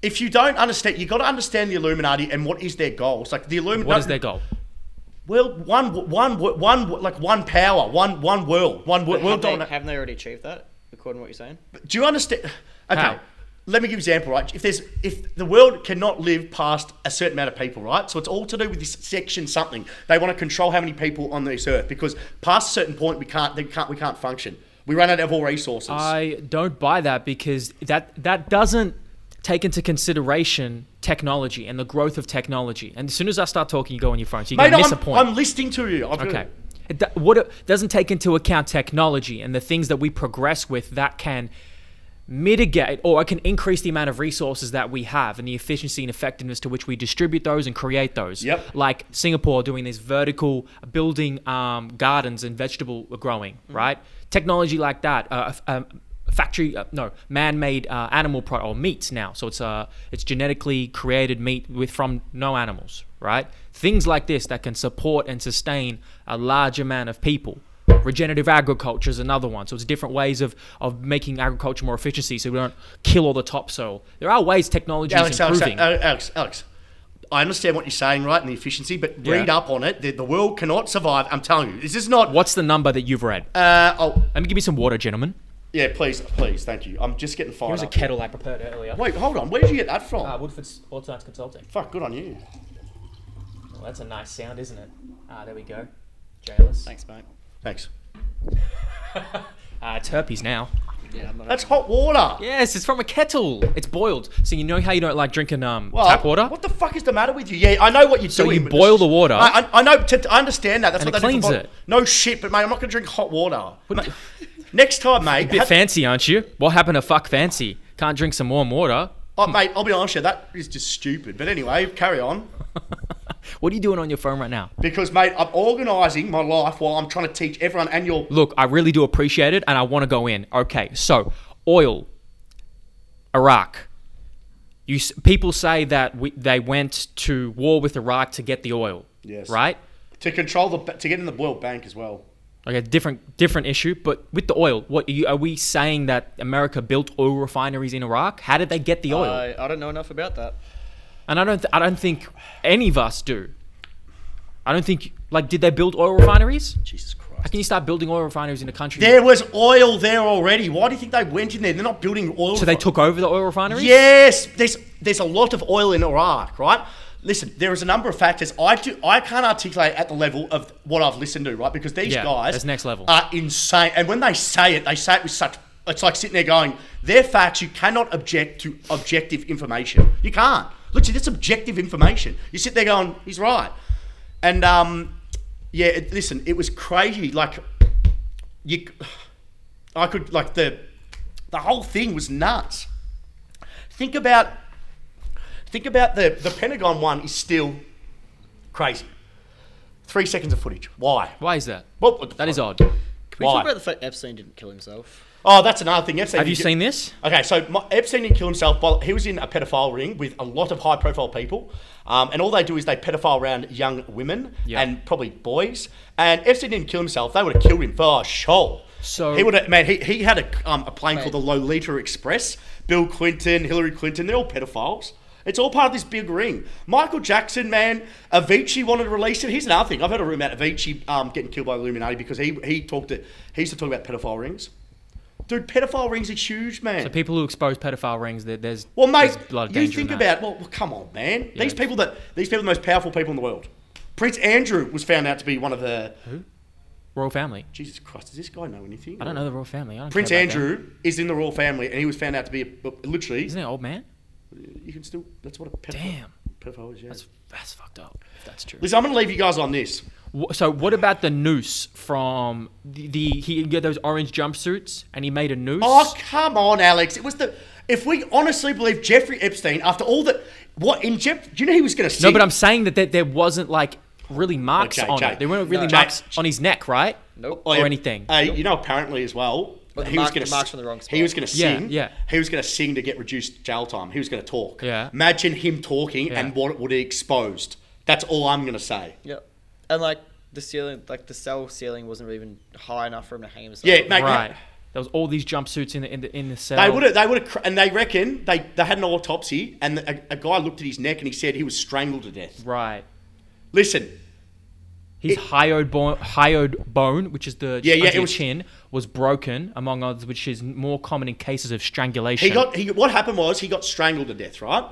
Speaker 3: if you don't understand, you got to understand the Illuminati and what is their goals. Like the Illuminati,
Speaker 1: what is their goal?
Speaker 3: Well, one, one, one, like one power, one, one world, one
Speaker 2: But
Speaker 3: world,
Speaker 2: have
Speaker 3: world
Speaker 2: they,
Speaker 3: domination.
Speaker 2: haven't they already achieved that? According to what you're saying.
Speaker 3: Do you understand? Okay.
Speaker 1: How?
Speaker 3: Let me give you an example, right? If there's if the world cannot live past a certain amount of people, right? So it's all to do with this section something. They want to control how many people on this earth because past a certain point we can't they can't we can't function. We run out of all resources.
Speaker 1: I don't buy that because that that doesn't take into consideration technology and the growth of technology. And as soon as I start talking, you go on your phone, so you're
Speaker 3: Mate,
Speaker 1: gonna miss
Speaker 3: I'm,
Speaker 1: a point.
Speaker 3: I'm listening to you. I'm
Speaker 1: okay. It, do- what it doesn't take into account technology and the things that we progress with that can mitigate or can increase the amount of resources that we have and the efficiency and effectiveness to which we distribute those and create those.
Speaker 3: Yep.
Speaker 1: Like Singapore doing these vertical building um, gardens and vegetable growing, right? Technology like that. Uh, f- um, factory uh, no man-made uh, animal pro- or meats now so it's uh it's genetically created meat with from no animals right things like this that can support and sustain a large amount of people regenerative agriculture is another one so it's different ways of of making agriculture more efficiency so we don't kill all the topsoil there are ways technology
Speaker 3: Alex,
Speaker 1: is
Speaker 3: Alex,
Speaker 1: improving
Speaker 3: Alex, Alex, Alex, I understand what you're saying, right? And the efficiency, but read up on it. The, the world cannot survive. I'm telling you, this is not.
Speaker 1: what's the number that you've read
Speaker 3: Uh, oh,
Speaker 1: let me give you some water gentlemen
Speaker 3: yeah, please, please, thank you. I'm just getting fired
Speaker 1: here's a
Speaker 3: up.
Speaker 1: kettle i prepared earlier
Speaker 3: Wait, hold on. Where did you get that from?
Speaker 1: uh, woodford's all science consulting
Speaker 3: Fuck, good on you.
Speaker 1: well, that's a nice sound isn't it ah there we go jailers
Speaker 2: Thanks, mate.
Speaker 3: Thanks.
Speaker 1: Ah, it's herpes now.
Speaker 2: Yeah, I'm not.
Speaker 3: That's hot water.
Speaker 1: Yes, it's from a kettle. It's boiled. So you know how you don't like drinking um
Speaker 3: Well,
Speaker 1: tap water?
Speaker 3: What the fuck is the matter with you? Yeah, I know what you're
Speaker 1: So you
Speaker 3: doing. but
Speaker 1: boil
Speaker 3: it's-
Speaker 1: the water.
Speaker 3: I, I, I know. T- t- I understand that. That's
Speaker 1: And
Speaker 3: what
Speaker 1: it
Speaker 3: they do for
Speaker 1: cleans it.
Speaker 3: bo- No shit, but mate, I'm not gonna drink hot water. Mate, next time, mate.
Speaker 1: Bit
Speaker 3: have-
Speaker 1: fancy, aren't you? What happened to fuck fancy? Can't drink some warm water.
Speaker 3: oh, mate, I'll be honest with you. That is just stupid. But anyway, carry on.
Speaker 1: What are you doing on your phone right now?
Speaker 3: Because mate, I'm organising my life while I'm trying to teach everyone. And you're
Speaker 1: Look, I really do appreciate it and I want to go in. Okay, so oil, Iraq. You s- people say that we, they went to war with Iraq to get the oil.
Speaker 3: Yes.
Speaker 1: Right?
Speaker 3: to control the to get in the World Bank as well.
Speaker 1: like a different different issue. But with the oil, what are, you, are we saying that America built oil refineries in Iraq? How did they get the oil?
Speaker 3: Uh,
Speaker 2: I, I don't know enough about that.
Speaker 1: and I don't th- I don't think any of us do. I don't think like did they build oil refineries?
Speaker 3: Jesus
Speaker 1: How
Speaker 3: Christ.
Speaker 1: can you start building oil refineries in a country?
Speaker 3: There was oil there already. Why do you think they went in there? They're not building oil.
Speaker 1: so they
Speaker 3: refi-
Speaker 1: took over the oil refineries?
Speaker 3: Yes, there's there's a lot of oil in Iraq, right? Listen, there is a number of factors. I do I can't articulate at the level of what I've listened to, right? Because these
Speaker 1: Yeah,
Speaker 3: guys
Speaker 1: that's next level.
Speaker 3: are insane, and when they say it, they say it with such. It's like sitting there going, "They're facts. You cannot object to objective information. You can't. Literally, that's objective information. You sit there going, he's right, and um, yeah. It, listen, it was crazy. Like you. I could like the the whole thing was nuts. Think about think about the the Pentagon one is still crazy. Three seconds of footage. Why?
Speaker 1: Why is that?
Speaker 3: What, what the
Speaker 1: That is
Speaker 3: fuck?
Speaker 1: odd.
Speaker 2: Can we
Speaker 3: Why?
Speaker 2: talk about the fact Epstein didn't kill himself?
Speaker 3: Oh, that's another thing. Epstein
Speaker 1: Have you
Speaker 3: did-
Speaker 1: seen this?
Speaker 3: Okay, so my, Epstein didn't kill himself. But he was in a pedophile ring with a lot of high-profile people, um, and all they do is they pedophile around young women
Speaker 1: Yeah.
Speaker 3: and probably boys. And Epstein didn't kill himself; they would have killed him for sure.
Speaker 1: So-
Speaker 3: he would have man. He, he had a, um, a plane called the Lolita Express. Bill Clinton, Hillary Clinton—they're all pedophiles. It's all part of this big ring. Michael Jackson, man, Avicii wanted to release it. Here's another thing: I've heard a rumor about Avicii um, getting killed by Illuminati because he he talked to he used to talk about pedophile rings. Dude, pedophile rings are huge, man.
Speaker 1: So people who expose pedophile rings, there, there's
Speaker 3: Well, mate,
Speaker 1: there's a lot of
Speaker 3: you
Speaker 1: danger in
Speaker 3: think
Speaker 1: that.
Speaker 3: about well, well, come on, man. These
Speaker 1: Yeah.
Speaker 3: people that these people, are the most powerful people in the world. Prince Andrew was found out to be one of the.
Speaker 1: royal family.
Speaker 3: Jesus Christ, does this guy know anything?
Speaker 1: I don't know the royal family. I don't
Speaker 3: Prince
Speaker 1: care about them.
Speaker 3: Andrew is in the royal family, and he was found out to be a, literally.
Speaker 1: isn't he an old man?
Speaker 3: You can still. That's what a pedophile.
Speaker 1: Damn.
Speaker 3: Pedophile is. Yeah.
Speaker 1: That's that's fucked up. If that's true.
Speaker 3: Listen, I'm going to leave you guys on this.
Speaker 1: Wh- So what about the noose from the, the he get those orange jumpsuits and he made a noose?
Speaker 3: Oh, come on, Alex. It was the. If we honestly believe Jeffrey Epstein, after all that, what in Jeff? Do you know he was going to?
Speaker 1: no, but I'm saying that there, there wasn't like really marks
Speaker 3: Oh, Jay,
Speaker 1: on
Speaker 3: Jay.
Speaker 1: it. There weren't really
Speaker 3: No.
Speaker 1: marks
Speaker 3: Jay.
Speaker 1: on his neck, right?
Speaker 2: Nope.
Speaker 1: Or anything.
Speaker 3: Uh, you know, apparently as well.
Speaker 2: But the
Speaker 3: he was
Speaker 2: mark-
Speaker 3: going
Speaker 2: the mark's on the wrong
Speaker 3: He
Speaker 2: spot.
Speaker 3: was going to
Speaker 1: Yeah,
Speaker 3: sing.
Speaker 1: yeah.
Speaker 3: He was going to sing to get reduced jail time. He was going to talk.
Speaker 1: Yeah.
Speaker 3: Imagine him talking
Speaker 1: Yeah.
Speaker 3: and what it would he exposed. That's all I'm going to say.
Speaker 2: Yep. And like the ceiling, like the cell ceiling wasn't even high enough for him to hang himself.
Speaker 3: Yeah, mate.
Speaker 1: Right. There was all these jumpsuits in the in the in the cell.
Speaker 3: They would have. They would have. Cr- and they reckon they they had an autopsy and a, a guy looked at his neck and he said he was strangled to death.
Speaker 1: Right.
Speaker 3: Listen,
Speaker 1: His
Speaker 3: It-
Speaker 1: hyoid bone, hyoid bone, which is the
Speaker 3: Yeah, yeah,
Speaker 1: under
Speaker 3: it
Speaker 1: your
Speaker 3: was-
Speaker 1: chin, was broken, among others, which is more common in cases of strangulation.
Speaker 3: He got he, what happened was he got strangled to death, right?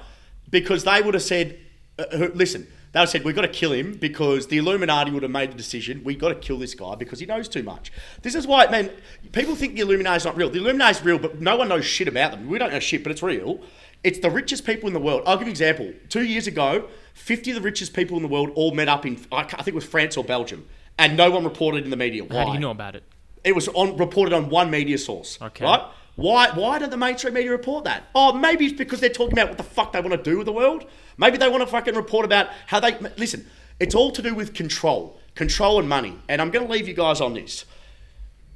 Speaker 3: Because they would have said, uh, who- "Listen," they would have said, "We've got to kill him because the Illuminati would have made the decision. We've got to kill this guy because he knows too much." This is why, man. People think the Illuminati's not real. The Illuminati's real, but no one knows shit about them. We don't know shit, but it's real. It's the richest people in the world. I'll give you an example. Two years ago, 50 of the richest people in the world all met up in, I ca- I think it was France or Belgium, and no one reported in the media. Why?
Speaker 1: How do you know about it?
Speaker 3: It was on reported on one media source.
Speaker 1: Okay.
Speaker 3: Right? Why why don't the mainstream media report that? Oh, maybe it's because they're talking about what the fuck they want to do with the world. Maybe they want to fucking report about how they listen, it's all to do with control. Control and money. And I'm gonna leave you guys on this.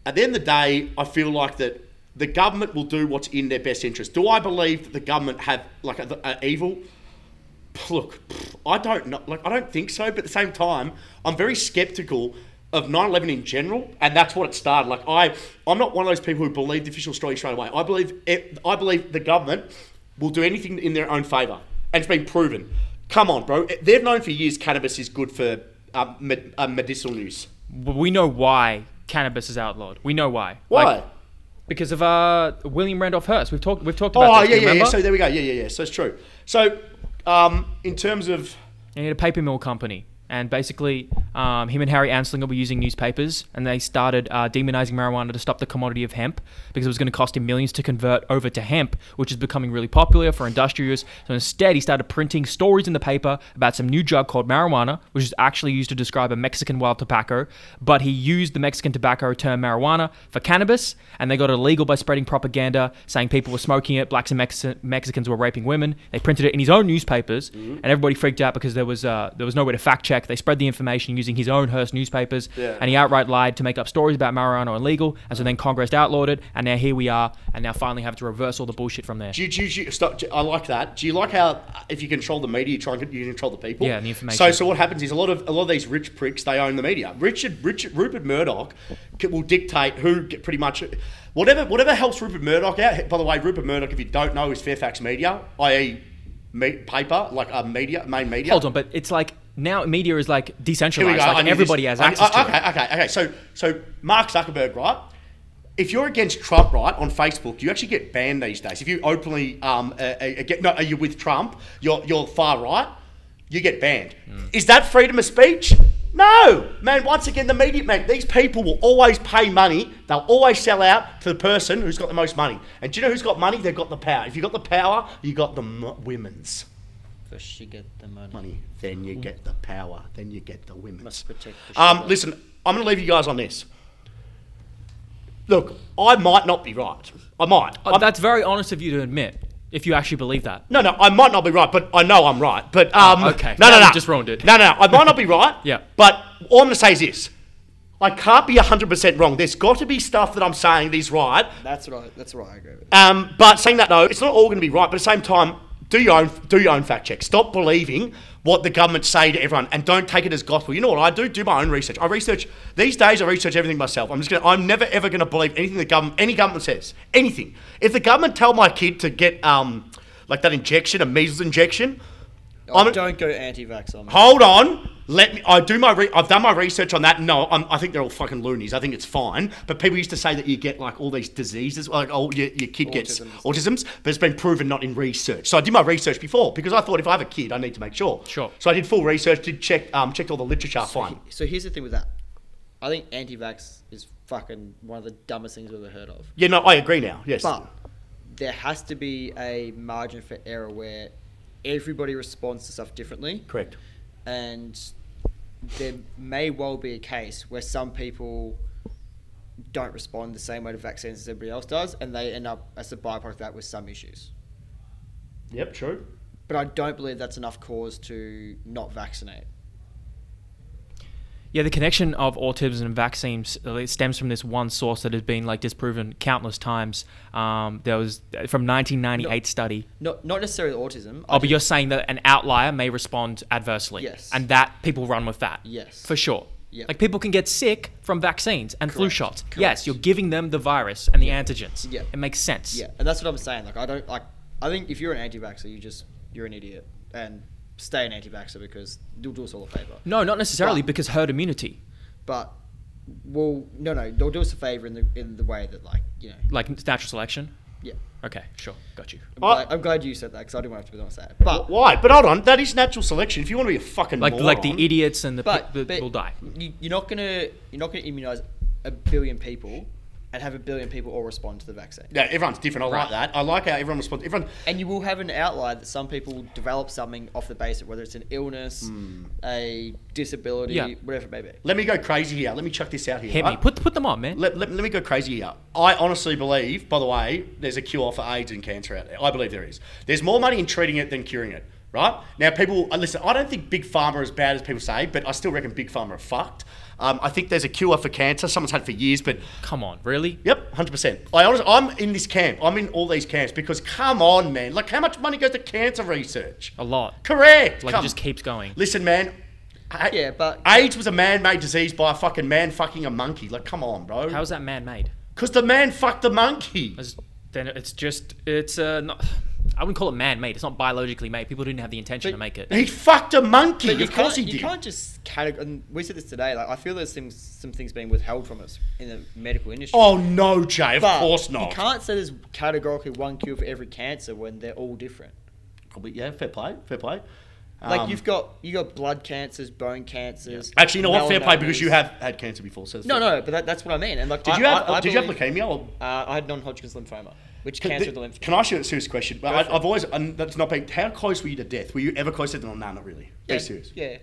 Speaker 3: At the end of the day, I feel like that the government will do what's in their best interest. Do I believe that the government have like a, a evil? Look, pff, I don't know. Like, I don't think so. But at the same time, I'm very skeptical of 9/11 in general, and that's what it started. Like, I I'm not one of those people who believe the official story straight away. I believe it, I believe the government will do anything in their own favor, and it's been proven. Come on, bro. They've known for years cannabis is good for um, med- uh, medicinal use.
Speaker 1: Well, We know why cannabis is outlawed. We know why.
Speaker 3: Why?
Speaker 1: Like, because of uh, William Randolph Hearst. We've talked. We've talked about.
Speaker 3: Oh
Speaker 1: this,
Speaker 3: yeah,
Speaker 1: do you
Speaker 3: yeah, yeah.
Speaker 1: remember?
Speaker 3: So there we go. Yeah, yeah, yeah. So it's true. So um, in terms of
Speaker 1: and he had a paper mill company. And basically, um, him and Harry Anslinger were using newspapers, and they started uh, demonizing marijuana to stop the commodity of hemp because it was going to cost him millions to convert over to hemp, which is becoming really popular for industrious. So instead, he started printing stories in the paper about some new drug called marijuana, which is actually used to describe a Mexican wild tobacco. But he used the Mexican tobacco term marijuana for cannabis, and they got it illegal by spreading propaganda saying people were smoking it, blacks and Mex- Mexicans were raping women. They printed it in his own newspapers,
Speaker 3: Mm-hmm.
Speaker 1: and everybody freaked out because there was uh, there was no way to fact check. They spread the information using his own Hearst newspapers,
Speaker 3: Yeah.
Speaker 1: and he outright lied to make up stories about marijuana illegal. And so then Congress outlawed it, and now here we are, and now finally have to reverse all the bullshit from there.
Speaker 3: do you, do you, do you- stop, do you- I like that. Do you like how uh, if you control the media, you try and con- you control the people?
Speaker 1: Yeah, and the information.
Speaker 3: So so what happens is a lot of a lot of these rich pricks they own the media. Richard Richard Rupert Murdoch c- will dictate who get pretty much whatever whatever helps Rupert Murdoch out. By the way, Rupert Murdoch, if you don't know, is Fairfax Media, i.e. Me, paper like a media main media.
Speaker 1: Hold on, but it's like now media is like
Speaker 3: Here we
Speaker 1: decentralized.
Speaker 3: go. I
Speaker 1: Like
Speaker 3: knew
Speaker 1: everybody
Speaker 3: this.
Speaker 1: has
Speaker 3: I-
Speaker 1: access
Speaker 3: I-
Speaker 1: to
Speaker 3: okay,
Speaker 1: it.
Speaker 3: Okay, okay, So, so Mark Zuckerberg, right? If you're against Trump, right, on Facebook, you actually get banned these days. If you openly um, uh, uh, get no, are you with Trump? You're you're far right. You get banned.
Speaker 1: Hmm.
Speaker 3: Is that freedom of speech? No, man. Once again, the media, man. These people will always pay money. They'll always sell out to the person who's got the most money. And do you know who's got money? They've got the power. If you got the power, you got the m- women's
Speaker 2: But she get the money.
Speaker 3: money, then you get the power, then you get the women's.
Speaker 2: Must protect the
Speaker 3: Um,
Speaker 2: sugar.
Speaker 3: listen, I'm going to leave you guys on this. Look, I might not be right. I might.
Speaker 1: Uh,
Speaker 3: I'm-
Speaker 1: that's very honest of you to admit, if you actually believe that.
Speaker 3: No, no, I might not be right, but I know I'm right. But um,
Speaker 1: Ah, okay.
Speaker 3: no, no,
Speaker 1: Now
Speaker 3: no,
Speaker 1: you just ruined it.
Speaker 3: No, no, no, I might not be right.
Speaker 1: Yeah.
Speaker 3: But all I'm gonna say is this: I can't be 100 percent wrong. There's got to be stuff that I'm saying that is right.
Speaker 2: That's what I. That's what I agree with.
Speaker 3: Um, but saying that though, it's not all gonna be right. But at the same time, do your own do your own fact check. Stop believing what the government say to everyone, and don't take it as gospel. You know what I do? Do my own research. I research these days. I research everything myself. I'm just gonna. I'm never ever gonna believe anything the government any government says. Anything. If the government tell my kid to get um like that injection, a measles injection.
Speaker 2: Oh,
Speaker 3: I'm-
Speaker 2: don't go anti-vax on me.
Speaker 3: Hold on. Let me. I do my. Re- I've done my research on that. No, I'm, I think they're all fucking loonies. I think it's fine. But people used to say that you get like all these diseases, like oh, your, your kid gets autisms, but it's been proven not in research. So I did my research before because I thought if I have a kid, I need to make sure.
Speaker 1: Sure.
Speaker 3: So I did full research, did check, um, checked all the literature. fine.
Speaker 2: So here's the thing with that. I think anti-vax is fucking one of the dumbest things we've ever heard of.
Speaker 3: Yeah, no, I agree now. Yes.
Speaker 2: But there has to be a margin for error where everybody responds to stuff differently.
Speaker 3: Correct.
Speaker 2: And there may well be a case where some people don't respond the same way to vaccines as everybody else does, and they end up as a byproduct of that with some issues.
Speaker 3: Yep. True.
Speaker 2: But I don't believe that's enough cause to not vaccinate.
Speaker 1: Yeah, the connection of autism and vaccines uh, it stems from this one source that has been like disproven countless times. Um, there was uh, from 1998 study.
Speaker 2: Not not necessarily autism. I
Speaker 1: Oh, but
Speaker 2: just-
Speaker 1: you're saying that an outlier may respond adversely.
Speaker 2: Yes.
Speaker 1: And that people run with that.
Speaker 2: Yes.
Speaker 1: For sure.
Speaker 2: Yep.
Speaker 1: Like people can get sick from vaccines and flu
Speaker 2: Correct.
Speaker 1: shots.
Speaker 2: Correct.
Speaker 1: Yes, you're giving them the virus and the antigens.
Speaker 2: Yeah.
Speaker 1: It makes sense.
Speaker 2: Yeah, and that's what I'm saying. Like I don't like. I think if you're an anti-vaxxer, you just you're an idiot and stay an anti-vaxxer because you'll do us all a favor.
Speaker 1: No, not necessarily
Speaker 2: But-
Speaker 1: because herd immunity.
Speaker 2: But well, no, no, they'll do us a favor in the in the way that like you know.
Speaker 1: Like natural selection.
Speaker 2: Yeah,
Speaker 1: Okay, sure. Got you.
Speaker 2: I'm,
Speaker 3: I-
Speaker 2: glad, I'm glad you said that because I didn't want to have to be the one to say it. But
Speaker 3: Why? But hold on. That is natural selection. If you want to be a fucking
Speaker 1: Like like the
Speaker 3: moron-
Speaker 1: idiots and the
Speaker 2: but,
Speaker 1: people
Speaker 2: but
Speaker 1: will die.
Speaker 2: You, you're not gonna you're not gonna immunize a billion people and have a billion people all respond to the vaccine.
Speaker 3: Yeah, everyone's different. I like that. I like how everyone responds. Everyone.
Speaker 2: And you will have an outlier that some people develop something off the basis, whether it's an illness,
Speaker 3: Hmm.
Speaker 2: a disability,
Speaker 1: Yeah.
Speaker 2: whatever it may be.
Speaker 3: Let me go crazy here. Let me chuck this out here.
Speaker 1: Hit me.
Speaker 3: right?
Speaker 1: Put put them on, man.
Speaker 3: Let, let, let me go crazy here. I honestly believe, by the way, there's a cure for AIDS and cancer out there. I believe there is. There's more money in treating it than curing it, right? Now, people, uh, listen, I don't think Big Pharma are as bad as people say, but I still reckon Big Pharma are fucked. Um, I think there's a cure for cancer. Someone's had it for years, but
Speaker 1: Come on, really?
Speaker 3: Yep, hundred percent. I honestly, I'm in this camp. I'm in all these camps because come on, man. Like, how much money goes to cancer research?
Speaker 1: A lot.
Speaker 3: Correct.
Speaker 1: Like
Speaker 3: Come-
Speaker 1: it just keeps going.
Speaker 3: Listen, man. I-
Speaker 2: Yeah, but-
Speaker 3: AIDS was a man-made disease by a fucking man fucking a monkey. Like, come on, bro.
Speaker 1: How's that man made?
Speaker 3: Because the man fucked the monkey.
Speaker 1: It's- Then it's just it's uh, not. I wouldn't call it man made. It's not biologically made. People didn't have the intention to make it.
Speaker 3: He fucked a monkey.
Speaker 2: But you
Speaker 3: of course he
Speaker 2: can't,
Speaker 3: did.
Speaker 2: you can't just categorize. And we said this today. Like I feel there's some some things being withheld from us in the medical industry.
Speaker 3: Oh no, Jay. Of
Speaker 2: But
Speaker 3: course not.
Speaker 2: You can't say there's categorically one cure for every cancer when they're all different.
Speaker 3: Probably, yeah, fair play. Fair play.
Speaker 2: Like
Speaker 3: Um,
Speaker 2: you've got you got blood cancers, bone cancers.
Speaker 3: Actually, you know what? Fair play because
Speaker 2: melanomas.
Speaker 3: you have had cancer before. So it's
Speaker 2: No,
Speaker 3: fair.
Speaker 2: no, but that, that's what I mean. And like,
Speaker 3: Did
Speaker 2: I,
Speaker 3: you have?
Speaker 2: I, I
Speaker 3: did you have
Speaker 2: believe-
Speaker 3: leukemia? Or
Speaker 2: Uh, I had non-Hodgkin's lymphoma, which
Speaker 3: Can-
Speaker 2: cancer
Speaker 3: th-
Speaker 2: of the lymph.
Speaker 3: Can I ask you a serious question? Well,
Speaker 2: Go
Speaker 3: I,
Speaker 2: for it.
Speaker 3: I've always, and that's not being, how close were you to death? Were you ever closer than, oh, no, not really?
Speaker 2: yeah,
Speaker 3: Be serious.
Speaker 2: Yeah,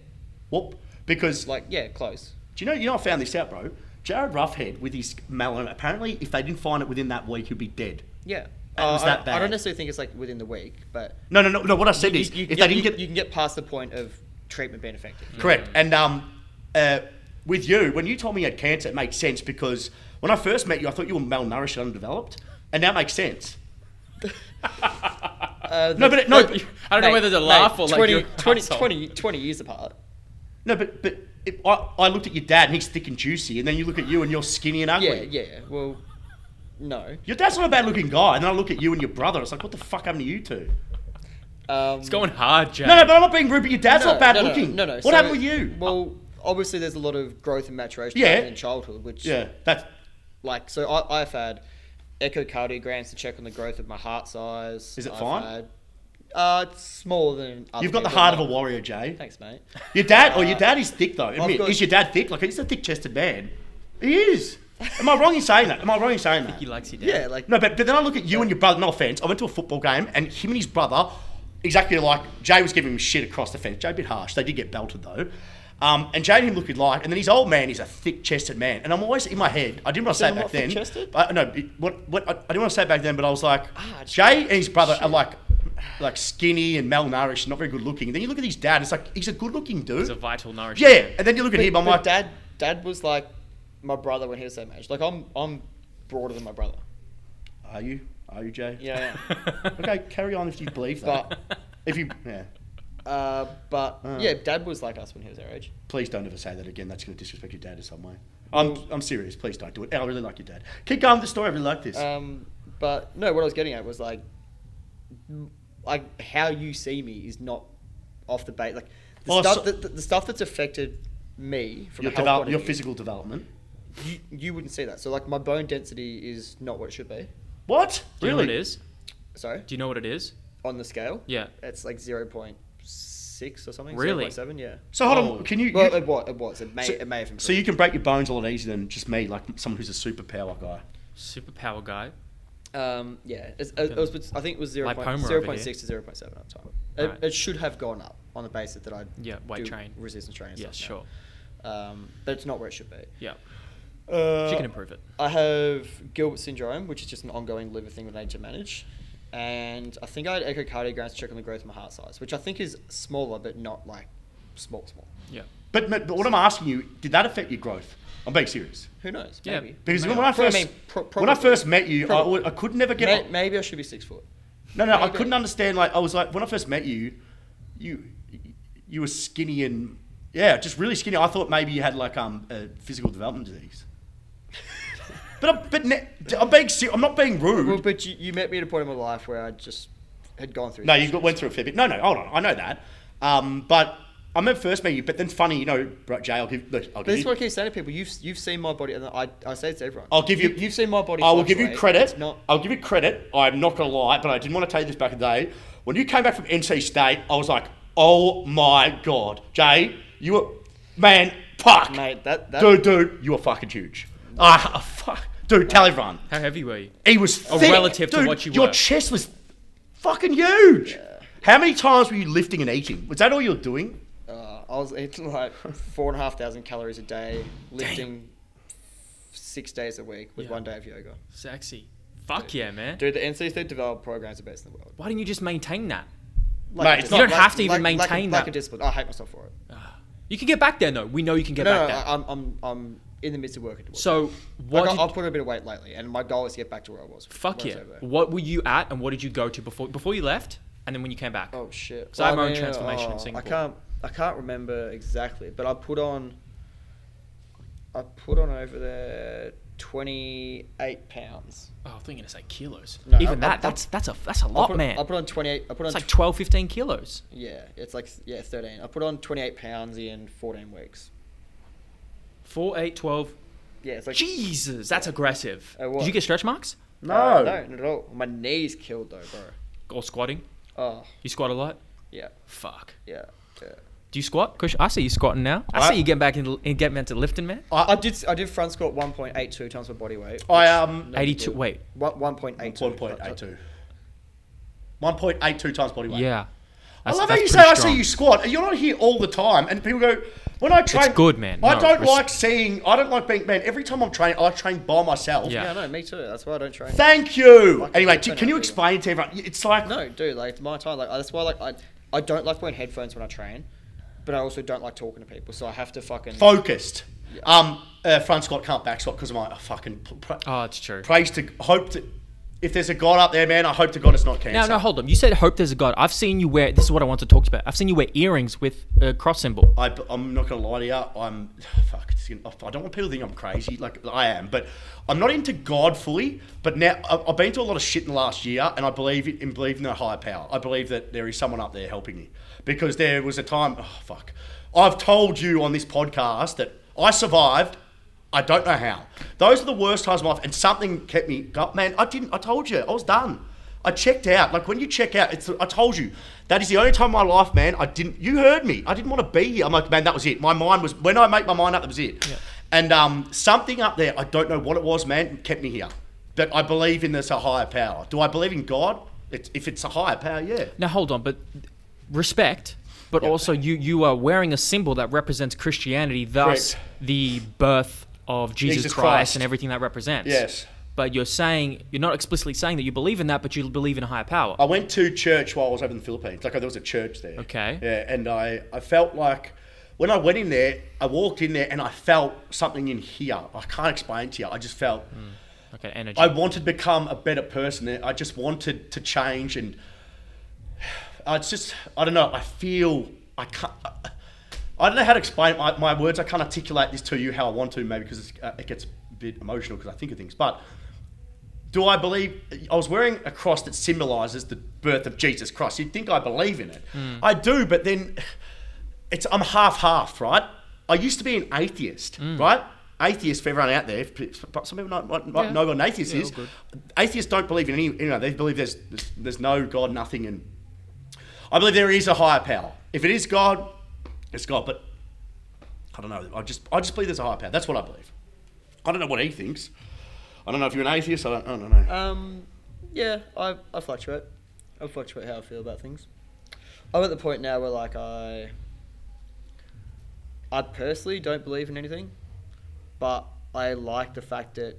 Speaker 3: Whoop. Because, like,
Speaker 2: like yeah, close.
Speaker 3: do you know, you know, I found this out, bro. Jared Roughhead with his melanoma, apparently, if they didn't find it within that week, he'd be dead.
Speaker 2: Yeah.
Speaker 3: It was
Speaker 2: I-
Speaker 3: that
Speaker 2: I, I
Speaker 3: bad.
Speaker 2: don't necessarily think it's like within the week, but
Speaker 3: No, no, no, no. What I said
Speaker 2: you,
Speaker 3: is,
Speaker 2: you-
Speaker 3: if
Speaker 2: you-
Speaker 3: they didn't
Speaker 2: you-
Speaker 3: get.
Speaker 2: you can get past the point of treatment being effective.
Speaker 3: Correct. And um, uh, with you, when you told me you had cancer, it made sense because when I first met you, I thought you were malnourished and undeveloped. And that makes sense.
Speaker 2: Uh,
Speaker 3: no, but it, no, but-
Speaker 1: I don't know whether to laugh or like
Speaker 2: 20,
Speaker 1: you're an
Speaker 2: 20,
Speaker 1: asshole.
Speaker 2: 20 20 years apart.
Speaker 3: no, but but it, I, I looked at your dad and he's thick and juicy, and then you look at you and you're skinny and ugly.
Speaker 2: Yeah, yeah. Well, no.
Speaker 3: Your dad's not a bad looking guy. And then I look at you and your brother. It's like, what the fuck happened to you two?
Speaker 2: Um,
Speaker 1: It's going hard, Jay.
Speaker 3: No, no, but I'm not being rude, but your dad's not bad
Speaker 2: no,
Speaker 3: looking.
Speaker 2: No, no.
Speaker 3: What
Speaker 2: so-
Speaker 3: happened with you?
Speaker 2: Well, obviously there's a lot of growth and maturation
Speaker 3: Yeah.
Speaker 2: happening in childhood, which
Speaker 3: yeah, that's.
Speaker 2: like so I, I've had echocardiograms to check on the growth of my heart size.
Speaker 3: Is it
Speaker 2: I've
Speaker 3: fine?
Speaker 2: had- uh, it's smaller than. Other
Speaker 3: You've got the
Speaker 2: people,
Speaker 3: heart of a
Speaker 2: but-
Speaker 3: warrior, Jay.
Speaker 2: Thanks, mate.
Speaker 3: Your dad, oh, your dad is thick though. Admit,
Speaker 2: got-
Speaker 3: is your dad thick? Like he's a thick-chested man. He is. Am I wrong in saying that? Am I wrong in saying that?
Speaker 1: He likes you, dad.
Speaker 2: Yeah, like
Speaker 3: No, but, but then I look at you and your brother. No offense, I went to a football game and him and his brother, exactly like Jay was giving him shit across the fence. Jay a bit harsh. They did get belted though. Um, and Jaden looked like, and then his old man is a thick-chested man, and I'm always in my head. I didn't want to say
Speaker 9: said I'm
Speaker 3: it back
Speaker 9: not
Speaker 3: then.
Speaker 9: thick-chested?
Speaker 3: I, no, it- what, what I, I didn't want to say it back then, but I was like,
Speaker 2: Ah,
Speaker 3: Jay and his brother are like, like skinny and malnourished, not very good looking. then you look at his dad; it's like he's a good-looking dude.
Speaker 1: It's a vital nourishment.
Speaker 3: yeah, and then you look at
Speaker 2: But-
Speaker 3: him. I'm
Speaker 2: but
Speaker 3: like,
Speaker 2: dad, dad was like my brother when he was that age. Like I'm, I'm broader than my brother.
Speaker 3: Are you? Are you Jay?
Speaker 2: Yeah.
Speaker 3: Okay, carry on if you believe that.
Speaker 2: But-
Speaker 3: if you, yeah.
Speaker 2: uh, but
Speaker 3: Uh.
Speaker 2: yeah, dad was like us when he was our age.
Speaker 3: Please don't ever say that again. That's going to disrespect your dad in some way. I'm, I'm serious. Please don't do it. I really like your dad. Keep going with the story. I really like this.
Speaker 2: Um, but no, what I was getting at was like, m- like how you see me is not off the base. Like the
Speaker 3: Oh,
Speaker 2: stuff
Speaker 3: so-
Speaker 2: that the, the stuff that's affected me from
Speaker 3: your,
Speaker 2: a health
Speaker 3: develop,
Speaker 2: point of
Speaker 3: your
Speaker 2: view,
Speaker 3: physical development.
Speaker 2: You, you wouldn't see that. So like my bone density is not what it should be.
Speaker 3: What?
Speaker 1: Do you know what it is?
Speaker 2: Sorry,
Speaker 1: Do you know what it is?
Speaker 2: on the scale.
Speaker 1: Yeah.
Speaker 2: It's like zero point six or something.
Speaker 1: Really?
Speaker 2: 0.7, yeah.
Speaker 3: So hold
Speaker 1: Oh.
Speaker 3: on. Can you?
Speaker 2: Well,
Speaker 3: you-
Speaker 2: it was. It was. It may.
Speaker 3: so,
Speaker 2: it may have improved.
Speaker 3: so you can break your bones a lot easier than just me, like someone who's a superpower guy.
Speaker 1: Superpower guy.
Speaker 2: Um, yeah, it's, it, it was, I think it was 0.
Speaker 1: Like Homer over
Speaker 2: 0.6
Speaker 1: here.
Speaker 2: to 0.7 at the time. It,
Speaker 1: Right.
Speaker 2: it should have gone up on the basis that I
Speaker 1: Yeah, weight train.
Speaker 2: resistance training. and
Speaker 1: Yeah,
Speaker 2: stuff
Speaker 1: sure.
Speaker 2: now. Um, but it's not where it should be.
Speaker 1: Yeah.
Speaker 2: Uh,
Speaker 1: She can improve it.
Speaker 2: I have Gilbert syndrome, which is just an ongoing liver thing that I need to manage. And I think I had echocardiograms to check on the growth of my heart size, which I think is smaller, but not like small, small.
Speaker 1: Yeah.
Speaker 3: But, but what I'm asking you, did that affect your growth? I'm being serious.
Speaker 2: Who knows?
Speaker 1: Yeah.
Speaker 2: Maybe.
Speaker 3: Because
Speaker 1: Maybe.
Speaker 3: when I
Speaker 2: Pro- I
Speaker 3: first
Speaker 2: mean, pro-
Speaker 3: when I
Speaker 2: probably.
Speaker 3: first met you, I,
Speaker 2: Probably.
Speaker 3: alwa- I could never get.
Speaker 2: May- maybe I should be six foot.
Speaker 3: No, no, I
Speaker 2: Maybe.
Speaker 3: couldn't understand. Like, I was like, when I first met you, you, you were skinny and yeah, just really skinny. I thought maybe you had like um a physical development disease. but I'm, but ne- I'm being ser- I'm not being rude.
Speaker 2: Well, but you, you met me at a point in my life where I just had gone through.
Speaker 3: no,
Speaker 2: this.
Speaker 3: you got, went through a fair bit. No, no, hold on, I know that. Um, but I remember first meeting you. But then funny, you know, right, Jay, I'll give, look, I'll
Speaker 2: But
Speaker 3: give
Speaker 2: this is
Speaker 3: you.
Speaker 2: what I keep saying to people. You've you've seen my body, and I, I say it to everyone.
Speaker 3: I'll give you.
Speaker 2: You've seen my body.
Speaker 3: I will give you
Speaker 2: fluctuate.
Speaker 3: credit. Uh,
Speaker 2: It's not.
Speaker 3: I'll give you credit. I'm not gonna lie, but I didn't want to tell you this back in the day. When you came back from NC State, I was like, oh my god, Jay, you were man, fuck,
Speaker 2: Mate, that- that-
Speaker 3: dude, dude, you were fucking huge. Ah, fuck, dude, tell everyone,
Speaker 1: How heavy were you?
Speaker 3: he was
Speaker 1: Oh,
Speaker 3: thick.
Speaker 1: relative to
Speaker 3: Dude,
Speaker 1: what you
Speaker 3: Your
Speaker 1: were.
Speaker 3: chest was fucking huge. How many times were you lifting and eating? Was that all you were doing?
Speaker 2: Uh, I was eating like four and a half thousand calories a day, lifting six days a week with
Speaker 1: Yeah.
Speaker 2: one day of yoga.
Speaker 1: Sexy. Fuck yeah, man.
Speaker 2: Dude, the NC State developed programs are best in the world.
Speaker 1: Why didn't you just maintain that?
Speaker 2: Like a
Speaker 3: it's
Speaker 2: discipline.
Speaker 3: not- You
Speaker 1: don't have to even
Speaker 2: like,
Speaker 1: maintain
Speaker 2: like,
Speaker 1: that.
Speaker 2: Like a discipline. I hate myself for it.
Speaker 1: You can get back there, though. We know you can get
Speaker 2: no,
Speaker 1: back
Speaker 2: no,
Speaker 1: there.
Speaker 2: I- I'm, I'm, I'm in the midst of working towards. it.
Speaker 1: so
Speaker 2: Like,
Speaker 1: what?
Speaker 2: I-
Speaker 1: did-
Speaker 2: I've put on a bit of weight lately, and my goal is to get back to where I was.
Speaker 1: fuck
Speaker 2: when I
Speaker 1: yeah.
Speaker 2: was over there.
Speaker 1: What were you at, and what did you go to before before you left, and then when you came back?
Speaker 2: Oh shit!
Speaker 1: So I had my own
Speaker 2: mean,
Speaker 1: transformation in Singapore.
Speaker 2: I can't. I can't remember exactly, but I put on. I put on over there twenty eight pounds.
Speaker 1: Oh, I thought you were gonna say kilos.
Speaker 2: No,
Speaker 1: Even
Speaker 2: I-
Speaker 1: that,
Speaker 2: I-
Speaker 1: that's that's a that's a
Speaker 2: I
Speaker 1: lot,
Speaker 2: put,
Speaker 1: man.
Speaker 2: I put on twenty eight. I put on.
Speaker 1: it's like
Speaker 2: tw-
Speaker 1: 12, 15 kilos.
Speaker 2: yeah, it's like yeah, thirteen. I put on twenty eight pounds in fourteen weeks.
Speaker 1: Four, eight, twelve.
Speaker 2: Yeah, it's like
Speaker 1: Jesus, that's aggressive.
Speaker 2: I
Speaker 1: Did
Speaker 2: was.
Speaker 1: you get stretch marks?
Speaker 2: no, no, not at all. My knees killed though, bro.
Speaker 1: Or squatting?
Speaker 2: Oh
Speaker 1: You squat a lot?
Speaker 2: yeah,
Speaker 1: Fuck.
Speaker 2: yeah. yeah.
Speaker 1: Do you squat? Kush, I see you squatting now. I,
Speaker 3: I-
Speaker 1: see you getting back in, in getting back to lifting, man.
Speaker 2: I, did. s- I did front squat one point eight two times my body weight.
Speaker 3: I um,
Speaker 1: Eighty-two. Wait.
Speaker 2: One one point eight two.
Speaker 3: one point eight two. One point eight two times body weight.
Speaker 1: Yeah.
Speaker 3: I
Speaker 1: That's-
Speaker 3: love how
Speaker 1: that's
Speaker 3: you say
Speaker 1: pretty
Speaker 3: I see
Speaker 1: strong.
Speaker 3: you squat. and You're not here all the time, and people go, "When I train,
Speaker 1: good, man.
Speaker 3: I
Speaker 1: No,
Speaker 3: don't
Speaker 1: res-
Speaker 3: like seeing. I don't like being man. Every time I'm training, I train by myself.
Speaker 1: Yeah.
Speaker 2: Yeah, no, me too. That's why I don't train.
Speaker 3: Thank you.
Speaker 2: Like,
Speaker 3: anyway,
Speaker 2: I
Speaker 3: t-
Speaker 2: don't
Speaker 3: can you
Speaker 2: know.
Speaker 3: explain to everyone? It's like
Speaker 2: No, dude, like it's my time. Like that's why, like I, I don't like wearing headphones when I train, but I also don't like talking to people, so I have to fucking.
Speaker 3: focused. Um, uh, front squat can't back squat because of my fucking pr- pr-
Speaker 1: Oh, it's true.
Speaker 3: praise to hope to. If there's a God up there, man, I hope to God it's not cancer.
Speaker 1: Now, no, hold on. You said hope there's a God. I've seen you wear. This is what I want to talk to you about. I've seen you wear earrings with a cross symbol.
Speaker 3: I, am not gonna lie to you. I'm fuck. It's gonna, I don't want people to think I'm crazy. Like I am, but I'm not into God fully. But now I- I've been through a lot of shit in the last year, and I believe in believe in a higher power. I believe that there is someone up there helping me because there was a time. Oh, fuck. I've told you on this podcast that I survived. I don't know how. Those are the worst times of my life, and something kept me. go- Man, I didn't. I told you, I was done. I checked out. Like when you check out, it's. I told you that is the only time in my life, man. I didn't. You heard me. I didn't want to be here. I'm like, man, that was it. My mind was when I make my mind up. That was it. And um, something up there, I don't know what it was, man, kept me here. But I believe in this a higher power. Do I believe in God? It's, if it's a higher power, yeah.
Speaker 1: Now, hold on. But respect. but also you you are wearing a symbol that represents Christianity, thus
Speaker 3: Correct.
Speaker 1: the birth of Jesus,
Speaker 3: Jesus
Speaker 1: Christ,
Speaker 3: Christ.
Speaker 1: and everything that represents.
Speaker 3: Yes.
Speaker 1: But you're saying you're not explicitly saying that you believe in that, but you believe in a higher power.
Speaker 3: I went to church while I was over in the Philippines. Like there was a church there.
Speaker 1: Okay.
Speaker 3: Yeah, and I, I felt like when I went in there, I walked in there and I felt something in here. I can't explain to you. I just felt
Speaker 1: Okay, energy.
Speaker 3: I wanted to become a better person. I just wanted to change, and I just I don't know. I feel I can't. I don't know how to explain it. my, my words. I can't articulate this to you how I want to, maybe because it's, uh, it gets a bit emotional because I think of things. But do I believe? I was wearing a cross that symbolises the birth of Jesus Christ. You'd think I believe in it. I do, but then it's I'm half half, right? I used to be an atheist, right? Atheist for everyone out there, if pe- but some people might, might, might know what an atheist is. Atheists don't believe in any, you know, they believe there's, there's there's no God, nothing, and I believe there is a higher power. If it is God, it's God. But I don't know. I just I just believe there's a higher power. That's what I believe. I don't know what he thinks. I don't know if you're an atheist. I don't, I don't know.
Speaker 2: Um, yeah, I, I fluctuate. I fluctuate how I feel about things. I'm at the point now where like I, I personally don't believe in anything, but I like the fact that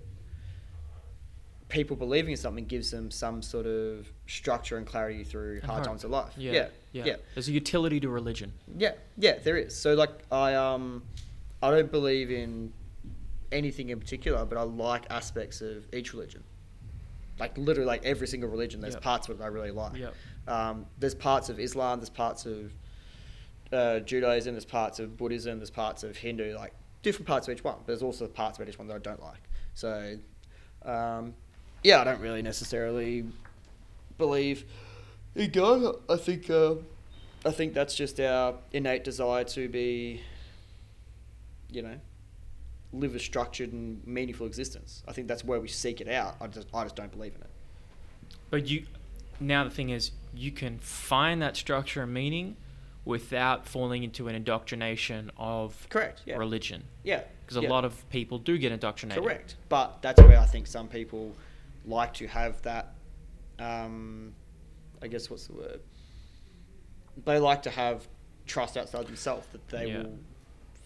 Speaker 2: people believing in something gives them some sort of structure and clarity through hard
Speaker 1: hope.
Speaker 2: times of life.
Speaker 1: yeah,
Speaker 2: yeah,
Speaker 1: yeah,
Speaker 2: yeah.
Speaker 1: There's a utility to religion.
Speaker 2: Yeah, yeah, there is. So like I um I don't believe in anything in particular, but I like aspects of each religion. Like literally like every single religion, there's
Speaker 1: Yep.
Speaker 2: parts of it I really like.
Speaker 1: Yep.
Speaker 2: Um, there's parts of Islam, there's parts of uh, Judaism, there's parts of Buddhism, there's parts of Hindu, like different parts of each one. But there's also parts of each one that I don't like. So um, yeah, I don't really necessarily believe in God. I think uh, I think that's just our innate desire to be, you know, live a structured and meaningful existence. I think that's where we seek it out. I just I just don't believe in it.
Speaker 1: But you now the thing is you can find that structure and meaning without falling into an indoctrination of
Speaker 2: Correct. Yeah.
Speaker 1: religion.
Speaker 2: yeah.
Speaker 1: Because a lot of people do get indoctrinated.
Speaker 2: correct, but that's where I think some people like to have that. Um, I guess what's the word? They like to have trust outside themselves that they
Speaker 1: Yeah.
Speaker 2: will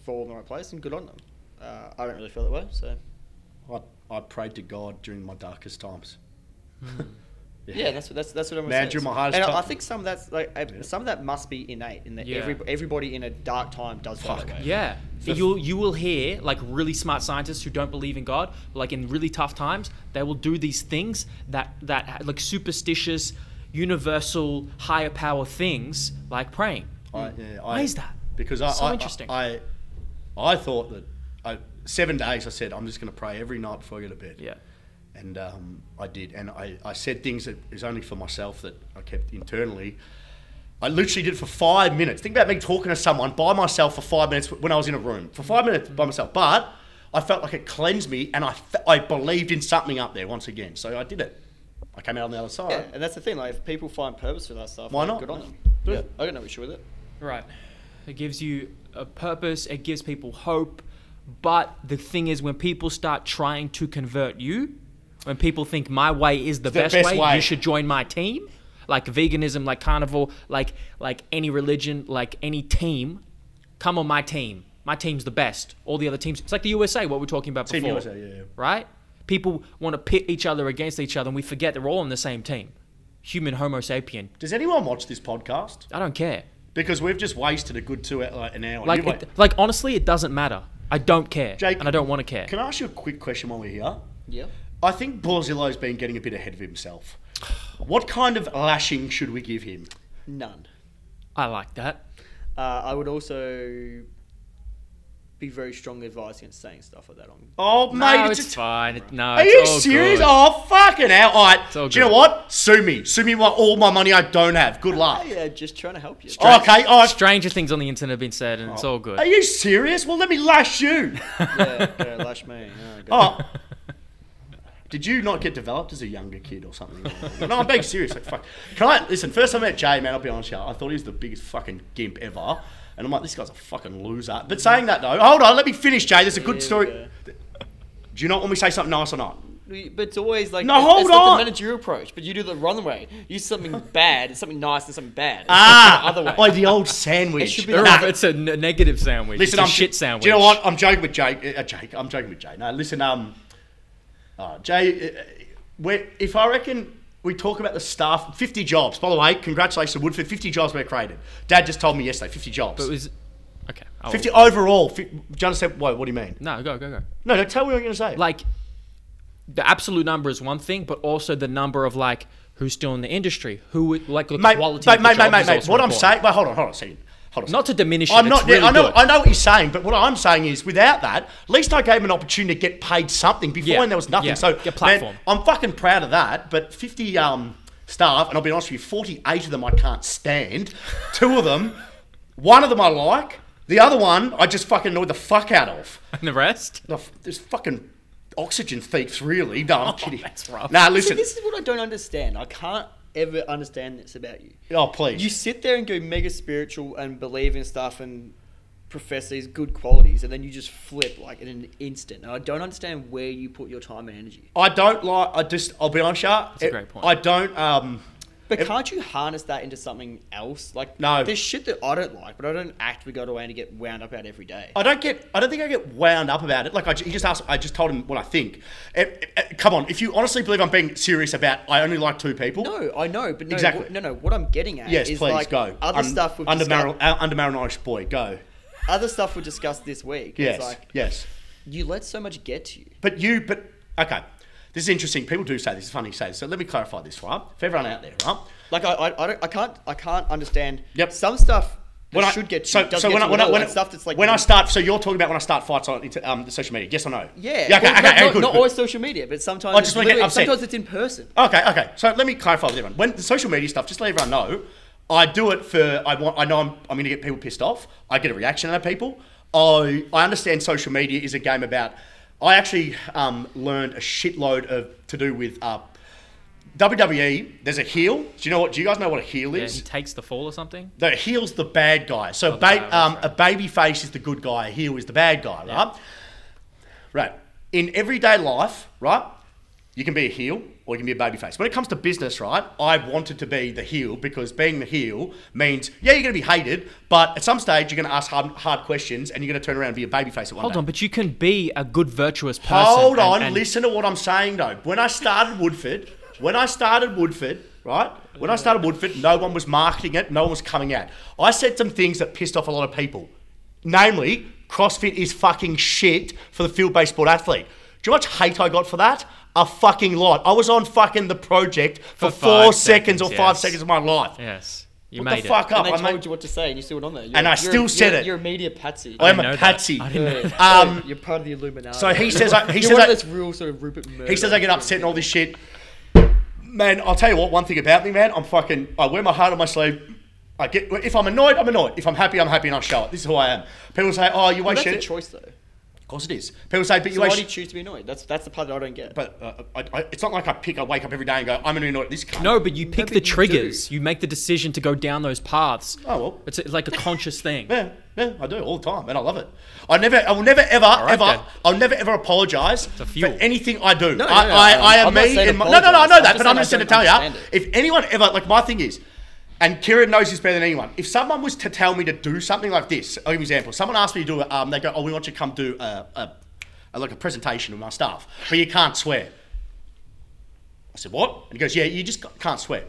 Speaker 2: fall in the right place and good on them. Uh, I don't really feel that way, so.
Speaker 3: I, I prayed to God during my darkest times.
Speaker 2: Hmm. Yeah, that's what that's that's what I'm
Speaker 3: Man,
Speaker 2: saying.
Speaker 3: you're my hardest
Speaker 2: and I, I
Speaker 3: part.
Speaker 2: think some of that's like uh, some of that must be innate in that
Speaker 1: Yeah.
Speaker 2: every, everybody in a dark time does feel that way.
Speaker 1: Yeah. You'll, you will hear like really smart scientists who don't believe in God, like in really tough times, they will do these things that, that like superstitious, universal, higher power things like praying.
Speaker 3: I,
Speaker 2: Hmm.
Speaker 3: yeah,
Speaker 1: Why
Speaker 3: I-
Speaker 1: is that?
Speaker 3: Because I,
Speaker 1: So
Speaker 3: I,
Speaker 1: interesting.
Speaker 3: I, I, I thought that I, seven days. I said I'm just going to pray every night before I go to bed.
Speaker 1: Yeah.
Speaker 3: and um, I did, and I, I said things that is only for myself that I kept internally. I literally did it for five minutes. Think about me talking to someone by myself for five minutes when I was in a room for five minutes by myself, but I felt like it cleansed me, and I fe- I believed in something up there once again, so I did it. I came out on the other side.
Speaker 2: Yeah, and that's the thing. Like, if people find purpose for that stuff,
Speaker 3: Why
Speaker 2: like,
Speaker 3: not?
Speaker 2: Good on them.
Speaker 3: Do it.
Speaker 2: Yeah, I don't know issue with it.
Speaker 1: Right. It gives you a purpose, it gives people hope. But the thing is, when people start trying to convert you, when people think my way is the, best,
Speaker 3: best
Speaker 1: way,
Speaker 3: way.
Speaker 1: you should join my team, like veganism, like carnival, like like any religion, like any team, come on my team. My team's the best. All the other teams. It's like the USA, what we we're talking about
Speaker 3: Team
Speaker 1: before.
Speaker 3: USA, yeah, yeah.
Speaker 1: Right? People want to pit each other against each other, and we forget they're all on the same team. Human Homo sapien.
Speaker 3: Does anyone watch this podcast?
Speaker 1: I don't care.
Speaker 3: Because we've just wasted a good two hour, like an hour.
Speaker 1: Like,
Speaker 3: You wa-
Speaker 1: it, like honestly, it doesn't matter. I don't care,
Speaker 3: Jake,
Speaker 1: and I don't want to care.
Speaker 3: Can I ask you a quick question while we're here?
Speaker 2: Yeah.
Speaker 3: I think Borzillo's been getting a bit ahead of himself. What kind of lashing should we give him?
Speaker 2: None.
Speaker 1: I like that.
Speaker 2: Uh, I would also be very strongly advised against saying stuff like that on.
Speaker 3: Oh, mate,
Speaker 1: no,
Speaker 3: it's
Speaker 1: it's
Speaker 3: just-
Speaker 1: fine. It- No,
Speaker 3: Are
Speaker 1: it's
Speaker 3: you
Speaker 1: all
Speaker 3: serious?
Speaker 1: good.
Speaker 3: Oh, fucking hell. All right.
Speaker 1: all
Speaker 3: Do you know
Speaker 1: good.
Speaker 3: what? Sue me. Sue me my, all my money I don't have. Good luck.
Speaker 2: Oh,
Speaker 3: Oh,
Speaker 2: Yeah, just trying to help you.
Speaker 3: Okay. All right.
Speaker 1: Stranger things on the internet have been said, and it's all good.
Speaker 3: Oh. Are you serious? Well, let me lash you.
Speaker 2: yeah, yeah, lash me. Yeah, good.
Speaker 3: Oh. Did you not get developed as a younger kid or something? no, I'm being serious. Like, fuck. Can I listen? First, I met Jay, man. I'll be honest, with you. I thought he was the biggest fucking gimp ever, and I'm like, this guy's a fucking loser. But saying that though, hold on, let me finish, Jay. There's a good
Speaker 2: we
Speaker 3: story.
Speaker 2: go.
Speaker 3: Do you not want me to say something nice or not?
Speaker 2: But it's always like
Speaker 3: No,
Speaker 2: it's-
Speaker 3: hold
Speaker 2: it's like
Speaker 3: on.
Speaker 2: the managerial approach, but you do the wrong way. You do something bad, it's something nice and something bad. It's
Speaker 3: Ah,
Speaker 2: the other
Speaker 3: oh,
Speaker 2: way.
Speaker 3: the old sandwich.
Speaker 2: It should be
Speaker 1: They're
Speaker 2: like-
Speaker 3: Nah,
Speaker 1: off. It's a n- negative sandwich.
Speaker 3: listen,
Speaker 1: it's a
Speaker 3: I'm
Speaker 1: shit sandwich.
Speaker 3: Do you know what? I'm joking with Jake. Uh, Jake, I'm joking with Jay. No, listen, um, uh, Jay, uh, uh, we're, if I reckon we talk about the staff, 50 jobs. By the way, congratulations to Woodford, 50 jobs were created. Dad just told me yesterday, 50 jobs.
Speaker 1: But was okay. I'll-
Speaker 3: 50 overall. Fi- do you understand? Wait, what do you mean?
Speaker 1: No, go go go.
Speaker 3: No, no, tell me what you're going to say.
Speaker 1: Like the absolute number is one thing, but also the number of like who's still in the industry, who would- like the
Speaker 3: mate,
Speaker 1: quality.
Speaker 3: mate,
Speaker 1: of the
Speaker 3: mate,
Speaker 1: job
Speaker 3: mate, mate,
Speaker 1: is
Speaker 3: mate,
Speaker 1: also
Speaker 3: What I'm
Speaker 1: important.
Speaker 3: saying, wait, hold on, hold on a second. Hold on. a
Speaker 1: Not
Speaker 3: second.
Speaker 1: to diminish it,
Speaker 3: I'm not.
Speaker 1: it's really
Speaker 3: I know.
Speaker 1: good.
Speaker 3: I know what you're saying, but what I'm saying is, without that, at least I gave him an opportunity to get paid something. Before
Speaker 1: Yeah,
Speaker 3: when there was nothing.
Speaker 1: yeah,
Speaker 3: So,
Speaker 1: your platform.
Speaker 3: man, I'm fucking proud of that. But 50 um, staff, and I'll be honest with you, 48 of them I can't stand. Two of them, one of them I like. The other one I just fucking annoy the fuck out of.
Speaker 1: And the rest.
Speaker 3: The f- There's fucking oxygen thieves, really. No, I'm kidding.
Speaker 1: Oh, that's rough.
Speaker 3: Nah,
Speaker 2: See,
Speaker 3: listen.
Speaker 2: this is what I don't understand. I can't ever understand this about you.
Speaker 3: Oh, please.
Speaker 2: You sit there and go mega spiritual and believe in stuff and profess these good qualities, and then you just flip like in an instant. And I don't understand where you put your time and energy.
Speaker 3: I don't like. I just. I'll be honest, yeah. That's
Speaker 1: a great point.
Speaker 3: I don't. Um,
Speaker 2: But
Speaker 3: It-
Speaker 2: can't you harness that into something else? Like
Speaker 3: No.
Speaker 2: there's shit that I don't like, but I don't act we go to and get wound up out every day.
Speaker 3: I don't get. I don't think I get wound up about it. Like I, ju- he just asked. I just told him what I think. Eh, eh, eh, come on, if you honestly believe I'm being serious about, I only like two people.
Speaker 2: No, I know, but no,
Speaker 3: Exactly.
Speaker 2: what- no, no. What I'm getting at
Speaker 3: Yes,
Speaker 2: is
Speaker 3: please
Speaker 2: like
Speaker 3: go.
Speaker 2: other
Speaker 3: Un-
Speaker 2: stuff we've
Speaker 3: under
Speaker 2: discussed,
Speaker 3: Maryland, uh, under Maryland Irish boy. Go.
Speaker 2: other stuff we discussed this week.
Speaker 3: Yes.
Speaker 2: It's like
Speaker 3: yes.
Speaker 2: you let so much get to you.
Speaker 3: But you, but okay, this is interesting. People do say this. It's funny you say this. So let me clarify this, right? For everyone out there, right?
Speaker 2: Like I, I, I, don't, I can't, I can't understand.
Speaker 3: Yep.
Speaker 2: Some stuff that
Speaker 3: When I-
Speaker 2: should get to
Speaker 3: so,
Speaker 2: you. Doesn't
Speaker 3: so
Speaker 2: get
Speaker 3: when
Speaker 2: to
Speaker 3: I
Speaker 2: you
Speaker 3: when
Speaker 2: at
Speaker 3: I
Speaker 2: all.
Speaker 3: when,
Speaker 2: It's
Speaker 3: I-
Speaker 2: stuff that's like
Speaker 3: when I start so you're talking about when I start fights on into, um, the social media yes or no
Speaker 2: Yeah.
Speaker 3: yeah okay,
Speaker 2: well,
Speaker 3: okay,
Speaker 2: not,
Speaker 3: good,
Speaker 2: not
Speaker 3: good.
Speaker 2: always social media, but sometimes.
Speaker 3: I just
Speaker 2: it's
Speaker 3: wanna get
Speaker 2: literally-
Speaker 3: upset.
Speaker 2: Sometimes it's in person.
Speaker 3: Okay, okay. So let me clarify with everyone. When the social media stuff, just let everyone know, I do it for I want. I know I'm, I'm going to get people pissed off. I get a reaction out of people. I I understand social media is a game about. I actually um, learned a shitload of to do with uh, WWE. There's a heel. Do you know what? Do you guys know what a heel
Speaker 1: Yeah,
Speaker 3: is?
Speaker 1: he takes the fall or something.
Speaker 3: No, heel's the bad guy. So
Speaker 1: Oh, the
Speaker 3: ba-
Speaker 1: bad guy, that's
Speaker 3: um,
Speaker 1: right.
Speaker 3: a baby face is the good guy. A heel is the bad guy, right? Right. In everyday life, right, you can be a heel or you can be a baby face. When it comes to business, right, I wanted to be the heel because being the heel means, yeah, you're going to be hated, but at some stage you're going to ask hard, hard questions and you're going to turn around and be a baby face at one
Speaker 1: Hold
Speaker 3: day.
Speaker 1: on, but you can be a good virtuous person.
Speaker 3: Hold
Speaker 1: and-
Speaker 3: on,
Speaker 1: and-
Speaker 3: listen to what I'm saying though. When I started Woodford, when I started Woodford, right? When I started Woodford, no one was marketing it, no one was coming out. I said some things that pissed off a lot of people. Namely, CrossFit is fucking shit for the field based sport athlete. Do you know how much hate I got for that? A fucking lot. I was on fucking the project
Speaker 1: For
Speaker 3: for, four
Speaker 1: five
Speaker 3: seconds,
Speaker 1: seconds,
Speaker 3: or five
Speaker 1: yes.
Speaker 3: seconds of my life.
Speaker 1: Yes, you
Speaker 3: What
Speaker 1: made
Speaker 3: the
Speaker 1: it.
Speaker 3: fuck up?
Speaker 2: and they
Speaker 3: I
Speaker 2: told
Speaker 3: made-
Speaker 2: you what to say, and you still went on there. You're,
Speaker 3: And I
Speaker 2: you're-
Speaker 3: still said
Speaker 2: you're-
Speaker 3: it.
Speaker 2: You're a media patsy.
Speaker 3: I am
Speaker 1: know
Speaker 3: a
Speaker 1: that.
Speaker 3: patsy.
Speaker 1: I didn't know
Speaker 3: Um,
Speaker 2: you're part of the Illuminati.
Speaker 3: so he says, I, he
Speaker 2: you're
Speaker 3: says,
Speaker 2: one
Speaker 3: I,
Speaker 2: of those real sort of Rupert. Murdoch
Speaker 3: He says I get upset and all this shit. Man, I'll tell you what. One thing about me, man, I'm fucking. I wear my heart on my sleeve. I get. If I'm annoyed, I'm annoyed. If I'm happy, I'm happy, and I show it. This is who I am. People say, "Oh, you
Speaker 2: Well,
Speaker 3: ain't
Speaker 2: that's
Speaker 3: shit."
Speaker 2: a choice though.
Speaker 3: Of course it is. People say, "But
Speaker 2: So
Speaker 3: you
Speaker 2: why
Speaker 3: ain't
Speaker 2: do you
Speaker 3: shit."
Speaker 2: choose to be annoyed? That's that's the part that I don't get.
Speaker 3: But uh, I, I, it's not like I pick. I wake up every day and go, "I'm gonna be annoyed at this." Cunt.
Speaker 1: No, but you pick
Speaker 2: but
Speaker 1: the
Speaker 2: you do.
Speaker 1: triggers. You make the decision to go down those paths.
Speaker 3: Oh, well.
Speaker 1: it's a- like a conscious thing.
Speaker 3: Yeah, yeah, I do all the time, and I love it. I never, I will never ever,
Speaker 1: right,
Speaker 3: ever,
Speaker 1: then.
Speaker 3: I'll never ever apologise for
Speaker 1: fuel.
Speaker 3: anything I do.
Speaker 2: no,
Speaker 3: I,
Speaker 2: no,
Speaker 3: I, I
Speaker 2: I'm
Speaker 3: am
Speaker 2: not
Speaker 3: me.
Speaker 2: saying
Speaker 3: And my, no, no, no, I
Speaker 2: apologise.
Speaker 3: know
Speaker 2: I'm
Speaker 3: that,
Speaker 2: just
Speaker 3: but I'm
Speaker 2: saying
Speaker 3: just
Speaker 2: I
Speaker 3: going to
Speaker 2: don't
Speaker 3: tell you,
Speaker 2: understand
Speaker 3: if anyone ever, like my thing is, and Kieran knows this better than anyone. If someone was to tell me to do something like this, I'll give you an example. Someone asked me to do, it, um, they go, "Oh, we want you to come do a, a, a like a presentation with my staff, but you can't swear." I said, "What?" And he goes, "Yeah, you just can't swear."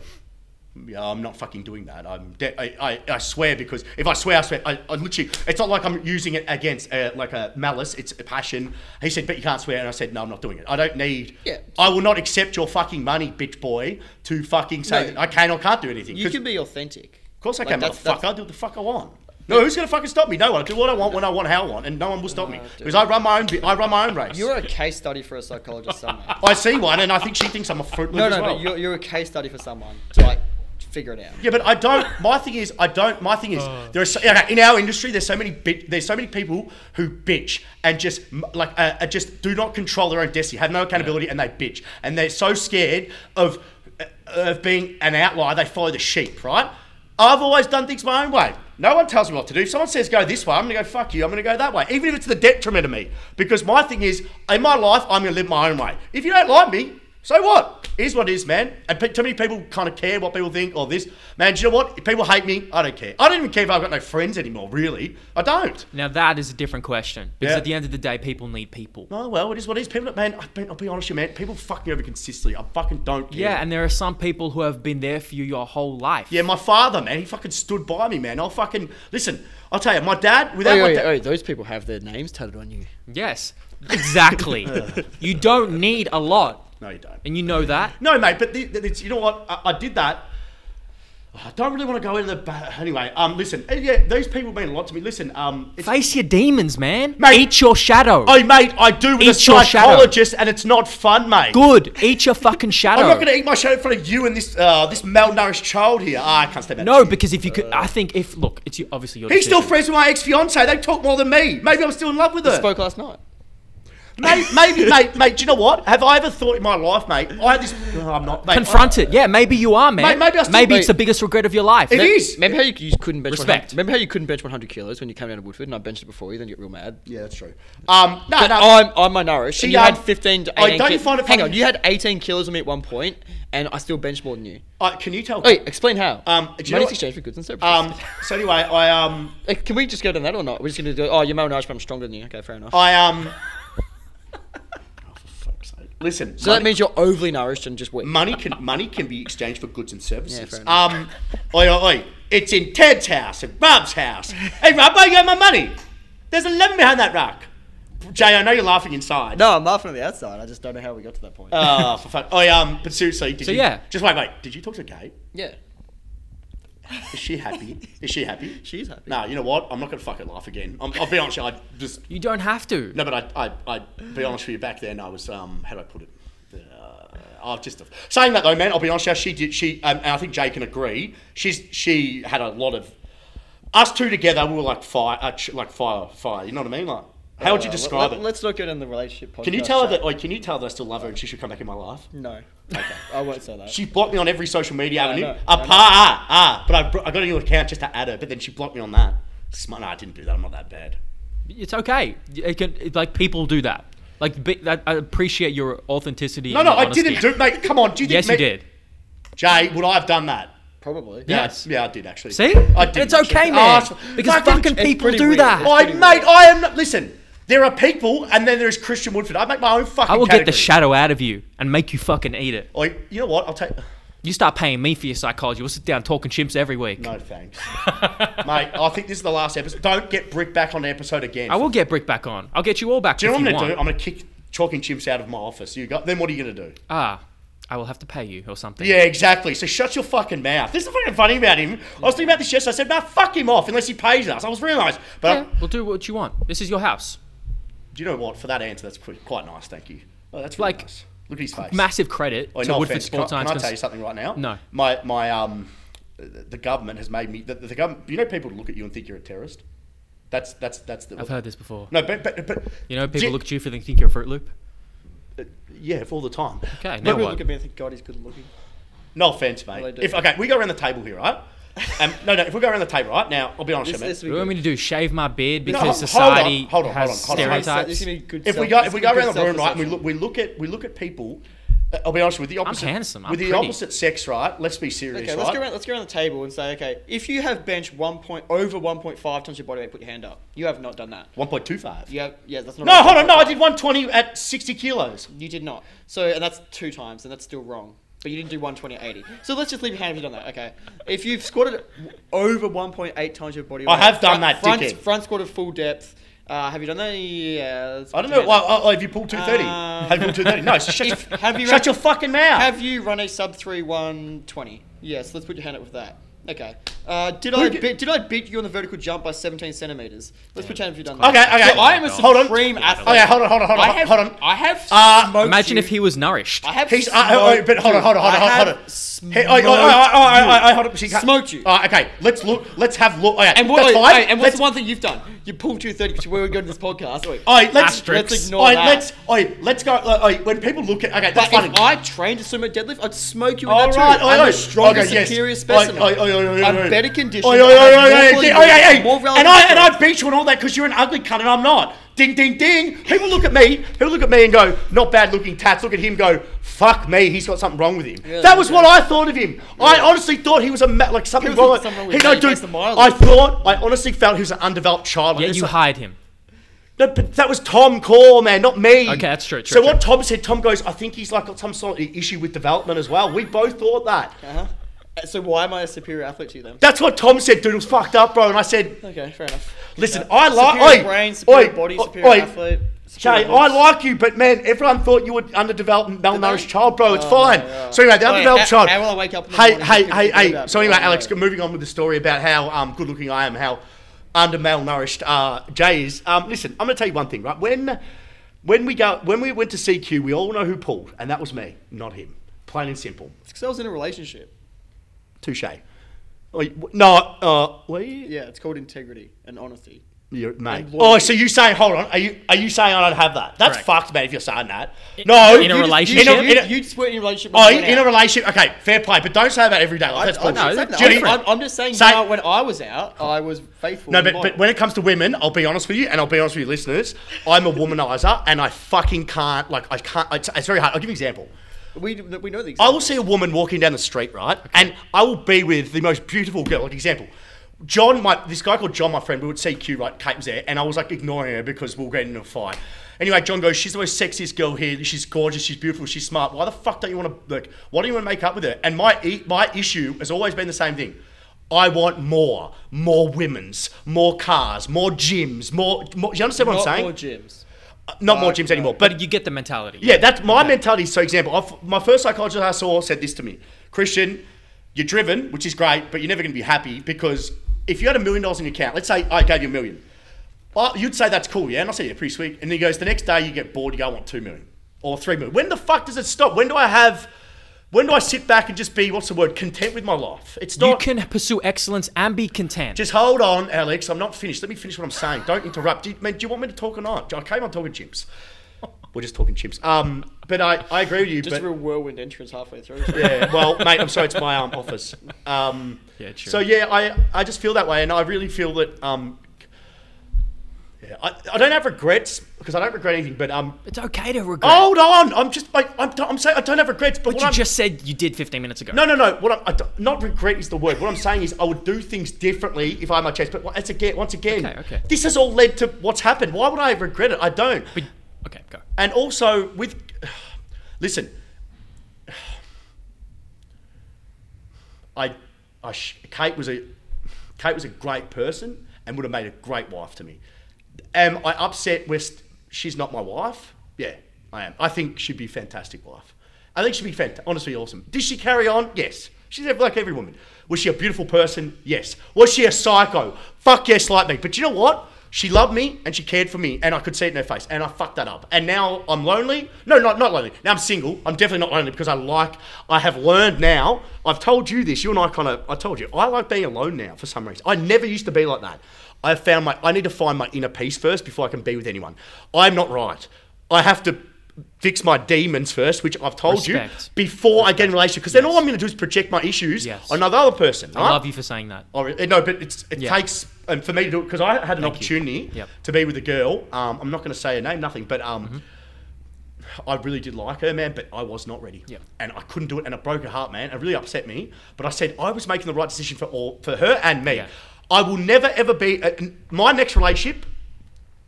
Speaker 3: Yeah, I'm not fucking doing that. I'm de- I, I, I swear because if I swear, I swear. I, I literally, it's not like I'm using it against uh, like a malice. It's a passion. He said, but you can't swear, and I said, no, I'm not doing it. I don't need.
Speaker 2: Yeah.
Speaker 3: I will not accept your fucking money, bitch boy, to fucking say
Speaker 2: No.
Speaker 3: that I can or can't do anything.
Speaker 2: You
Speaker 3: 'Cause-
Speaker 2: can be authentic.
Speaker 3: Of course I
Speaker 2: Like,
Speaker 3: can,
Speaker 2: that's-
Speaker 3: motherfucker. I do what the fuck I want. No, who's gonna fucking stop me? No one. I do what I want when I want, how I want, and no one will stop me because I run my own. bi- I run my own race.
Speaker 2: You're a case study for a psychologist somewhere.
Speaker 3: I see one, and I think she thinks I'm a fruit loop
Speaker 2: no,
Speaker 3: as
Speaker 2: no,
Speaker 3: well.
Speaker 2: but you're, you're a case study for someone to like figure it out.
Speaker 3: Yeah, but I don't. My thing is, I don't. My thing is, there are so, okay, in our industry, there's so many bit, there's so many people who bitch and just m- like uh, uh, just do not control their own destiny, have no accountability, and they bitch, and they're so scared of uh, of being an outlier, they follow the sheep, right? I've always done things my own way. No one tells me what to do. If someone says go this way, I'm going to go fuck you. I'm going to go that way, even if it's to the detriment of me. Because my thing is, in my life, I'm going to live my own way. If you don't like me, so what? It is what it is, man. And pe- too many people kind of care what people think or this. Man, do you know what? If people hate me, I don't care. I don't even care if I've got no friends anymore. Really, I don't.
Speaker 1: Now that is a different question because
Speaker 3: Yeah.
Speaker 1: at the end of the day, people need people.
Speaker 3: No, Oh, well, it is what it is. People, man, I've been, I'll be honest with you, man. People fucking over consistently. I fucking don't care.
Speaker 1: Yeah, and there are some people who have been there for you your whole life.
Speaker 3: Yeah, my father, man, he fucking stood by me, man. I'll fucking listen. I'll tell you, my dad,
Speaker 1: Oh,
Speaker 3: without
Speaker 2: Oi,
Speaker 3: my
Speaker 2: oi,
Speaker 3: dad,
Speaker 2: oi, those people have their names tatted on you.
Speaker 1: Yes, exactly. you don't need a lot,
Speaker 3: no, you don't.
Speaker 1: and you know that.
Speaker 3: No, mate, but the, the, it's, you know what? I, I did that. Oh, I don't really want to go into the ba- anyway. Um, listen, eh, yeah, these people mean a lot to me. Listen, um, it's,
Speaker 1: Face your demons, man.
Speaker 3: Mate-
Speaker 1: Eat your shadow.
Speaker 3: oh, mate, I do with a
Speaker 1: Eat your shadow.
Speaker 3: psychologist, and it's not fun, mate.
Speaker 1: Good. Eat your fucking shadow.
Speaker 3: I'm not going to eat my shadow in front of you and this uh, this malnourished child here. Ah, I can't stand that.
Speaker 1: No, because if you could, I think if look, it's your, obviously your.
Speaker 3: He's still
Speaker 1: decision.
Speaker 3: friends with my ex fiance. They talk more than me. Maybe I'm still in love with her.
Speaker 2: Spoke last night.
Speaker 3: Maybe, maybe, mate, mate. Do you know what? Have I ever thought in my life, mate? I had this. No, I'm not. Mate,
Speaker 1: Confront it. Yeah, maybe you are, man.
Speaker 3: Mate, maybe I still-
Speaker 1: it's the biggest regret of your life.
Speaker 3: It is.
Speaker 2: Remember how you, you couldn't bench? 100
Speaker 1: Respect.
Speaker 2: Remember how you couldn't bench 100 kilos when you came down to Woodford and I benched it before you? Then you get real mad.
Speaker 3: Yeah, that's true. Um, no,
Speaker 2: But
Speaker 3: no.
Speaker 2: I'm I'm malnourished. and you
Speaker 3: um,
Speaker 2: had 15 to
Speaker 3: oh,
Speaker 2: 18
Speaker 3: don't you
Speaker 2: kil-
Speaker 3: find it
Speaker 2: Hang on,
Speaker 3: funny-
Speaker 2: you had 18 kilos on me at one point, and I still benched more than you.
Speaker 3: I- can you tell?
Speaker 2: Wait, explain how.
Speaker 3: Um, do you know
Speaker 2: Money's
Speaker 3: what-
Speaker 2: exchanged for goods and services.
Speaker 3: Um, so anyway, I um,
Speaker 2: Eh, Can we just go down that or not? We're just gonna go. Oh, you're malnourished, but I'm stronger than you. Okay, fair enough.
Speaker 3: I um. Oh, for fuck's sake. Listen,
Speaker 2: so that
Speaker 3: money,
Speaker 2: means you're overly nourished and just weak.
Speaker 3: money can money can be exchanged for goods and
Speaker 2: Yeah,
Speaker 3: services.
Speaker 2: fair enough.
Speaker 3: um, oi, oi, oi! It's in Ted's house and Bob's house. Hey, Rob, where you got my money? There's a lemon behind that rock. Jay, I know you're laughing inside.
Speaker 2: no, I'm laughing on the outside. I just don't know how we got to that point.
Speaker 3: Oh, for fuck. Oi, um, but seriously, did
Speaker 1: So,
Speaker 3: you?
Speaker 1: yeah.
Speaker 3: Just wait, wait. Did you talk to Gabe?
Speaker 2: yeah,
Speaker 3: Is she happy? Is she happy?
Speaker 2: she's happy.
Speaker 3: No, you know what? I'm not gonna fucking laugh again. I'm, I'll be honest. I just
Speaker 1: You don't have to.
Speaker 3: No, but I, I, I'd be honest with you. Back then, I was, um, how do I put it? Uh, I've just saying that though, man. I'll be honest. with you, She did. She, um, and I think Jay can agree. She's, she had a lot of us two together. We were like fire, uh, ch- like fire, fire. You know what I mean? Like, how would you
Speaker 2: Uh, let-
Speaker 3: describe
Speaker 2: let,
Speaker 3: it?
Speaker 2: Let's not get in the relationship. Podcast
Speaker 3: can you tell her
Speaker 2: chat.
Speaker 3: that? Like, can you tell that I still love her and she should come back in my life?
Speaker 2: No, I won't say that.
Speaker 3: She blocked me on every social media avenue.
Speaker 2: know,
Speaker 3: Apart,
Speaker 2: I know.
Speaker 3: ah, ah. But I, bro- I got a new account just to add her. But then she blocked me on that. Smart. No, I didn't do that. I'm not that bad.
Speaker 1: It's okay. It can it- like people do that. Like be, that, I appreciate your authenticity.
Speaker 3: No,
Speaker 1: and
Speaker 3: no,
Speaker 1: your
Speaker 3: I
Speaker 1: honesty.
Speaker 3: didn't do, mate. Come on, do you think?
Speaker 1: Yes, you
Speaker 3: mate-
Speaker 1: did.
Speaker 3: Jay, would I have done that?
Speaker 2: Probably.
Speaker 1: Yeah.
Speaker 3: Yeah,
Speaker 1: Yes.
Speaker 3: Yeah, I did actually.
Speaker 1: See,
Speaker 3: I did.
Speaker 1: it's okay,
Speaker 3: actually.
Speaker 1: man.
Speaker 3: Oh, it's-
Speaker 1: because
Speaker 3: fucking-
Speaker 1: fucking
Speaker 2: it's
Speaker 1: people
Speaker 2: pretty
Speaker 1: do
Speaker 2: weird.
Speaker 1: that.
Speaker 3: I, mate, I am. Not, listen, there are people, and then there's Christian Woodford. I make my own fucking.
Speaker 1: I will get the
Speaker 3: category.
Speaker 1: shadow out of you and make you fucking eat it.
Speaker 3: Oi, you know what? I'll take.
Speaker 1: You start paying me for your psychology. We'll sit down talking chimps every week.
Speaker 3: No thanks, mate. I think this is the last episode. Don't get Brick back on the episode again.
Speaker 1: I will get Brick back on. I'll get you all back.
Speaker 3: Do you know
Speaker 1: if
Speaker 3: what I'm
Speaker 1: you
Speaker 3: gonna do?
Speaker 1: want.
Speaker 3: I'm gonna kick chalking chimps out of my office. You got? Then what are you gonna do?
Speaker 1: Ah, I will have to pay you or something.
Speaker 3: Yeah, exactly. So shut your fucking mouth. This is fucking funny about him. I was thinking about this yesterday. I said, "Nah, fuck him off unless he pays us." I was real nice, but
Speaker 1: Yeah, we'll do what you want. This is your house.
Speaker 3: do you know what? For that answer, that's quite, quite nice. Thank you. Oh, that's really
Speaker 1: Like,
Speaker 3: nice. Look at his face.
Speaker 1: Massive credit
Speaker 3: Oh,
Speaker 1: to
Speaker 3: no
Speaker 1: Woodford
Speaker 3: offense.
Speaker 1: Sports
Speaker 3: can, I-
Speaker 1: Science.
Speaker 3: can I tell you
Speaker 1: Cons-
Speaker 3: something right now?
Speaker 1: No.
Speaker 3: My my um, the the government has made me the, the government. You know, people look at you and think you're a terrorist. That's that's that's the.
Speaker 1: I've heard this before.
Speaker 3: No, but but, but
Speaker 1: You know,
Speaker 3: Di-
Speaker 1: people look at you for they think you're a Fruit Loop.
Speaker 3: yeah, all the time.
Speaker 1: Okay, now
Speaker 2: Maybe
Speaker 1: what?
Speaker 2: look at me and think God is good looking.
Speaker 3: No offense, mate.
Speaker 2: Well, they do.
Speaker 3: if okay, we go around the table here, right? Um, no, no. If we go around the table, right now, I'll be honest,
Speaker 2: This,
Speaker 3: with you, mate.
Speaker 2: this
Speaker 1: What do you
Speaker 2: will
Speaker 1: want
Speaker 2: be
Speaker 1: me to do? Shave my beard because
Speaker 3: hold on,
Speaker 1: society
Speaker 3: hold on, hold
Speaker 1: has
Speaker 3: on, hold on.
Speaker 2: good.
Speaker 1: stereotypes?
Speaker 2: This will be good.
Speaker 3: if
Speaker 2: self-
Speaker 3: we go
Speaker 2: this
Speaker 3: if we
Speaker 2: will
Speaker 3: go
Speaker 2: be good
Speaker 3: around the room right, and we
Speaker 2: self-perception.
Speaker 3: look we look at we look at people. uh, I'll be honest with you, the opposite.
Speaker 1: handsome, I'm
Speaker 3: with the
Speaker 1: pretty.
Speaker 3: opposite sex, right? Let's be serious,
Speaker 2: Okay,
Speaker 3: right?
Speaker 2: let's go around. Let's go around the table and say, okay, if you have bench one point over one point five times your body weight, put your hand up. You have not done that.
Speaker 3: One point two five.
Speaker 2: You have, yeah, that's not.
Speaker 3: No, hold on. No, I did one twenty at sixty kilos.
Speaker 2: You did not. So, and that's two times, and that's still wrong. But you didn't do 120 80. So let's just leave your hand if you've done that. Okay. If you've squatted over 1.8 times your body
Speaker 3: I
Speaker 2: weight.
Speaker 3: have done
Speaker 2: front-
Speaker 3: that,
Speaker 2: Front,
Speaker 3: dickhead.
Speaker 2: front squat of full depth. Uh, have you done that? Yeah. let's
Speaker 3: I don't
Speaker 2: put your
Speaker 3: know.
Speaker 2: hand
Speaker 3: Well,
Speaker 2: up.
Speaker 3: oh, oh, have you pulled 230?
Speaker 2: Um,
Speaker 3: have you pulled 230? No, shut,
Speaker 2: if-
Speaker 3: your,
Speaker 2: have you
Speaker 3: shut
Speaker 2: run-
Speaker 3: your fucking mouth.
Speaker 2: Have you run a sub three one twenty? Yes, let's put your hand up with that. Okay. Uh, did
Speaker 3: Who
Speaker 2: I
Speaker 3: did-
Speaker 2: beat, did I beat you on the vertical jump by 17 centimeters? Let's pretend if you've done
Speaker 3: okay,
Speaker 2: that.
Speaker 3: okay.
Speaker 2: So I am a
Speaker 3: Hold on.
Speaker 2: supreme athlete.
Speaker 3: okay, Oh, hold on, hold on, hold on,
Speaker 2: I have,
Speaker 3: hold on.
Speaker 2: I have.
Speaker 3: Uh,
Speaker 2: smoked
Speaker 1: Imagine
Speaker 2: you.
Speaker 1: if he was nourished.
Speaker 2: I have.
Speaker 3: He's, uh, oh, oh,
Speaker 2: smoked
Speaker 3: but hold on, hold on, hold
Speaker 2: you.
Speaker 3: on,
Speaker 2: I
Speaker 3: hold
Speaker 2: have
Speaker 3: on. Hey, oh,
Speaker 2: smoked
Speaker 3: oh, oh, oh, oh, oh,
Speaker 2: you.
Speaker 3: oh, hold on. She can't-
Speaker 2: Smoked you.
Speaker 3: Oh, okay, let's look. Let's have look. Oh, yeah,
Speaker 2: And what?
Speaker 3: that's
Speaker 2: oh,
Speaker 3: fine.
Speaker 2: hey, and what's
Speaker 3: Let's-
Speaker 2: the one thing you've done?
Speaker 10: you pulled 230 because we were going to this podcast. Wait,
Speaker 3: Oi, let's,
Speaker 10: Asterisks.
Speaker 3: let's
Speaker 10: ignore
Speaker 3: oi,
Speaker 10: that.
Speaker 3: let's, oi, let's go. Oi, when people look at, okay, that's
Speaker 10: but
Speaker 3: funny.
Speaker 10: if I trained to swim a deadlift, I'd smoke you in
Speaker 3: All
Speaker 10: that
Speaker 3: right,
Speaker 10: too.
Speaker 3: oi,
Speaker 10: I'm
Speaker 3: oi.
Speaker 10: a stronger,
Speaker 3: Okay, yes.
Speaker 10: superior specimen.
Speaker 3: Oi, oi, oi, oi, oi,
Speaker 10: I'm
Speaker 3: oi.
Speaker 10: better conditioned.
Speaker 3: Oi, oi, oi,
Speaker 10: I'm
Speaker 3: oi,
Speaker 10: more
Speaker 3: oi,
Speaker 10: fully
Speaker 3: oi, oi, oi,
Speaker 10: developed, more
Speaker 3: oi.
Speaker 10: relevant
Speaker 3: And I and
Speaker 10: skills.
Speaker 3: I beat you and all that because you're an ugly cunt and I'm not. Ding, ding, ding. People look at me. People look at me and go, not bad looking tats. Look at him, go, fuck me. He's got something wrong with him. that was what I thought of him. I honestly thought he was a ma- like something
Speaker 10: People
Speaker 3: wrong.
Speaker 10: think there's
Speaker 3: with-
Speaker 10: something wrong
Speaker 3: He
Speaker 10: with
Speaker 3: no,
Speaker 10: me
Speaker 3: dude.
Speaker 10: based on my
Speaker 3: I thought. I honestly felt he was an undeveloped child. Like,
Speaker 1: Yeah,
Speaker 3: this
Speaker 1: you
Speaker 3: like-
Speaker 1: hired him.
Speaker 3: no, but that was Tom Core, man, not me.
Speaker 1: Okay, that's true, true,
Speaker 3: so
Speaker 1: true.
Speaker 3: what Tom said, Tom goes, I think he's like got some sort of issue with development as well. We both thought that.
Speaker 10: Uh-huh. So why am I a superior athlete to you then?
Speaker 3: That's what Tom said, dude. It was fucked up, bro. And I said,
Speaker 10: Okay, fair enough.
Speaker 3: listen, I
Speaker 10: Superior
Speaker 3: like, oi,
Speaker 10: brain, superior
Speaker 3: oi,
Speaker 10: body,
Speaker 3: oi,
Speaker 10: superior
Speaker 3: oi,
Speaker 10: athlete.
Speaker 3: Jay,
Speaker 10: superior
Speaker 3: I
Speaker 10: looks.
Speaker 3: like you, but man, everyone thought you were underdeveloped, malnourished
Speaker 10: they?
Speaker 3: child, bro. It's
Speaker 10: Oh,
Speaker 3: fine.
Speaker 10: no, yeah.
Speaker 3: So anyway, the
Speaker 10: Wait,
Speaker 3: undeveloped
Speaker 10: how-
Speaker 3: child.
Speaker 10: how will I wake up in the
Speaker 3: hey,
Speaker 10: morning
Speaker 3: hey,
Speaker 10: and people
Speaker 3: hey,
Speaker 10: forget
Speaker 3: hey.
Speaker 10: about
Speaker 3: So
Speaker 10: me?
Speaker 3: anyway,
Speaker 10: Oh, no.
Speaker 3: Alex, moving on with the story about how um, good looking I am, how under malnourished uh, Jay is. Um, listen, I'm going to tell you one thing, right? When when we go when we went to CQ, we all know who pulled, and that was me, not him. Plain and simple.
Speaker 10: Because I was in a relationship.
Speaker 3: Touche. Oi, w- No, uh, we.
Speaker 10: Yeah, it's called integrity and honesty.
Speaker 3: You're, mate.
Speaker 10: And
Speaker 3: Oh,
Speaker 10: loyalty.
Speaker 3: so you saying? Hold on. Are you are you saying I don't have that? That's
Speaker 1: Correct.
Speaker 3: fucked, man. If you're saying that, no.
Speaker 1: in a
Speaker 3: you just-
Speaker 1: relationship?
Speaker 3: in a-
Speaker 10: You,
Speaker 3: in a-
Speaker 10: you just weren't in a relationship.
Speaker 3: Oh,
Speaker 10: when you
Speaker 3: in
Speaker 10: went
Speaker 3: a
Speaker 10: out.
Speaker 3: relationship. Okay, fair play, but don't say about every day. Like, that's
Speaker 10: I, I,
Speaker 3: bullshit.
Speaker 10: no,
Speaker 1: bullshit.
Speaker 10: no,
Speaker 1: Judy-
Speaker 10: I'm, I'm just saying
Speaker 3: Say-
Speaker 10: now, when I was out, I was faithful.
Speaker 3: no,
Speaker 10: and
Speaker 3: but,
Speaker 10: loyal.
Speaker 3: but when it comes to women, I'll be honest with you, and I'll be honest with you, listeners. I'm a womanizer, and I fucking can't. Like, I can't. It's, it's very hard. I'll give you an example.
Speaker 10: we we know these.
Speaker 3: I will see a woman walking down the street, right? And I will be with the most beautiful girl. Like example, John, my this guy called John, my friend, we would see Q, right? Kate was there, and I was like ignoring her because we'll get into a fight. Anyway, John goes, she's the most sexiest girl here. She's gorgeous. She's beautiful. She's smart. Why the fuck don't you want to like? Why do you want to make up with her? And my e- my issue has always been the same thing. I want more, more women's, more cars, more gyms, more. more do you understand what
Speaker 10: Not
Speaker 3: I'm saying?
Speaker 10: more gyms.
Speaker 3: Uh, Not more gyms anymore. But
Speaker 1: But you get the mentality.
Speaker 3: yeah, that's my mentality. So, example, I've, my first psychologist I saw said this to me Christian, you're driven, which is great, but you're never going to be happy because if you had a million dollars in your account, let's say I gave you a million, well, you'd say that's cool, yeah? And I say, yeah, pretty sweet. And he goes, the next day you get bored, you go, I want two million or three million. When the fuck does it stop? When do I have, when do I sit back and just be, what's the word, content with my life? It's
Speaker 1: You
Speaker 3: not.
Speaker 1: can pursue excellence and be content.
Speaker 3: just hold on, Alex. I'm not finished. Let me finish what I'm saying. Don't interrupt. Do you, man, do you want me to talk or not? I came on talking chimps. We're just talking chimps. Um, but I, I agree with you.
Speaker 10: Just
Speaker 3: but,
Speaker 10: a real whirlwind entrance halfway through.
Speaker 3: yeah. Well, mate, I'm sorry. It's my um, office. Um,
Speaker 1: Yeah, true.
Speaker 3: So yeah, I I just feel that way, and I really feel that um, yeah, I, I don't have regrets because I don't regret anything. But um,
Speaker 1: it's okay to regret.
Speaker 3: hold on, I'm just like I'm, I'm saying I don't have regrets.
Speaker 1: but
Speaker 3: But, Oh, what
Speaker 1: you
Speaker 3: I'm,
Speaker 1: just said you did 15 minutes ago.
Speaker 3: no, no, no. What I'm, I don't- not regret is the word. What I'm saying is I would do things differently if I had my chance. But once again, once again,
Speaker 1: Okay, okay.
Speaker 3: this has all led to what's happened. Why would I regret it? I don't.
Speaker 1: But, okay, go.
Speaker 3: And also with, listen, I, I sh- Kate was a, Kate was a great person and would have made a great wife to me. Am I upset with she's not my wife? Yeah, I am. I think she'd be a fantastic wife. I think she'd be fantastic, honestly awesome. Did she carry on? Yes. She's like every woman. Was she a beautiful person? Yes. Was she a psycho? Fuck yes, like me. But you know what? She loved me and she cared for me, and I could see it in her face, and I fucked that up. And now I'm lonely. No, not not lonely. Now I'm single. I'm definitely not lonely because I like. I have learned now. I've told you this. You and I kind of. I told you. I like being alone now for some reason. I never used to be like that. I found my. I need to find my inner peace first before I can be with anyone. I'm not right. I have to fix my demons first, which I've told you
Speaker 1: Respect.
Speaker 3: before I get in a relationship. Because then all I'm going to do is project my issues
Speaker 1: Yes.
Speaker 3: on another person.
Speaker 1: I
Speaker 3: right?
Speaker 1: love you for saying that.
Speaker 3: I re- Oh, Eh, no, but it's, it
Speaker 1: Yeah.
Speaker 3: takes and for me to do it because I had
Speaker 1: Thank
Speaker 3: an
Speaker 1: you.
Speaker 3: opportunity
Speaker 1: Yep. Mm-hmm.
Speaker 3: to be with a girl. Um, I'm not going to say her name, nothing, but um, I really did like her, man. But I was not ready,
Speaker 1: Yep.
Speaker 3: and I couldn't do it, and it broke her heart, man. It really upset me. But I said I was making the right decision for all for her and me.
Speaker 1: Yeah.
Speaker 3: I will never ever be uh, n- my next relationship.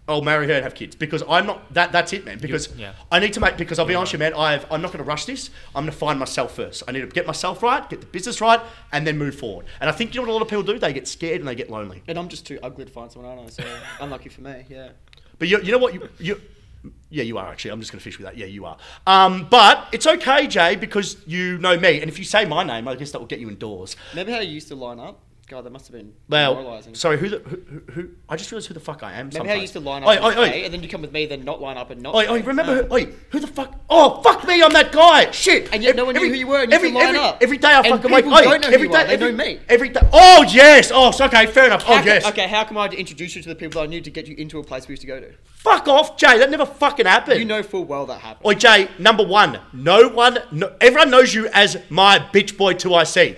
Speaker 3: I'll marry her and have kids because I'm not that. That's it, man. Because
Speaker 1: yeah.
Speaker 3: I need to make because I'll be honest with you, man. I've, I'm not going to rush this. I'm going to find myself first. I need to get myself right, get the business right, and then move forward. And I think you know what a lot of people do? They get scared and they get lonely.
Speaker 10: And I'm just too ugly to find someone, aren't I? So unlucky for me. Yeah.
Speaker 3: But you, you know what? You, you, yeah, you are actually. I'm just going to fish with that. Yeah, you are. Um, but it's okay, Jay, because you know me. And if you say my name, I guess that will get you indoors.
Speaker 10: Remember how you used to line up?
Speaker 2: God, that must have been
Speaker 3: Now,
Speaker 2: demoralizing.
Speaker 3: sorry, who, the, who, who, who? I just realized who the fuck I am.
Speaker 2: Remember how
Speaker 3: sometimes.
Speaker 2: you used to line up
Speaker 3: Oi,
Speaker 2: and
Speaker 3: oi, oi.
Speaker 2: play, and then you come with me, then not line up and not.
Speaker 3: Oi,
Speaker 2: play?
Speaker 3: oi, remember who, oi, who the fuck? Oh, fuck me, I'm that guy. Shit.
Speaker 2: And yet no one knew who you were and you
Speaker 3: every,
Speaker 2: had to line
Speaker 3: every,
Speaker 2: up.
Speaker 3: Every day I
Speaker 2: And
Speaker 3: fucking wake.
Speaker 2: people
Speaker 3: Oi,
Speaker 2: don't know who
Speaker 3: every
Speaker 2: you are,
Speaker 3: day-
Speaker 2: they
Speaker 3: every-
Speaker 2: know me.
Speaker 3: Every day. Oh, yes. Oh, so- okay, fair enough. Oh,
Speaker 2: How can-
Speaker 3: yes.
Speaker 2: Okay, how come I had to introduce you to the people I knew to get you into a place we used to go to?
Speaker 3: Fuck off, Jay. That never fucking happened.
Speaker 2: You know full well that happened.
Speaker 3: Oi, Jay, number one, no one, no, everyone knows you as my bitch boy 2IC.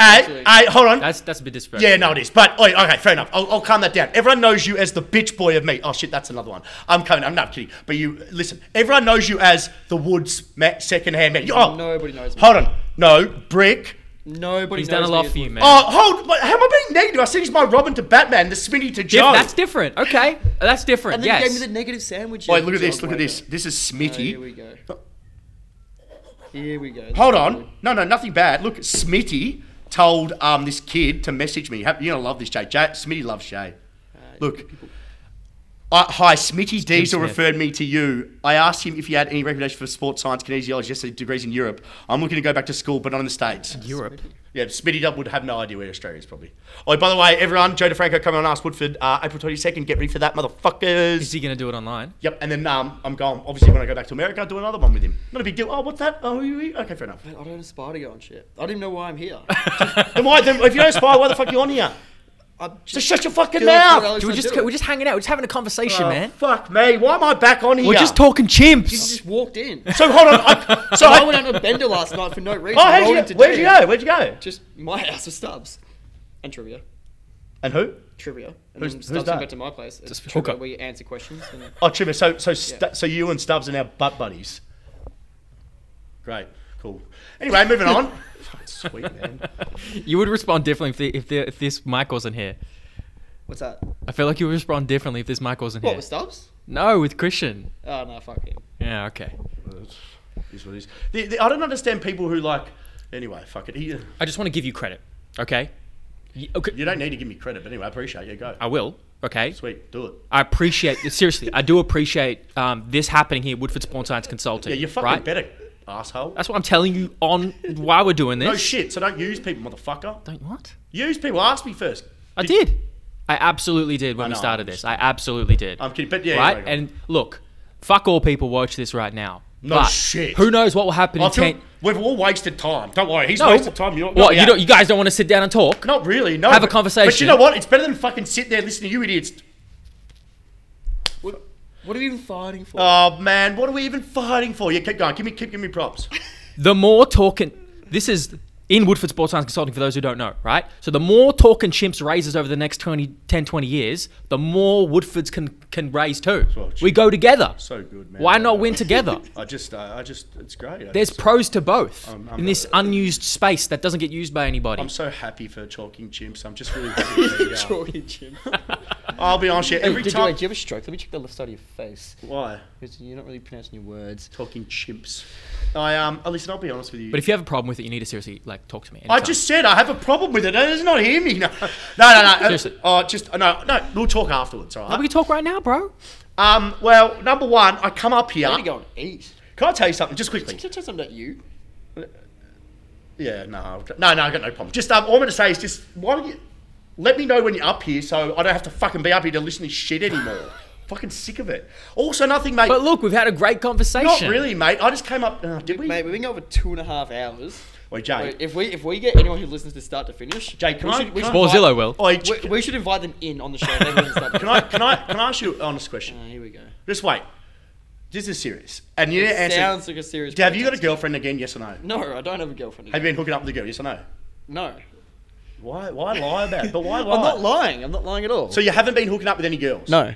Speaker 3: And,
Speaker 2: absolutely.
Speaker 3: I, hold on.
Speaker 1: That's that's a bit disrespectful.
Speaker 3: Yeah, no, it is. But oi, okay, fair enough. I'll, I'll calm that down. Everyone knows you as the bitch boy of me. Oh shit, that's another one. I'm coming. I'm not kidding. But you listen. Everyone knows you as the woods ma- secondhand man. You- Oh,
Speaker 2: Nobody knows me.
Speaker 3: Hold on. No brick.
Speaker 2: Nobody.
Speaker 1: He's
Speaker 2: knows
Speaker 1: done a
Speaker 2: me
Speaker 1: lot
Speaker 2: as
Speaker 1: for you,
Speaker 2: well.
Speaker 1: man.
Speaker 3: Oh, hold. What, how am I being negative? I said he's my Robin to Batman, the Smitty to
Speaker 1: Diff-
Speaker 3: Joe.
Speaker 1: That's different. Okay, that's different.
Speaker 2: And then
Speaker 1: yes.
Speaker 2: you gave me the negative sandwich.
Speaker 3: Oi,
Speaker 2: you
Speaker 3: look at this.
Speaker 2: dog
Speaker 3: Look at
Speaker 2: waiter.
Speaker 3: this. This is
Speaker 2: Oh, here we
Speaker 3: Smitty.
Speaker 2: go. Here we go.
Speaker 3: Hold on. No, no, nothing bad. Look, Smitty told um this kid to message me. Have- You're gonna love this, Jay. Jay Smitty loves Jay. Look. I, hi, Smitty Diesel
Speaker 1: Smith.
Speaker 3: referred me to you. I asked him if he had any recommendation for sports science kinesiology yesterday degrees in Europe. I'm looking to go back to school, but not in the States.
Speaker 1: Europe.
Speaker 3: Yeah, Smitty Dub would have no idea where Australia is, probably. Oh, by the way, everyone, Joe DeFranco coming on Ask Woodford uh, April 22nd. Get ready for that, motherfuckers.
Speaker 1: Is he gonna do it online?
Speaker 3: Yep, and then um, I'm going. Obviously, when I go back to America, I'll do another one with him. Not a big deal. Oh, what's that? Oh, you, you- okay, fair enough.
Speaker 2: I don't aspire to go on shit. I don't even know why I'm here.
Speaker 3: then why? Then if you don't spy, why the fuck are you on here?
Speaker 2: I'm
Speaker 3: Just shut your fucking
Speaker 2: doing what
Speaker 3: mouth.
Speaker 2: Alex
Speaker 1: Dude, we're
Speaker 2: said
Speaker 1: just
Speaker 2: do.
Speaker 1: we're just hanging out. We're just having a conversation,
Speaker 3: Oh,
Speaker 1: man.
Speaker 3: Fuck me. Why am I back on here?
Speaker 1: We're just talking
Speaker 2: You
Speaker 1: chimps.
Speaker 2: just walked in.
Speaker 3: So hold on. I, so
Speaker 2: I
Speaker 3: I,
Speaker 2: went on a bender last night for no reason.
Speaker 3: Oh, how'd
Speaker 2: Rolled
Speaker 3: you,
Speaker 2: into
Speaker 3: where'd you
Speaker 2: jail.
Speaker 3: go? Where'd you go?
Speaker 2: Just my house with Stubbs. And trivia.
Speaker 3: And who?
Speaker 2: Trivia. And
Speaker 3: Who's-
Speaker 2: then
Speaker 3: who's
Speaker 2: Stubbs
Speaker 3: that?
Speaker 2: went back to my place. It's
Speaker 1: Just hook
Speaker 2: trivia.
Speaker 1: up.
Speaker 2: We answer questions. And
Speaker 3: Oh, Trevor. So, so, Stu- so you and Stubbs are now butt buddies. Great. Cool. Anyway, moving on. Fucking Sweet man.
Speaker 1: You would respond differently if, the, if, the, if this mic wasn't here.
Speaker 2: what's that?
Speaker 1: I feel like you would respond differently if this mic wasn't
Speaker 2: What
Speaker 1: here.
Speaker 2: with Stubbs?
Speaker 1: no, with Christian.
Speaker 2: Oh no, fuck him.
Speaker 1: Yeah, okay.
Speaker 3: Is what it is. The, the, I don't understand people who like. Anyway, fuck it. You,
Speaker 1: I just want to give you credit, okay? Y- okay.
Speaker 3: you don't need to give me credit, but anyway, I appreciate you. Go.
Speaker 1: I will, okay?
Speaker 3: Sweet, do it.
Speaker 1: I appreciate, seriously, I do appreciate um, this happening here at Woodford Sports Science Consulting.
Speaker 3: Yeah, you're fucking
Speaker 1: right?
Speaker 3: better, asshole.
Speaker 1: That's what I'm telling you on why we're doing this.
Speaker 3: no shit. So don't use people, motherfucker.
Speaker 1: Don't what?
Speaker 3: Use people. Ask me first.
Speaker 1: I did. I absolutely did when
Speaker 3: I
Speaker 1: we
Speaker 3: know,
Speaker 1: started
Speaker 3: I'm
Speaker 1: this. I absolutely did.
Speaker 3: I'm kidding, but yeah,
Speaker 1: Right?
Speaker 3: yeah, yeah.
Speaker 1: and look, fuck all people watch this right now.
Speaker 3: No
Speaker 1: But
Speaker 3: shit.
Speaker 1: Who knows what will happen
Speaker 3: I
Speaker 1: in
Speaker 3: feel-
Speaker 1: 10
Speaker 3: we've all wasted time. Don't worry, he's
Speaker 1: No.
Speaker 3: wasted time. You're,
Speaker 1: What,
Speaker 3: yeah.
Speaker 1: you, don't, you guys don't want to sit down and talk?
Speaker 3: Not really. No.
Speaker 1: Have a
Speaker 3: but- But you
Speaker 1: conversation.
Speaker 3: know what? It's better than fucking sit there and listen to you idiots.
Speaker 2: What, what are we even fighting for?
Speaker 3: Oh man, what are we even fighting for? Yeah, keep going. Give me, keep giving me props.
Speaker 1: The more talking, this is in Woodford Sports Science Consulting for those who don't know, right? So the more talking chimps raises over the next 20, 10, 20 years, the more Woodfords can, can raise too.
Speaker 3: Well,
Speaker 1: we go together.
Speaker 3: So good, man.
Speaker 1: Why not win together?
Speaker 3: I just, uh, I just, it's great. I
Speaker 1: There's
Speaker 3: just-
Speaker 1: pros to both
Speaker 3: I'm- I'm
Speaker 1: in this
Speaker 3: not-
Speaker 1: unused space that doesn't get used by anybody.
Speaker 3: I'm so happy for Chalking Chimps. I'm just really happy to be here.
Speaker 2: Talking Jim.
Speaker 3: I'll be honest here. Every
Speaker 2: Did you,
Speaker 3: time.
Speaker 2: wait, do you have a stroke? Let me check the left side of your face.
Speaker 3: Why?
Speaker 2: Because you're not really pronouncing your words.
Speaker 3: Talking Chimps. I, um, oh, listen, I'll be honest with you.
Speaker 1: But if you have a problem with it, you need to seriously like talk to me.
Speaker 3: I
Speaker 1: anytime.
Speaker 3: just said I have a problem with it. It's not hear me. No, no, no. no.
Speaker 1: Seriously.
Speaker 3: Oh, just, no, no. We'll talk afterwards, all right?
Speaker 1: No, we can talk right now, bro.
Speaker 3: Um, well, number one, I come up here.
Speaker 2: I need to go and eat.
Speaker 3: Can I tell you something, just quickly?
Speaker 2: Can I tell something about you?
Speaker 3: Yeah, no, I've got- no, no, I got no problem. Just um, all I'm gonna say is just why don't you let me know when you're up here, so I don't have to fucking be up here to listen to shit anymore. fucking sick of it. Also, nothing, mate.
Speaker 1: But look, we've had a great conversation.
Speaker 3: not really, mate. I just came up. Uh, did we?
Speaker 2: Mate, we've been going for two and a half hours.
Speaker 3: Oi, Jay.
Speaker 2: Wait, if we if we get anyone who listens to start to finish,
Speaker 3: Jay, can
Speaker 2: we
Speaker 3: I-
Speaker 2: should, we
Speaker 3: can
Speaker 2: should
Speaker 3: I-
Speaker 1: Or
Speaker 2: invite-
Speaker 1: Zillow will.
Speaker 10: Oh,
Speaker 3: Oi, j-
Speaker 2: We, we should invite them in on the show. They can start to
Speaker 3: can I? Can I? Can I ask you an honest question?
Speaker 2: finish. Uh, here we go.
Speaker 3: Just wait. This is serious, and you didn't answer.
Speaker 2: Sounds like a serious.
Speaker 3: Have you got a
Speaker 2: podcast.
Speaker 3: girlfriend again? Yes or no?
Speaker 2: No, I don't have a girlfriend.
Speaker 3: Have you been hooking up with a girl? Yes or no?
Speaker 2: No,
Speaker 3: Why? Why lie about it? But why lie?
Speaker 2: I'm not lying. I'm not lying at all.
Speaker 3: So you haven't been hooking up with any girls?
Speaker 2: no,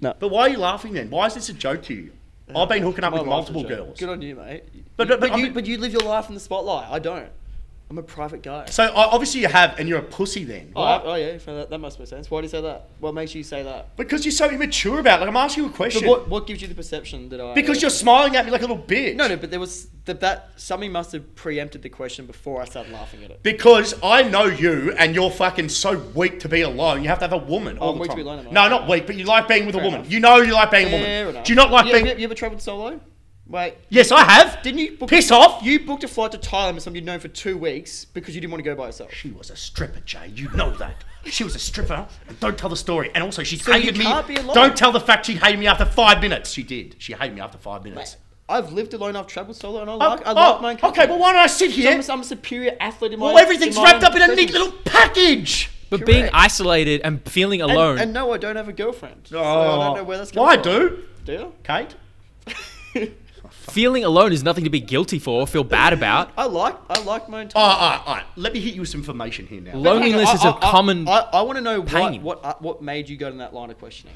Speaker 3: But why are you laughing then? Why is this a joke to you? I've been hooking up
Speaker 2: My
Speaker 3: with
Speaker 2: life's a
Speaker 3: multiple
Speaker 2: joke.
Speaker 3: girls.
Speaker 2: Good on you, mate. But
Speaker 3: But- but-
Speaker 2: but,
Speaker 3: but I'm-
Speaker 2: you but you live your life in the spotlight. I don't. I'm a private guy.
Speaker 3: So o- obviously you have, and you're a pussy then.
Speaker 2: Oh,
Speaker 3: right?
Speaker 2: I- oh yeah, so that, that must make sense. Why do you say that? What makes you say that?
Speaker 3: Because you're so immature about. it. Like I'm asking you a
Speaker 2: But
Speaker 3: question.
Speaker 2: what, what gives you the perception that I?
Speaker 3: because you're smiling at me like a little bitch.
Speaker 2: No, no, but there was that, that something must have preempted the question before I started laughing at it.
Speaker 3: Because I know you, and you're fucking so weak to be alone. You have to have a woman. all
Speaker 2: I'm
Speaker 3: the
Speaker 2: weak to
Speaker 3: time.
Speaker 2: be alone, am I?
Speaker 3: No, not weak, but you like being with a
Speaker 2: Fair
Speaker 3: woman.
Speaker 2: enough.
Speaker 3: You know you like being a
Speaker 2: Fair
Speaker 3: woman.
Speaker 2: enough.
Speaker 3: Do you not like
Speaker 2: you,
Speaker 3: being?
Speaker 2: You, you ever travelled solo?
Speaker 10: Wait,
Speaker 3: Yes, I have.
Speaker 10: didn't you book
Speaker 3: Piss off.
Speaker 10: You booked a flight to Thailand with someone you'd known for two weeks because you didn't want to go by yourself.
Speaker 3: She was a stripper, Jay. You know that. She was a stripper. And don't tell the story. And also, she
Speaker 10: So you
Speaker 3: hated me.
Speaker 10: can't be a liar.
Speaker 3: Don't tell the fact she hated me after five minutes. She did. She hated me after five minutes.
Speaker 10: Mate, I've lived alone. I've travelled solo, and I
Speaker 3: Oh,
Speaker 10: like. I like
Speaker 3: oh,
Speaker 10: my own company.
Speaker 3: okay, but why don't I sit
Speaker 10: So I'm,
Speaker 3: here?
Speaker 10: a- I'm a superior athlete in my.
Speaker 3: Well, everything's
Speaker 10: in my
Speaker 3: wrapped up in a neat
Speaker 10: sessions.
Speaker 3: little package.
Speaker 1: But being
Speaker 10: Correct.
Speaker 1: isolated and feeling
Speaker 10: And,
Speaker 1: alone.
Speaker 10: and no, I don't have a girlfriend. So I
Speaker 3: Oh,
Speaker 10: don't know where that's
Speaker 3: Well,
Speaker 10: coming
Speaker 3: I
Speaker 10: from.
Speaker 3: do.
Speaker 10: Do
Speaker 3: Kate?
Speaker 10: you?
Speaker 1: feeling alone is nothing to be guilty for or feel bad about.
Speaker 10: I like. I like my own. time.
Speaker 3: Oh, all right, all right. Let me hit you with some information here now.
Speaker 10: Hang on,
Speaker 1: Loneliness
Speaker 10: I-
Speaker 1: is a
Speaker 10: I- I-
Speaker 1: common.
Speaker 10: I, I want to know what
Speaker 1: pain.
Speaker 10: what uh, what made you go to that line of questioning.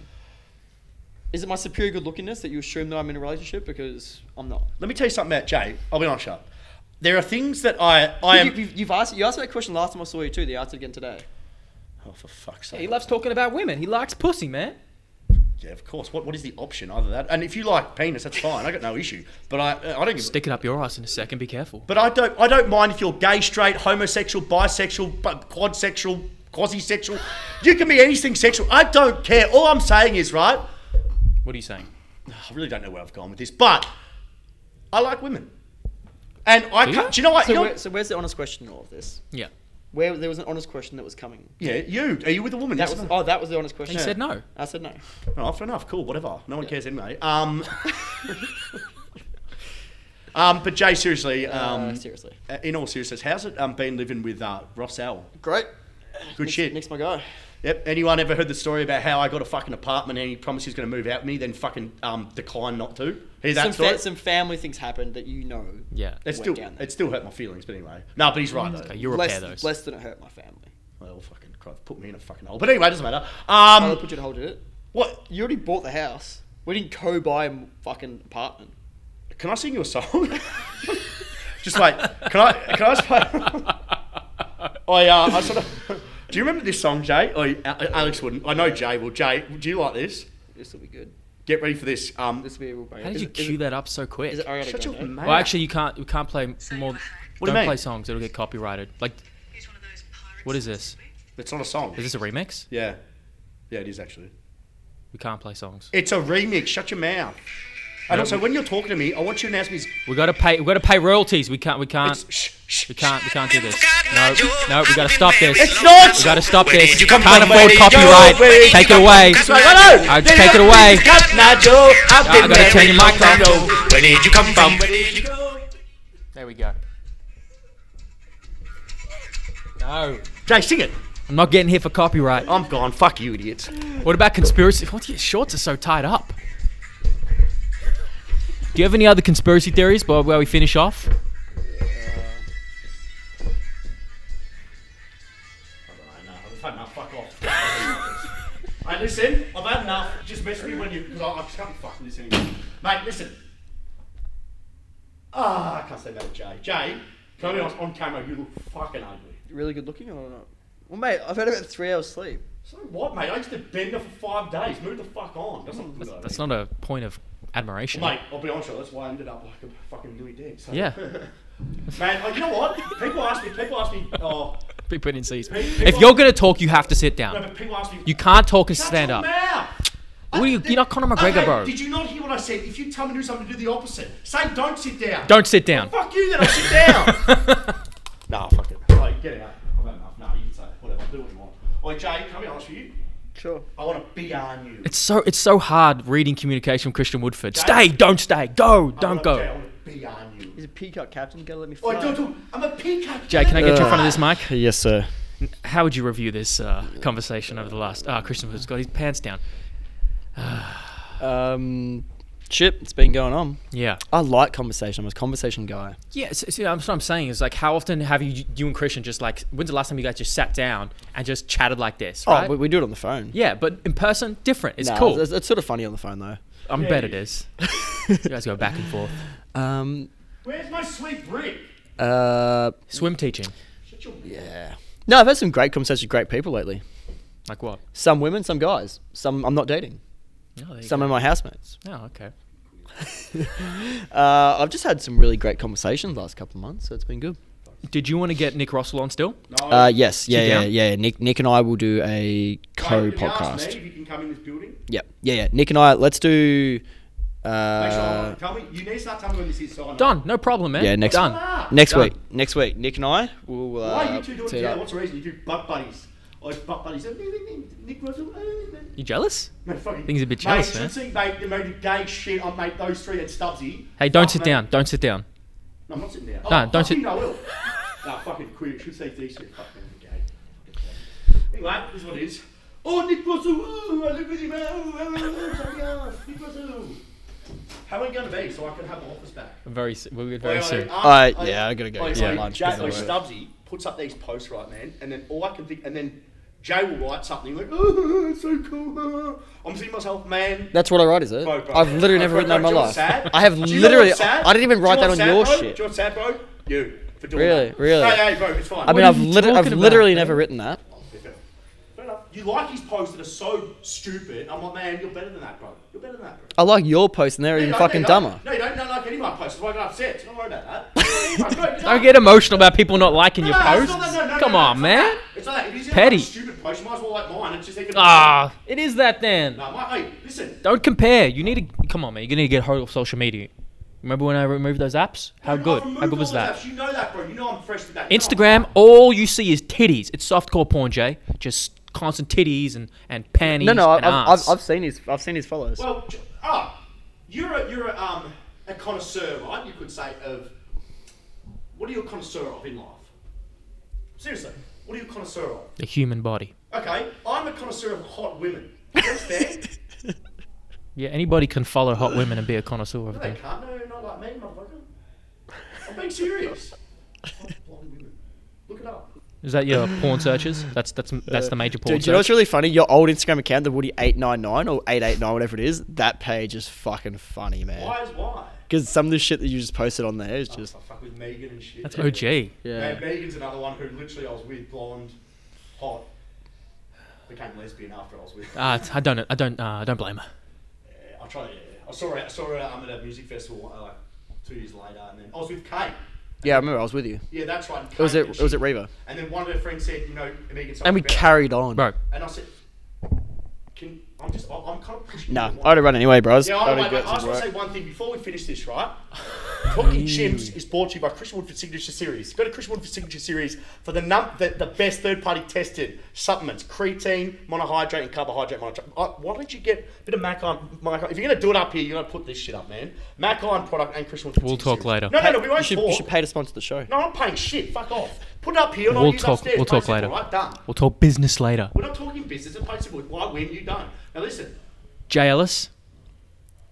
Speaker 10: Is it my superior good lookingness that you assume that I'm in a relationship because I'm not?
Speaker 3: Let me tell you something about Jay. I'll be honest, Sharp. There are things that I, I
Speaker 10: you,
Speaker 3: am.
Speaker 10: you've, you've asked you asked me that question last time I saw you too. The answer again today.
Speaker 3: Oh, for fuck's
Speaker 1: he
Speaker 3: sake.
Speaker 1: loves talking about women. He likes pussy, man.
Speaker 3: Yeah, of course. What, what is the option? Either that, and if you like penis, that's fine. I got no issue. But I, uh, I don't give. a
Speaker 1: Stick it up your ass in a second. Be careful.
Speaker 3: But I don't I don't mind if you're gay, straight, homosexual, bisexual, bu- quadsexual, quasi-sexual. You can be anything sexual. I don't care. All I'm saying is, right?
Speaker 1: What are you saying?
Speaker 3: I really don't know where I've gone with this, but I like women. And I
Speaker 1: Do
Speaker 3: can't,
Speaker 1: you?
Speaker 3: do you know what?
Speaker 10: So,
Speaker 3: you know-
Speaker 10: where, so where's the honest question in all of this?
Speaker 1: Yeah.
Speaker 10: Where there was an honest question that was coming.
Speaker 3: yeah, you. Are you with a woman?
Speaker 10: That
Speaker 3: Yes
Speaker 10: was
Speaker 3: or no?
Speaker 10: oh that was the honest question.
Speaker 1: He said no.
Speaker 10: I said no.
Speaker 3: Oh, fair enough. Cool. Whatever. No one cares anyway. Um, um, but Jay, seriously,
Speaker 10: Um,
Speaker 3: um,
Speaker 10: seriously.
Speaker 3: uh, in all seriousness, how's it um, been living with uh, Ross Al?
Speaker 10: Great.
Speaker 3: Good
Speaker 10: Nick's,
Speaker 3: shit.
Speaker 10: Nick's my guy.
Speaker 3: Yep. Anyone ever heard the story about how I got a fucking apartment and he promised he was going to move out with me, then fucking um, declined not to? Hear that
Speaker 10: Some,
Speaker 3: story?
Speaker 10: fa- some family things happened that you know.
Speaker 1: Yeah.
Speaker 3: it
Speaker 10: went
Speaker 3: still
Speaker 10: down there. Mm,
Speaker 3: it still hurt my feelings, but anyway. No, but he's right though.
Speaker 1: Okay, you repair
Speaker 10: less,
Speaker 1: those.
Speaker 10: less than it hurt my family.
Speaker 3: Well, fucking Christ, put me in a fucking hole. But anyway, it doesn't matter.
Speaker 10: I'll
Speaker 3: Um,
Speaker 10: put you in a hole, did it?
Speaker 3: what?
Speaker 10: You already bought the house. We didn't co-buy a m- fucking apartment.
Speaker 3: Can I sing you a song? just wait. Can I? Can I just play? I uh, I sort of. Do you remember this song, Jay? Or A- Alex wouldn't. I know Jay will. Jay, do you like this?
Speaker 10: This will be good.
Speaker 3: Get ready for this. Um,
Speaker 10: This will be a real banger.
Speaker 1: How did
Speaker 10: Is
Speaker 1: you
Speaker 10: it- is
Speaker 1: cue
Speaker 10: it-
Speaker 1: that up so quick?
Speaker 10: Is it Ariana
Speaker 3: shut your
Speaker 10: Grande?
Speaker 3: mouth.
Speaker 1: well, actually, you can't. You can't play more.
Speaker 3: What do you
Speaker 1: don't
Speaker 3: mean?
Speaker 1: play songs. It'll get copyrighted. Like, what is this?
Speaker 3: It's not a song.
Speaker 1: Is this a remix?
Speaker 3: Yeah. Yeah, it is actually.
Speaker 1: We can't play songs.
Speaker 3: It's a remix. Shut your mouth. And also, when you're talking to me, I want you to announce me as.
Speaker 1: We gotta pay. We gotta pay royalties. We can't. We can't.
Speaker 3: It's, shh, shh,
Speaker 1: We
Speaker 3: shh.
Speaker 1: can't. We can't do this. No. No. We gotta stop this.
Speaker 3: It's not.
Speaker 1: We gotta stop this.
Speaker 3: You
Speaker 1: Can't
Speaker 3: come from,
Speaker 1: afford
Speaker 3: lady,
Speaker 1: copyright.
Speaker 3: go away.
Speaker 1: Take it away.
Speaker 3: That's right, hello.
Speaker 1: I
Speaker 3: Lady,
Speaker 1: take it
Speaker 3: I'm
Speaker 1: away.
Speaker 3: Cut, Nigel. I've
Speaker 1: I
Speaker 3: been
Speaker 1: gotta turn your
Speaker 3: married
Speaker 1: mic
Speaker 3: long
Speaker 1: off.
Speaker 3: ago. Where did you come from? Where did you go?
Speaker 1: There we go. No.
Speaker 3: Jay, sing it.
Speaker 1: I'm not getting here for copyright.
Speaker 3: I'm gone. Fuck you, idiots.
Speaker 1: What about conspiracy? What? Your shorts are so tied up. Do you have any other conspiracy theories while while we finish off?
Speaker 3: I've had enough. Fuck off. Mate, listen. I've had enough. Just mess with me when you. Because I, I just can't be fucking this anymore. Mate, listen. Ah, I can't say that with Jay. Jay, can I be honest? On camera, you look fucking ugly.
Speaker 10: really good looking or not? Well, mate, I've had about three hours sleep.
Speaker 3: So what, mate? I used to bend her for five days. Move the fuck on. That's not good.
Speaker 1: That's not a point of admiration.
Speaker 3: Mate, I'll be honest. with you, That's why I ended up like a fucking Louis dick. So.
Speaker 1: Yeah.
Speaker 3: Man, oh, you know what? People ask me. People ask me. Oh,
Speaker 1: People didn't see. If you're gonna talk, you have to sit
Speaker 3: no,
Speaker 1: down.
Speaker 3: but people ask me.
Speaker 1: You can't talk and
Speaker 3: Shut
Speaker 1: stand
Speaker 3: your
Speaker 1: up.
Speaker 3: mouth.
Speaker 1: What are you? You're not Conor McGregor,
Speaker 3: okay,
Speaker 1: bro.
Speaker 3: Did you not hear what I said? If you tell me to do something, do the opposite. Say don't sit down.
Speaker 1: Don't sit down.
Speaker 3: Fuck you, then I'll sit down. nah, fuck it. Like, get out. I've had enough. Nah, you can say it. whatever. Do what you want. Oi, Jay, can I be honest with you?
Speaker 10: Sure.
Speaker 3: I want to be on you.
Speaker 1: It's so it's so hard reading communication from Christian Woodford. Stay, don't stay. Go,
Speaker 3: I wanna-
Speaker 1: don't
Speaker 3: Jay, I
Speaker 1: go.
Speaker 3: want to be on you.
Speaker 10: He's a peacock captain. You gotta let me fly.
Speaker 3: Oi, do, do. I'm a peacock.
Speaker 1: Jay, can I get you in front of this mic?
Speaker 2: Yes, sir.
Speaker 1: How would you review this uh, conversation over the last? Ah, Christian Woodford's got his pants down.
Speaker 2: Um, shit, it's been going on.
Speaker 1: Yeah.
Speaker 2: I like conversation. I'm a conversation guy.
Speaker 1: Yeah, so, so that's what I'm saying is like, how often have you, you and Christian just like, when's the last time you guys just sat down and just chatted like this? Right?
Speaker 2: Oh, we, we do it on the phone.
Speaker 1: yeah, but in person, different. It's
Speaker 2: Nah,
Speaker 1: cool.
Speaker 2: It's, it's sort of funny on the phone though.
Speaker 1: I'm bet it is. you guys go back and forth.
Speaker 2: Um,
Speaker 3: Where's my sweet brick?
Speaker 2: uh,
Speaker 1: Swim teaching,
Speaker 3: Shut your
Speaker 2: yeah. No, I've had some great conversations with great people lately.
Speaker 1: like what?
Speaker 2: Some women, some guys. Some I'm not dating.
Speaker 1: Oh, there you
Speaker 2: Some
Speaker 1: go.
Speaker 2: of my housemates.
Speaker 1: oh okay.
Speaker 2: Uh, I've just had some really great conversations last couple of months, so it's been good.
Speaker 1: Did you want to get Nick Russell on still?
Speaker 3: No.
Speaker 2: Uh, yes, yeah, yeah,
Speaker 1: down?
Speaker 2: yeah. Nick, Nick and I will do a
Speaker 3: Mate, if you ask me
Speaker 2: co-podcast.
Speaker 3: if you can come in this building.
Speaker 2: Yep. Yeah, yeah. Nick and I, let's do uh, Uh,
Speaker 3: tell me, you need to start telling me when this is. So I know.
Speaker 1: Done. No problem, man.
Speaker 2: yeah, next
Speaker 1: Done.
Speaker 2: next
Speaker 1: Done.
Speaker 2: week. Next week, Nick and I will. Uh,
Speaker 3: Why are you two doing
Speaker 2: team
Speaker 3: together?
Speaker 2: up.
Speaker 3: What's the reason? You do butt buddies. Oh, it's butt buddies. Nick Russell. eh, man.
Speaker 1: You jealous?
Speaker 3: Mate, fucking.
Speaker 1: Thing's a bit
Speaker 3: mate,
Speaker 1: jealous,
Speaker 3: you should
Speaker 1: man.
Speaker 3: See, mate, the amount of gay shit I made those three at Stubbsy.
Speaker 1: Hey, don't
Speaker 3: Fuck,
Speaker 1: sit
Speaker 3: Oh, mate.
Speaker 1: down. Don't sit down.
Speaker 3: No, I'm not sitting down.
Speaker 1: No,
Speaker 3: oh,
Speaker 1: don't
Speaker 3: fuck
Speaker 1: sit-
Speaker 3: you, I will. nah, fucking quit. You should see these three. Fucking gay. Anyway, this is what it is. Oh, Nick Russell. Ooh, I live with him. Oh, oh, oh, something else. Nick Russell. How are you going to be so I can have my office back?
Speaker 1: Very, s- we'll get very soon.
Speaker 3: Oh,
Speaker 2: Uh, yeah, I gotta go
Speaker 3: Oi,
Speaker 2: get
Speaker 3: oi,
Speaker 2: some lunch
Speaker 3: Jay,
Speaker 2: because
Speaker 3: oi,
Speaker 2: I
Speaker 3: Stubbsy puts up these posts, right, man, and then all I can think, and then Jay will write something like, "Oh, it's so cool." I'm thinking to myself, man.
Speaker 2: That's what I write, is it?
Speaker 3: Bro, bro.
Speaker 2: I've literally never
Speaker 3: Bro,
Speaker 2: written that in my
Speaker 3: bro, do you know
Speaker 2: life.
Speaker 3: what's sad?
Speaker 2: I have
Speaker 3: Do you know
Speaker 2: literally.
Speaker 3: what's sad?
Speaker 2: I didn't even
Speaker 3: Do you
Speaker 2: write
Speaker 3: know
Speaker 2: that on
Speaker 3: what's sad,
Speaker 2: your
Speaker 3: bro?
Speaker 2: shit.
Speaker 3: Do you know what's sad, bro? You for doing
Speaker 2: Really,
Speaker 3: that.
Speaker 2: really.
Speaker 3: Hey, hey, bro, it's fine.
Speaker 2: I mean,
Speaker 1: are
Speaker 2: I've,
Speaker 1: you
Speaker 2: liter- I've
Speaker 1: talking about,
Speaker 2: literally
Speaker 1: man?
Speaker 2: never written that.
Speaker 3: Fair enough. You like his posts that are so stupid. I'm like, man, you're better than that, bro. You're better than that, bro.
Speaker 2: I like your post, and they're
Speaker 3: No, you
Speaker 2: even
Speaker 3: don't,
Speaker 2: fucking
Speaker 3: no, you don't.
Speaker 2: dumber.
Speaker 3: No, you don't, you don't like any of my posts. That's why I got upset. Don't worry about that. Bro, you
Speaker 1: Don't get emotional about people not liking your
Speaker 3: No, no, it's
Speaker 1: posts.
Speaker 3: not that, no, no,
Speaker 1: Come
Speaker 3: no, no,
Speaker 1: on,
Speaker 3: it's not
Speaker 1: man.
Speaker 3: that. It's not that. If you see a
Speaker 1: Petty.
Speaker 3: stupid post, you might as well like mine. It's just even.
Speaker 1: Ah, it is that then.
Speaker 3: Nah, my, hey, listen.
Speaker 1: Don't compare. You need to come on, man. You're gonna get hold of social media. Remember when I removed those apps? How
Speaker 3: I've
Speaker 1: good?
Speaker 3: removed
Speaker 1: How good was
Speaker 3: all those
Speaker 1: that?
Speaker 3: apps. You know that, bro. You know I'm fresh with that.
Speaker 1: Instagram, all you see is titties. It's softcore porn, Jay. Just constant titties and and panties.
Speaker 2: No, no, I've,
Speaker 1: and
Speaker 2: I've,
Speaker 1: arse.
Speaker 2: I've seen his. I've seen his follows.
Speaker 3: Well, j- ah, you're a, you're a, um, a connoisseur, right? You could say of what are you a connoisseur of in life? Seriously, what are you a connoisseur of?
Speaker 1: the human body.
Speaker 3: Okay, I'm a connoisseur of hot women. You understand?
Speaker 1: Yeah, anybody can follow hot women and be a connoisseur of
Speaker 3: no, they
Speaker 1: them.
Speaker 3: can't. No, not like me, motherfucker. I'm being serious. Hot blonde women. Look it up.
Speaker 1: Is that your porn searches? That's that's that's the major porn
Speaker 2: Dude, you know what's
Speaker 1: search.
Speaker 2: really funny? Your old Instagram account, the Woody eight nine nine or eight eight nine, whatever it is, that page is fucking funny, man.
Speaker 3: Why is why?
Speaker 2: Because some of the shit that you just posted on there is just
Speaker 3: I fuck with Megan and shit.
Speaker 1: That's OG.
Speaker 3: Man, Megan's another one who literally I was with, blonde, hot, became lesbian after I was with. her.
Speaker 1: Uh, I don't I don't uh, I don't blame her.
Speaker 3: I tried. I saw her. I saw her. um, at a music festival uh, like two years later, and then I was with Kate.
Speaker 2: Yeah, I remember I was with you.
Speaker 3: Yeah, that's right.
Speaker 2: It was
Speaker 3: Kate
Speaker 2: at
Speaker 3: and
Speaker 2: it was
Speaker 3: she-
Speaker 2: at Reva,
Speaker 3: And then one of her friends said, you know, Megan.
Speaker 2: and we
Speaker 3: about it.
Speaker 2: carried on.
Speaker 1: Bro,
Speaker 3: And I said, can I'm just I'm, I'm kind of pushing.
Speaker 2: Nah,
Speaker 3: you.
Speaker 2: I had to run anyway, bros.
Speaker 3: Yeah,
Speaker 2: I had
Speaker 3: I,
Speaker 2: to
Speaker 3: know, mate,
Speaker 2: get
Speaker 3: but
Speaker 2: some
Speaker 3: I just want to say
Speaker 2: work. Mm.
Speaker 3: one thing before we finish this, right? Talking Chimps is brought to you by Christian Woodford Signature Series. Go to Christian Woodford Signature Series for the num- the, the best third party tested supplements: creatine, monohydrate, and carbohydrate monohydrate. Uh, why don't you get a bit of Macon? Macon? If you're going to do it up here, you're going to put this shit up, man. Macon product and Christian Woodford.
Speaker 1: We'll
Speaker 3: Signature
Speaker 1: talk
Speaker 3: Series.
Speaker 1: later.
Speaker 3: No, no, no, we
Speaker 2: You
Speaker 3: won't
Speaker 2: should,
Speaker 3: talk.
Speaker 2: you should pay to sponsor the show.
Speaker 3: No, I'm paying shit. Fuck off. Put it up here, and I'll
Speaker 1: we'll
Speaker 3: use
Speaker 1: talk
Speaker 3: upstairs.
Speaker 1: we'll talk
Speaker 3: Plain
Speaker 1: later.
Speaker 3: simple, Right? Done.
Speaker 1: We'll talk business later.
Speaker 3: We're not talking business. It's plain simple. Why win? You don't. Now listen.
Speaker 1: Jay Ellis,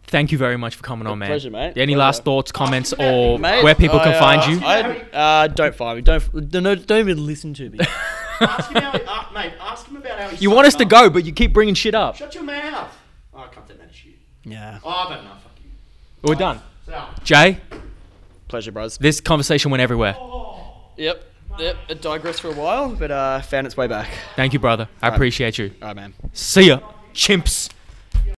Speaker 1: thank you very much for coming on, man.
Speaker 2: pleasure, mate.
Speaker 1: Any
Speaker 2: Pleasure.
Speaker 1: last thoughts, comments, or
Speaker 2: Mate,
Speaker 1: where people can
Speaker 2: I, uh,
Speaker 1: find you?
Speaker 2: I, uh, don't find me. Don't don't, don't even listen to me.
Speaker 3: Ask him how, uh, mate. Ask him about how. he
Speaker 1: you want us to
Speaker 3: signed
Speaker 1: go, but you keep bringing shit up.
Speaker 3: Shut your mouth. Oh, I can't take that shit.
Speaker 2: yeah,
Speaker 3: Oh, I've had enough. Fuck you.
Speaker 1: We're done.
Speaker 3: So,
Speaker 1: Jay,
Speaker 2: pleasure, bros.
Speaker 1: this conversation went everywhere.
Speaker 2: Yep, yep. It digressed for a while, but uh, found its way back.
Speaker 1: Thank you, brother. I appreciate you.
Speaker 2: All right, man.
Speaker 1: See ya, chimps.